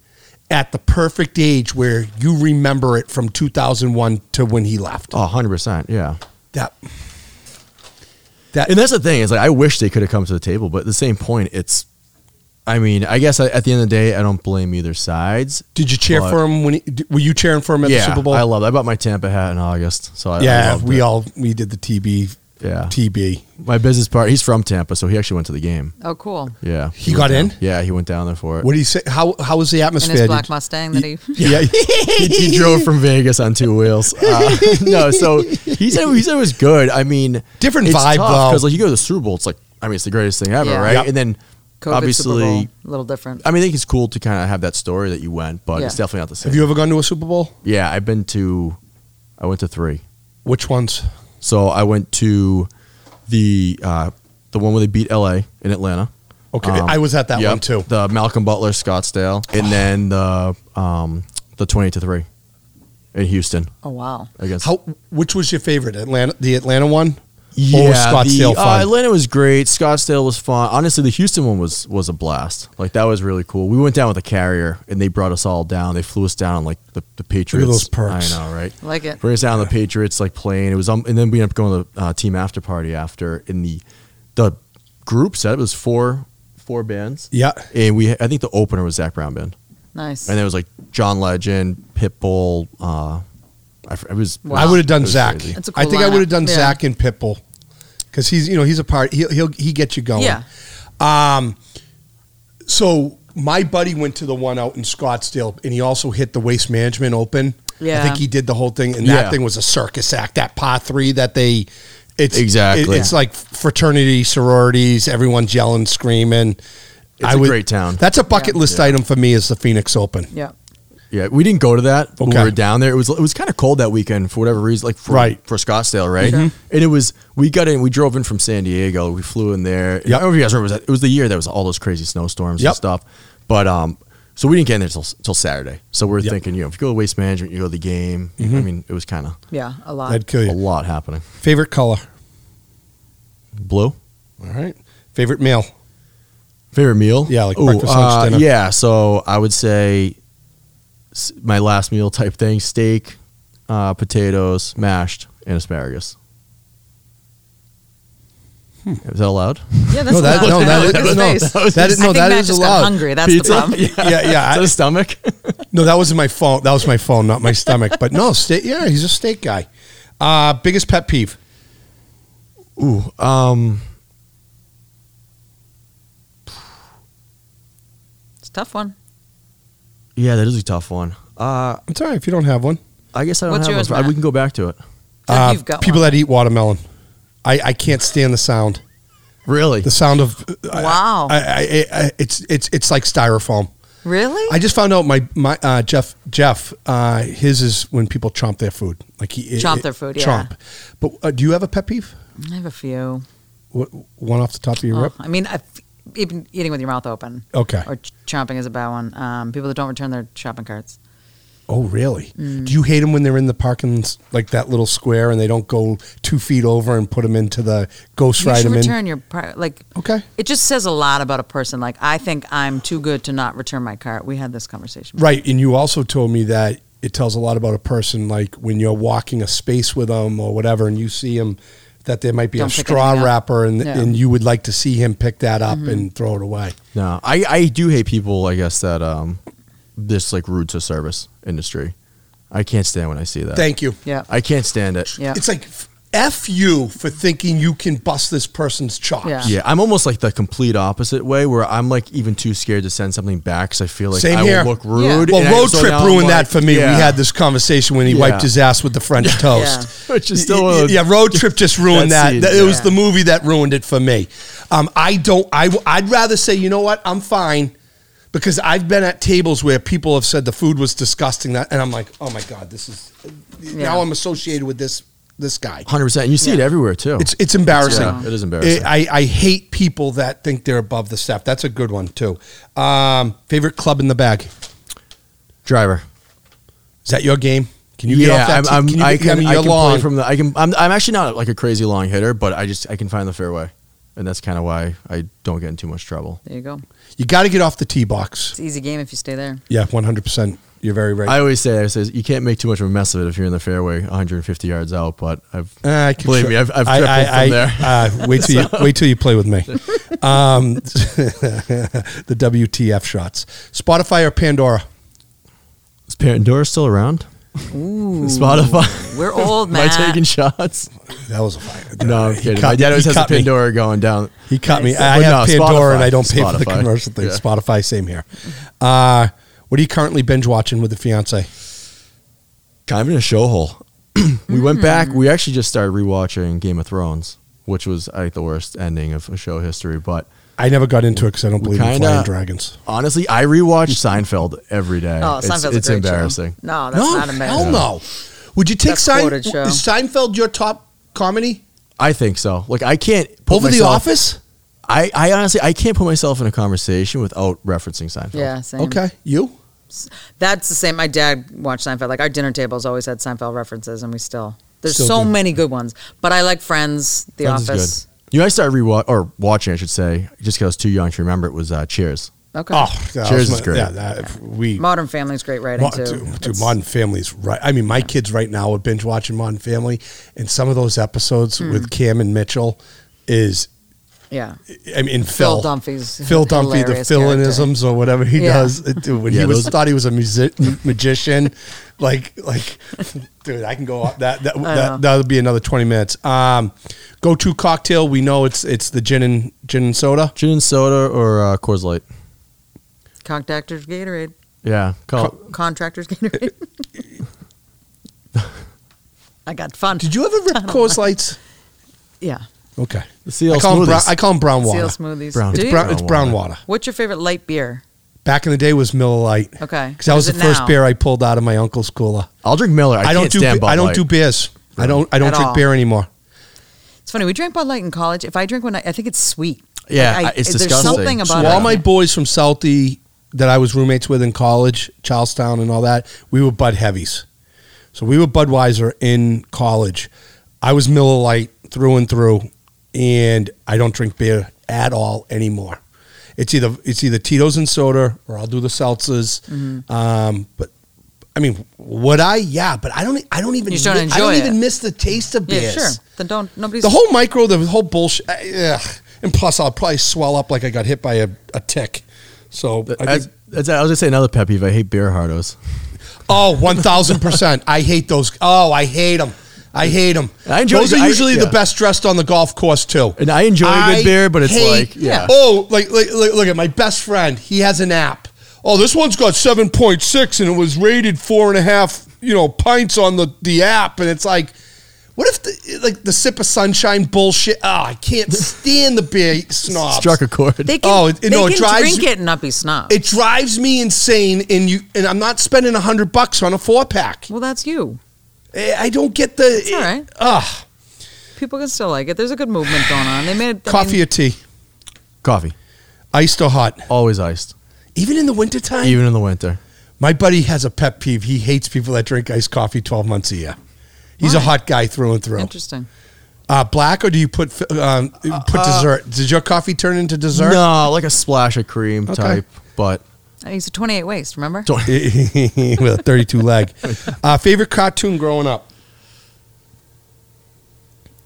Speaker 1: at the perfect age where you remember it from two thousand one to when he left.
Speaker 3: oh, 100 percent, yeah.
Speaker 1: That that
Speaker 3: And that's the thing is like I wish they could have come to the table, but at the same point, it's. I mean, I guess I, at the end of the day, I don't blame either sides.
Speaker 1: Did you cheer
Speaker 3: But-
Speaker 1: for him when? He, d- were you cheering for him at
Speaker 3: yeah,
Speaker 1: the Super Bowl?
Speaker 3: I love. I bought my Tampa hat in August, so I, I
Speaker 1: yeah,
Speaker 3: loved
Speaker 1: we
Speaker 3: it.
Speaker 1: all we did the TB.
Speaker 3: Yeah.
Speaker 1: TB.
Speaker 3: My business partner, he's from Tampa, so he actually went to the game.
Speaker 2: Oh, cool.
Speaker 3: Yeah,
Speaker 1: He got
Speaker 3: went
Speaker 1: in?
Speaker 3: down. Yeah, he went down there for it.
Speaker 1: What do you say? How how was the
Speaker 2: And
Speaker 1: atmosphere?
Speaker 2: his black
Speaker 1: Did-
Speaker 2: Mustang that he.
Speaker 1: yeah,
Speaker 3: he, he drove from Vegas on two wheels. Uh, no, so he said he said it was good. I mean,
Speaker 1: Different
Speaker 3: it's
Speaker 1: vibe, though.
Speaker 3: Because like you go to the Super Bowl, it's like I mean, it's the greatest thing ever,
Speaker 2: Yeah.
Speaker 3: right?
Speaker 1: Yep.
Speaker 3: And then
Speaker 2: COVID Super Bowl,
Speaker 3: obviously,
Speaker 2: a little different.
Speaker 3: I mean, I think it's cool to kind of have that story that you went, but
Speaker 2: Yeah.
Speaker 3: it's definitely not the same.
Speaker 1: Have you ever gone to a Super Bowl?
Speaker 3: yeah, I've been to, I went to three.
Speaker 1: Which ones?
Speaker 3: So I went to the uh, the one where they beat LA in Atlanta.
Speaker 1: Okay, I was at that
Speaker 3: Um, yep,
Speaker 1: one too.
Speaker 3: The Malcolm Butler Scottsdale, and then the um, the twenty to three in Houston
Speaker 2: oh wow.
Speaker 3: against.
Speaker 1: How? Which was your favorite? Atlanta, the Atlanta one.
Speaker 3: yeah,
Speaker 1: or was Scottsdale
Speaker 3: the, uh,
Speaker 1: fun?
Speaker 3: Atlanta was great. Scottsdale was fun. Honestly, the Houston one was was a blast. Like that was really cool. We went down with a carrier, and they brought us all down. They flew us down on, like the, the Patriots.
Speaker 1: those perks.
Speaker 3: I know, right?
Speaker 2: Like it.
Speaker 3: Bring us down on the Patriots like playing. It was um, and then we ended up going to the uh, team after party after in the the group set. It was four four bands.
Speaker 1: Yeah.
Speaker 3: and we I think the opener was Zach Brown band.
Speaker 2: Nice.
Speaker 3: and there was like John Legend, Pitbull. Uh, I, fr- it was.
Speaker 2: Wow.
Speaker 1: I would have done
Speaker 3: It was
Speaker 1: Zach.
Speaker 3: crazy.
Speaker 2: That's a
Speaker 1: I
Speaker 2: cool
Speaker 1: think I would have done
Speaker 2: lineup. Yeah.
Speaker 1: Zach and Pitbull because he's you know he's a part. He'll he'll he get you going.
Speaker 2: Yeah.
Speaker 1: Um. So my buddy went to the one out in Scottsdale, and he also hit the Waste Management Open. I
Speaker 2: Yeah.
Speaker 1: think he did the whole thing, and that
Speaker 3: Yeah.
Speaker 1: thing was a circus act. That par three that they. It's,
Speaker 3: Exactly.
Speaker 1: it- it's like fraternity, sororities, everyone's yelling, screaming. It's
Speaker 3: a great town.
Speaker 1: That's a bucket
Speaker 2: Yeah.
Speaker 1: list item for me is the Phoenix Open.
Speaker 2: yeah.
Speaker 3: Yeah, we didn't go to that when
Speaker 1: Okay.
Speaker 3: we were down there. It was it was kind of cold that weekend for whatever reason, like for,
Speaker 1: Right.
Speaker 3: for Scottsdale, right?
Speaker 2: Sure.
Speaker 3: And it was we got in, we drove in from San Diego, we flew in there. And I don't know if you guys remember that it was the year that was all those crazy snowstorms
Speaker 1: Yep.
Speaker 3: and stuff. But um, so we didn't get in there till, till Saturday. So we're
Speaker 1: Yep. Mm-hmm.
Speaker 3: thinking, you know, if you go to waste management, you go to the game. I mean, it was kind of
Speaker 2: Yeah. A lot.
Speaker 1: That'd kill
Speaker 3: a
Speaker 1: you.
Speaker 3: lot happening.
Speaker 1: Favorite color?
Speaker 3: Blue.
Speaker 1: All right. Favorite meal?
Speaker 3: Favorite meal?
Speaker 1: Yeah, like breakfast, lunch,
Speaker 3: uh,
Speaker 1: dinner.
Speaker 3: Yeah, so I would say s- my last meal type thing: steak, uh, potatoes, mashed, and asparagus.
Speaker 1: Hmm.
Speaker 3: Is that allowed?
Speaker 2: yeah. That's
Speaker 1: No, that-
Speaker 2: allowed.
Speaker 1: no,
Speaker 2: I know,
Speaker 1: that-
Speaker 2: look at his
Speaker 1: no,
Speaker 2: face.
Speaker 1: that is- no,
Speaker 2: I think
Speaker 1: that
Speaker 2: Matt
Speaker 1: is
Speaker 2: just
Speaker 1: allowed.
Speaker 2: got hungry. That's the problem.
Speaker 1: Yeah, yeah.
Speaker 3: Is that a stomach?
Speaker 1: No, that wasn't my phone. That was my phone, not my stomach. But no, steak. Yeah, he's a steak guy. Uh, biggest pet peeve.
Speaker 3: Ooh, um,
Speaker 2: It's a tough one.
Speaker 3: yeah, that is a tough one. Uh,
Speaker 1: I'm sorry if you don't have one.
Speaker 3: I guess I don't
Speaker 2: What's
Speaker 3: have
Speaker 2: yours,
Speaker 3: one. I- We
Speaker 2: Matt?
Speaker 3: can go back to it.
Speaker 2: I
Speaker 1: Uh,
Speaker 2: think you've got
Speaker 1: people
Speaker 2: one.
Speaker 1: that eat watermelon. I, I can't stand the sound.
Speaker 3: Really?
Speaker 1: The sound of I-
Speaker 2: Wow.
Speaker 1: I, I, I, it's it's it's like styrofoam.
Speaker 2: Really?
Speaker 1: I just found out my my uh, Jeff Jeff uh, his is when people chomp their food like he
Speaker 2: Chomp
Speaker 1: it-
Speaker 2: their food, yeah.
Speaker 1: Chomp. But uh, do you have a pet peeve?
Speaker 2: I have a few.
Speaker 1: What, one off the top of your
Speaker 2: Oh,
Speaker 1: rip? Oh,
Speaker 2: I mean, I, even eating with your mouth open.
Speaker 1: Okay.
Speaker 2: Or ch- chomping is a bad one. Um, people that don't return their shopping carts.
Speaker 1: Oh, really? Do you hate them when they're in the parking s- like that little square and they don't go two feet over and put them into the ghost
Speaker 2: You
Speaker 1: ride
Speaker 2: should
Speaker 1: them in? Oh.
Speaker 2: return your pri- like.
Speaker 1: Okay.
Speaker 2: It just says a lot about a person. Like I think I'm too good to not return my cart. We had this conversation.
Speaker 1: Right, and you also told me that it tells a lot about a person, like when you're walking a space with them or whatever, and you see him that there might be a
Speaker 2: Don't pick
Speaker 1: straw
Speaker 2: anything up.
Speaker 1: wrapper, and
Speaker 2: Yeah. Mm-hmm.
Speaker 1: and you would like to see him pick that up and throw it away.
Speaker 3: No, I, I do hate people. I guess that um, this like rude to service industry. I can't stand when I see that.
Speaker 1: Thank you.
Speaker 2: Yeah.
Speaker 3: I can't stand it.
Speaker 2: Yeah.
Speaker 1: It's like f- f you for thinking you can bust this person's chops.
Speaker 2: Yeah.
Speaker 3: Yeah, I'm almost like the complete opposite way, where I'm like even too scared to send something back because I feel like
Speaker 1: Same
Speaker 3: I
Speaker 1: here.
Speaker 3: will look rude.
Speaker 2: Yeah.
Speaker 3: and I-
Speaker 1: Well, road
Speaker 3: so
Speaker 1: trip
Speaker 3: now I'm
Speaker 1: ruined
Speaker 3: like-
Speaker 1: that for me.
Speaker 3: Yeah.
Speaker 1: We had this conversation when he
Speaker 3: Yeah.
Speaker 1: wiped his ass with the French toast,
Speaker 3: Which is still
Speaker 1: Y- y-
Speaker 3: a-
Speaker 1: yeah. Road trip just ruined that.
Speaker 3: That scene,
Speaker 1: That- It was
Speaker 2: yeah.
Speaker 1: the movie that ruined it for me. Um, I don't. I w- I'd rather say you know what I'm fine because I've been at tables where people have said the food was disgusting that, and I'm like, oh my god, this is
Speaker 2: Yeah.
Speaker 1: now I'm associated with this this guy.
Speaker 3: Hundred percent. And you see it everywhere too.
Speaker 1: It's it's embarrassing.
Speaker 3: Yeah, it is embarrassing.
Speaker 1: I, I hate people that think they're above the staff. That's a good one too. Um, favorite club in the bag.
Speaker 3: driver.
Speaker 1: Is that your game? Can you get
Speaker 3: yeah,
Speaker 1: off that? tee?
Speaker 3: I'm,
Speaker 1: can
Speaker 3: I'm,
Speaker 1: you,
Speaker 3: I
Speaker 1: get-
Speaker 3: can. I
Speaker 1: mean,
Speaker 3: can
Speaker 1: you're long.
Speaker 3: play from the. I can. I'm, I'm actually not like a crazy long hitter, but I just I can find the fairway, and that's kind of why I don't get in too much trouble.
Speaker 2: There you go. It's
Speaker 1: you got to get off the tee box.
Speaker 2: an easy game if you stay there.
Speaker 1: Yeah, 100. percent You're very right.
Speaker 3: I always say, I says you can't make too much of a mess of it if you're in the fairway 150 yards out. But I've
Speaker 1: Uh, I can
Speaker 3: believe
Speaker 1: tr-
Speaker 3: me, I've, I've
Speaker 1: I-
Speaker 3: tripled
Speaker 1: I-
Speaker 3: from
Speaker 1: I-
Speaker 3: there.
Speaker 1: Uh, wait till you wait till you play with me. Um, the WTF shots, Spotify or Pandora?
Speaker 3: Is Pandora still around?
Speaker 2: Ooh.
Speaker 3: Spotify.
Speaker 2: We're old,
Speaker 3: Am I
Speaker 2: man.
Speaker 3: taking shots?
Speaker 1: That was a fire.
Speaker 3: No, I'm kidding. My
Speaker 1: cut-
Speaker 3: dad always
Speaker 1: he
Speaker 3: has a
Speaker 1: cut me.
Speaker 3: Pandora going down.
Speaker 1: He caught me.
Speaker 3: Nice.
Speaker 1: I
Speaker 3: Well,
Speaker 1: have
Speaker 3: no,
Speaker 1: Pandora and
Speaker 3: Spotify.
Speaker 1: I don't pay for the
Speaker 3: Spotify.
Speaker 1: commercial thing.
Speaker 3: Yeah.
Speaker 1: Spotify, same here. Uh, what are you currently binge watching with the fiance?
Speaker 3: Kind of in a show hole. we went back. We actually just started rewatching Game of Thrones, which was I think the worst ending of show history. But
Speaker 1: I never got into it because I don't believe in
Speaker 3: kinda-
Speaker 1: flying dragons.
Speaker 3: honestly, I rewatch Seinfeld every day.
Speaker 2: Oh,
Speaker 3: It's-
Speaker 2: Seinfeld's
Speaker 3: it's,
Speaker 2: a great
Speaker 3: embarrassing.
Speaker 2: Show. No, that's not
Speaker 1: hell
Speaker 2: embarrassing.
Speaker 1: no. Would you take
Speaker 2: That's
Speaker 1: Sein-
Speaker 2: quoted
Speaker 1: is
Speaker 2: show.
Speaker 1: Seinfeld your top comedy
Speaker 3: I think so. Like I can't put
Speaker 1: over The
Speaker 3: myself-
Speaker 1: Office?
Speaker 3: I, I honestly I can't put myself in a conversation without referencing Seinfeld.
Speaker 2: Yeah, same.
Speaker 1: Okay, you.
Speaker 2: That's the same. My dad watched Seinfeld. Like our dinner tables always had Seinfeld references, and we still there's
Speaker 1: Still
Speaker 2: so
Speaker 1: do.
Speaker 2: many good ones. But I like Friends, The
Speaker 3: Friends is
Speaker 2: Office.
Speaker 3: good. You know, I started rewatch or watching, I should say, just because I was too young to remember. It was uh, Cheers.
Speaker 2: Okay.
Speaker 1: Oh, that
Speaker 3: Cheers
Speaker 1: was
Speaker 3: is great.
Speaker 1: Yeah, that, we.
Speaker 2: Modern Family's great writing
Speaker 1: Mo-
Speaker 2: too.
Speaker 1: dude, dude,
Speaker 2: It's-
Speaker 1: Modern Family's right. I mean, my kids right now are binge watching Modern Family, and some of those episodes
Speaker 2: Hmm.
Speaker 1: with Cam and Mitchell is
Speaker 2: yeah.
Speaker 1: I mean, Phil,
Speaker 2: Phil Dunphy's
Speaker 1: Phil Dunphy, the
Speaker 2: hilarious
Speaker 1: Philinisms or whatever he
Speaker 2: Yeah.
Speaker 1: does. It- Dude, when he
Speaker 3: Yeah,
Speaker 1: was
Speaker 3: those-
Speaker 1: thought he was a music, magician, like like, dude, I can go up that that
Speaker 2: know.
Speaker 1: that that'll be another twenty minutes. Um, go to cocktail. We know it's it's the gin and gin and soda.
Speaker 3: Gin and soda or uh, Coors Light?
Speaker 2: Contractors Gatorade.
Speaker 3: Yeah.
Speaker 1: Uh,
Speaker 3: Call
Speaker 2: Contractors Gatorade. I got fun.
Speaker 1: Did you ever rip Coors Lights?
Speaker 2: Yeah.
Speaker 1: Okay,
Speaker 3: CL
Speaker 1: I call 'em brown,
Speaker 3: smoothies.
Speaker 1: I call 'em brown water.
Speaker 2: Seal smoothies.
Speaker 3: Brown.
Speaker 2: Do
Speaker 1: It's
Speaker 2: you?
Speaker 1: brown, it's brown water.
Speaker 2: What's your favorite light beer?
Speaker 1: Back in the day was Miller Lite.
Speaker 2: Okay.
Speaker 1: because that
Speaker 2: What
Speaker 1: was
Speaker 2: is
Speaker 1: the
Speaker 2: it
Speaker 1: first
Speaker 2: now?
Speaker 1: beer I pulled out of my uncle's cooler.
Speaker 3: I'll drink Miller. I,
Speaker 1: I,
Speaker 3: can't
Speaker 1: don't do
Speaker 3: stand
Speaker 1: be-
Speaker 3: Bud
Speaker 1: I don't
Speaker 3: Light.
Speaker 1: do beers. I don't I don't
Speaker 2: At
Speaker 1: drink
Speaker 2: all.
Speaker 1: beer anymore.
Speaker 2: It's funny. We drank Bud Light in college. If I drink one, I, I think it's sweet.
Speaker 3: Yeah,
Speaker 2: Like, I-
Speaker 3: it's
Speaker 2: there's
Speaker 3: disgusting.
Speaker 2: something
Speaker 1: So
Speaker 2: about
Speaker 1: all
Speaker 2: it.
Speaker 1: my boys from Southie that I was roommates with in college, Charlestown and all that, we were Bud Heavies. So we were Budweiser in college. I was Miller Lite through and through, and I don't drink beer at all anymore. It's either it's either Tito's and soda, or I'll do the seltzers.
Speaker 2: Mm-hmm.
Speaker 1: Um, but I mean, would I? Yeah, but I don't. I don't even.
Speaker 2: You just don't
Speaker 1: mi- I don't
Speaker 2: enjoy it.
Speaker 1: even miss the taste of
Speaker 2: yeah,
Speaker 1: beers.
Speaker 2: sure. Then don't nobody's
Speaker 1: The whole micro, the whole bullshit. Uh, ugh. And plus, I'll probably swell up like I got hit by a, a tick. So, I
Speaker 3: That's-
Speaker 1: think-
Speaker 3: that's- I was gonna say another pet peeve. I hate beer hardos.
Speaker 1: oh, 1,000%. I hate those. Oh, I hate them. I hate them.
Speaker 3: I enjoy-
Speaker 1: those are
Speaker 3: I-
Speaker 1: usually
Speaker 3: yeah.
Speaker 1: the best dressed on the golf course, too.
Speaker 3: And I enjoy a good beer, but it's like, yeah.
Speaker 1: Oh, like, like, like, look at my best friend. He has an app. Oh, this one's got 7.6 and it was rated four and a half, you know, pints on the, the app. And it's like, what if the, like the sip of sunshine bullshit? Oh, I can't stand the beer snobs.
Speaker 3: Struck a chord.
Speaker 2: They can,
Speaker 1: Oh, it-
Speaker 2: they
Speaker 1: no, it
Speaker 2: can
Speaker 1: drives
Speaker 2: drink
Speaker 1: you-
Speaker 2: it and not be snobs.
Speaker 1: It drives me insane, and you and I'm not spending a hundred bucks on a four pack.
Speaker 2: well, that's you.
Speaker 1: I I don't get the. eh, ah. It's
Speaker 2: all right.
Speaker 1: Ugh.
Speaker 2: People can still like it. There's a good movement going on. They made I
Speaker 1: Coffee
Speaker 2: mean,
Speaker 1: or tea,
Speaker 3: Coffee,
Speaker 1: iced or hot,
Speaker 3: always iced,
Speaker 1: even in the wintertime.
Speaker 3: even in the winter.
Speaker 1: My buddy has a pet peeve. He hates people that drink iced coffee 12 months a year. He's a
Speaker 2: Why?
Speaker 1: hot guy through and through.
Speaker 2: Interesting.
Speaker 1: Uh, black or do you put f- um, put dessert? Does your coffee turn into dessert?
Speaker 3: No, like a splash of cream type, but
Speaker 2: Uh, He's a 28 waist, remember?
Speaker 3: Don't-
Speaker 1: with a 32 leg. Uh, favorite cartoon growing up?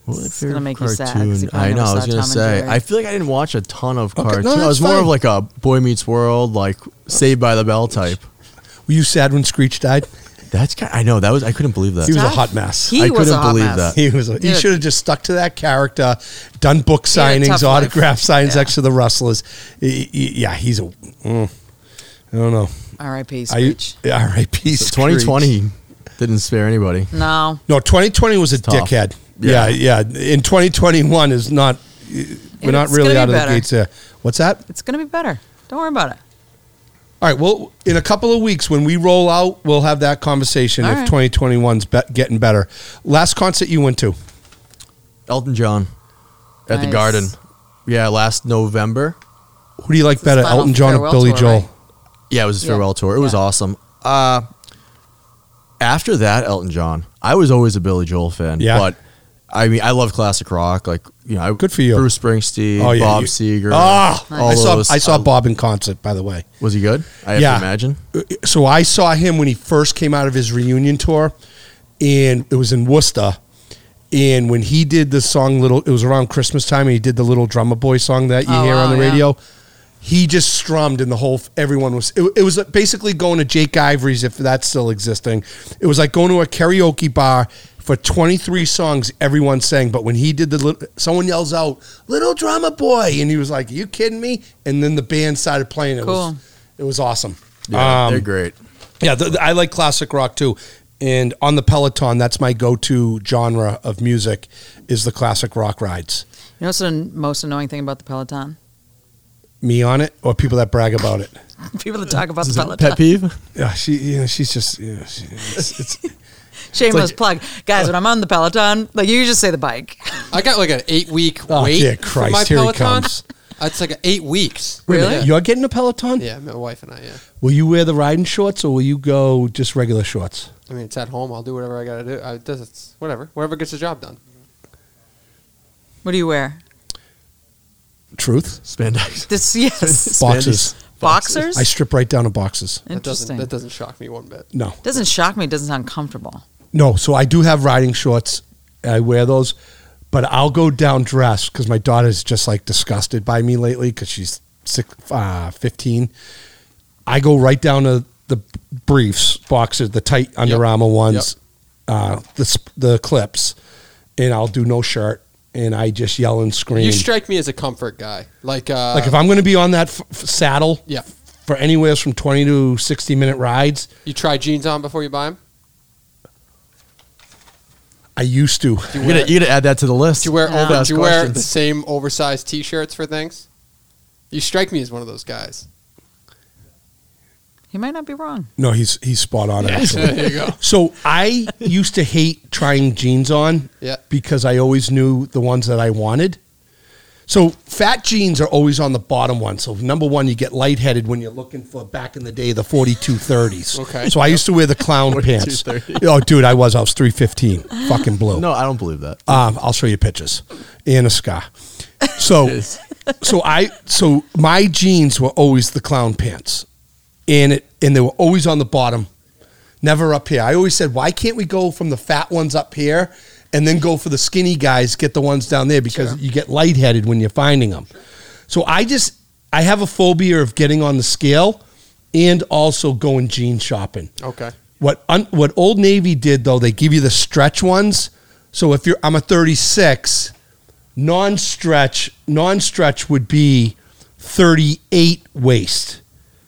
Speaker 3: What was
Speaker 2: It's
Speaker 3: my
Speaker 2: gonna
Speaker 3: favorite
Speaker 2: make you sad 'cause you probably
Speaker 3: I
Speaker 2: never
Speaker 3: know. I
Speaker 2: saw
Speaker 3: was gonna
Speaker 2: Tom and
Speaker 3: say.
Speaker 2: Jerry.
Speaker 3: I feel like I didn't watch a ton of
Speaker 1: no,
Speaker 3: cartoons. I
Speaker 1: that's
Speaker 3: was more of
Speaker 1: fine.
Speaker 3: like a Boy Meets World, like Saved by the Bell type.
Speaker 1: Were you sad when Screech died?
Speaker 3: That's kind. I know that was. I couldn't believe that.
Speaker 1: He was a
Speaker 2: Tough.
Speaker 1: hot mess.
Speaker 2: He
Speaker 3: I
Speaker 2: was a
Speaker 3: couldn't
Speaker 2: hot
Speaker 3: believe
Speaker 2: mess.
Speaker 3: that.
Speaker 1: He was. A, he
Speaker 2: Yeah.
Speaker 1: should have just stuck to that character, done book
Speaker 2: had a
Speaker 1: signings,
Speaker 2: tough life.
Speaker 1: autograph signs
Speaker 2: Yeah.
Speaker 1: next to the rustlers. He- he- yeah, he's a. mm, I don't know.
Speaker 2: R.I.P.
Speaker 1: I,
Speaker 2: Screech.
Speaker 1: R.I.P. Screech.
Speaker 3: 2020 didn't spare anybody.
Speaker 2: No,
Speaker 1: No, 2020 was a
Speaker 3: tough.
Speaker 1: dickhead. Yeah.
Speaker 3: Yeah.
Speaker 1: yeah, In 2021 is not. We're not
Speaker 2: it's
Speaker 1: really
Speaker 2: gonna
Speaker 1: out
Speaker 2: be
Speaker 1: of
Speaker 2: better.
Speaker 1: the gates there. What's that?
Speaker 2: it's gonna be better. Don't worry about it.
Speaker 1: All right. Well, in a couple of weeks when we roll out, we'll have that conversation
Speaker 2: All
Speaker 1: if
Speaker 2: right.
Speaker 1: 2021's be- getting better. Last concert you went to?
Speaker 3: Elton John at the
Speaker 2: Nice.
Speaker 3: Garden. Yeah, last November.
Speaker 1: Who do you like
Speaker 2: It's his
Speaker 1: better,
Speaker 2: final
Speaker 1: Elton John or
Speaker 2: farewell
Speaker 1: Billy
Speaker 2: tour,
Speaker 1: Joel?
Speaker 2: right?
Speaker 3: Yeah, it was his
Speaker 2: Yeah.
Speaker 3: farewell tour. It was
Speaker 2: Yeah.
Speaker 3: awesome. Uh, after that, Elton John. I was always a Billy Joel fan.
Speaker 1: Yeah.
Speaker 3: but I mean, I love classic rock. Like you know, I,
Speaker 1: Good for you.
Speaker 3: Bruce Springsteen,
Speaker 1: Oh, yeah,
Speaker 3: Bob
Speaker 1: you-
Speaker 3: Seger.
Speaker 1: Ah,
Speaker 3: all
Speaker 1: I saw
Speaker 3: those. Uh,
Speaker 1: I saw Bob in concert, by the way.
Speaker 3: Was he good? I have
Speaker 1: Yeah.
Speaker 3: to imagine.
Speaker 1: So I saw him when he first came out of his reunion tour, and it was in Worcester. And when he did the song "Little," it was around Christmas time, and he did the little drummer boy song that you
Speaker 2: Oh,
Speaker 1: hear on
Speaker 2: wow,
Speaker 1: the
Speaker 2: yeah.
Speaker 1: radio. He just strummed, and the whole everyone was. It, it was basically going to Jake Ivory's, if that's still existing. It was like going to a karaoke bar for 23 songs. Everyone sang, but when he did the, lit- someone yells out "Little Drummer Boy," and he was like, you kidding me?" And then the band started playing. It was
Speaker 2: Cool.
Speaker 1: it was awesome.
Speaker 3: Yeah,
Speaker 1: Um,
Speaker 3: they're great.
Speaker 1: yeah, th th- I like classic rock too. And on the Peloton, that's my go-to genre of music is the classic rock rides.
Speaker 2: You know what's the most annoying thing about the Peloton?
Speaker 1: Me on it, or people that brag about it.
Speaker 2: People that talk about the
Speaker 3: Is it
Speaker 2: Peloton.
Speaker 3: pet peeve?
Speaker 1: Yeah, she, yeah, she's just, yeah, she, it's, it's,
Speaker 2: Shameless plug, guys. When I'm on the Peloton, like you just say the bike.
Speaker 4: I got like an eight week
Speaker 1: Oh,
Speaker 4: wait
Speaker 1: dear
Speaker 4: for
Speaker 1: Christ,
Speaker 4: my
Speaker 1: here he
Speaker 4: Peloton.
Speaker 1: comes.
Speaker 4: That's like eight weeks.
Speaker 2: Wait a minute,
Speaker 4: Yeah.
Speaker 1: you're getting a Peloton.
Speaker 4: Yeah, my wife and I. Yeah,
Speaker 1: Will you wear the riding shorts, or will you go just regular shorts?
Speaker 4: I mean it's at home. I'll do whatever I gotta do. I does it's whatever. Whatever gets the job done.
Speaker 2: What do you wear?
Speaker 1: Truth.
Speaker 3: Spandex.
Speaker 2: This yes,
Speaker 1: Boxes.
Speaker 2: boxers.
Speaker 1: I strip right down to boxes.
Speaker 4: That doesn't
Speaker 2: Interesting.
Speaker 4: that doesn't shock me one bit.
Speaker 1: No,
Speaker 2: doesn't shock me. It doesn't sound comfortable.
Speaker 1: No, so I do have riding shorts. I wear those, but I'll go down dressed because my daughter's just like disgusted by me lately because she's six, uh, 15. I go right down to the briefs, boxers, the tight Under Armour ones, uh, the, sp- the clips, and I'll do no shirt. And I just yell and scream.
Speaker 4: You strike me as a comfort guy. Like uh,
Speaker 1: like if I'm going to be on that f- f- saddle
Speaker 4: Yeah.
Speaker 1: for anywhere from 20 to 60 minute rides,
Speaker 4: you try jeans on before you buy them.
Speaker 1: I used to.
Speaker 4: Do you
Speaker 3: You're
Speaker 4: wear,
Speaker 3: gonna,
Speaker 4: do
Speaker 3: you're gonna add that to the list.
Speaker 4: you wear,
Speaker 2: No.
Speaker 4: over,
Speaker 3: Ask
Speaker 4: do you wear the
Speaker 3: questions.
Speaker 4: same oversized T-shirts for things? You strike me as one of those guys.
Speaker 2: He might not be wrong.
Speaker 1: No, he's he's spot on actually.
Speaker 4: there you go.
Speaker 1: So I used to hate trying jeans on
Speaker 4: Yeah.
Speaker 1: because I always knew the ones that I wanted. So fat jeans are always on the bottom one. So number one, you get lightheaded when you're looking for back in the day the 4230s.
Speaker 4: Okay.
Speaker 1: So I used to wear the clown pants.
Speaker 3: 4230s.
Speaker 1: Oh, dude, I was I was 315, fucking blue.
Speaker 3: No, I don't believe that.
Speaker 1: Um, I'll show you pictures in a scar. So,
Speaker 3: Yes.
Speaker 1: so I so my jeans were always the clown pants, and it and they were always on the bottom, never up here. I always said, why can't we go from the fat ones up here, and then go for the skinny guys, get the ones down there because you get lightheaded when you're finding them. So I just I have a phobia of getting on the scale, and also going jean shopping.
Speaker 4: Okay.
Speaker 1: What un, what Old Navy did though, they give you the stretch ones. So if you're, I'm a 36, non-stretch, non-stretch would be 38 waist.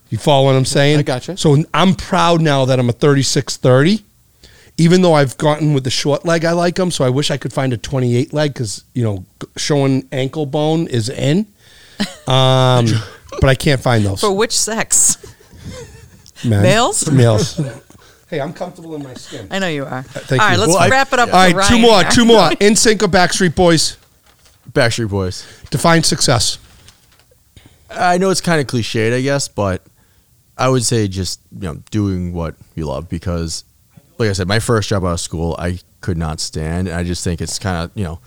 Speaker 1: You follow what I'm saying?
Speaker 4: I gotcha.
Speaker 1: So I'm proud now that I'm a 36 30. Even though I've gotten with the short leg, I like them. So I wish I could find a 28 leg because you know g- showing ankle bone is in. Um, but I can't find those.
Speaker 2: For which sex?
Speaker 1: Men.
Speaker 2: males?
Speaker 1: Males. hey, I'm comfortable in my skin.
Speaker 2: I know you are.
Speaker 1: Uh, Thank
Speaker 2: All right,
Speaker 1: you.
Speaker 2: let's
Speaker 3: Well, I-
Speaker 2: wrap it up.
Speaker 1: All right,
Speaker 2: with
Speaker 1: two
Speaker 2: Ryan
Speaker 1: more,
Speaker 2: here.
Speaker 1: two more. In sync or Backstreet Boys?
Speaker 3: Backstreet Boys.
Speaker 1: Define success.
Speaker 3: I know it's kind of cliched, I guess, but I would say just you know doing what you love because, like I said, my first job out of school I could not stand, and I just think it's kind of you know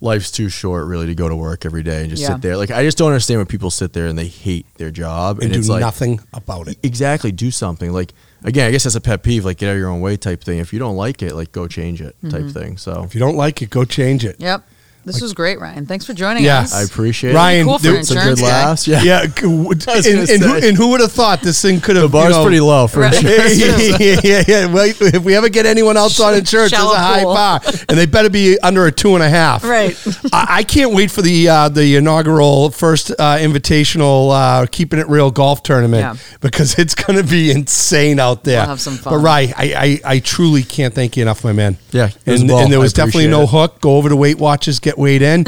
Speaker 3: life's too short really to go to work every day and just
Speaker 2: Yeah.
Speaker 3: sit there. Like I just don't understand when people sit there and they hate their job
Speaker 1: and,
Speaker 3: it's
Speaker 1: do
Speaker 3: like
Speaker 1: nothing about it.
Speaker 3: exactly do something like. Again, I guess that's a pet peeve, like get out of your own way type thing. If you don't like it, like go change it
Speaker 2: Mm-hmm.
Speaker 3: type thing. So
Speaker 1: If you don't like it, go change it.
Speaker 2: Yep. This was great, Ryan. Thanks for joining
Speaker 1: Yeah.
Speaker 2: us.
Speaker 3: I appreciate it.
Speaker 1: Ryan,
Speaker 2: Cool for
Speaker 1: there-
Speaker 2: an
Speaker 3: It's a
Speaker 2: Insurance
Speaker 3: good
Speaker 2: guy.
Speaker 3: laughs. Yeah.
Speaker 1: Yeah, g- w- and,
Speaker 3: was gonna
Speaker 1: and who,
Speaker 3: say.
Speaker 1: and who would have thought this thing could have?
Speaker 3: The bar's
Speaker 1: you know-
Speaker 3: pretty low for
Speaker 2: Right.
Speaker 3: insurance.
Speaker 1: yeah, yeah, yeah, yeah. Well, if we ever get anyone else on insurance, it's a
Speaker 2: Shallow
Speaker 1: high
Speaker 2: pool.
Speaker 1: bar, and they better be under a two and a half.
Speaker 2: Right.
Speaker 1: I, I can't wait for the uh, the inaugural first uh, invitational uh, keeping it real golf tournament
Speaker 2: Yeah.
Speaker 1: because it's going to be insane out there.
Speaker 2: We'll have some fun.
Speaker 1: But Ryan, I, I I truly can't thank you enough, my man.
Speaker 3: Yeah, it was
Speaker 1: and,
Speaker 3: a ball.
Speaker 1: and there
Speaker 3: I
Speaker 1: was definitely
Speaker 3: appreciate
Speaker 1: no
Speaker 3: it.
Speaker 1: hook. Go over to Weight Watchers, get weighed in.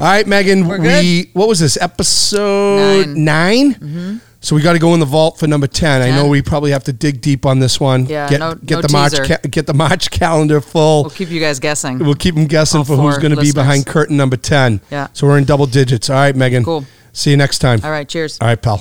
Speaker 1: All right, Megan.
Speaker 2: We're
Speaker 1: we what was this episode 9
Speaker 2: Nine.
Speaker 1: 9 So we got to go in the vault for number ten. I know
Speaker 2: Mm-hmm. Ten.
Speaker 1: we probably have to dig deep on this one.
Speaker 2: Yeah,
Speaker 1: get
Speaker 2: no-
Speaker 1: get
Speaker 2: no
Speaker 1: the
Speaker 2: teaser.
Speaker 1: March ca- get the March calendar full.
Speaker 2: We'll keep you guys guessing.
Speaker 1: We'll keep them guessing
Speaker 2: All
Speaker 1: for who's
Speaker 2: four
Speaker 1: going to be
Speaker 2: listeners.
Speaker 1: behind curtain number ten.
Speaker 2: Yeah.
Speaker 1: So we're in double digits. All right, Megan.
Speaker 2: Cool.
Speaker 1: See you next time.
Speaker 2: All right. Cheers.
Speaker 1: All right, pal.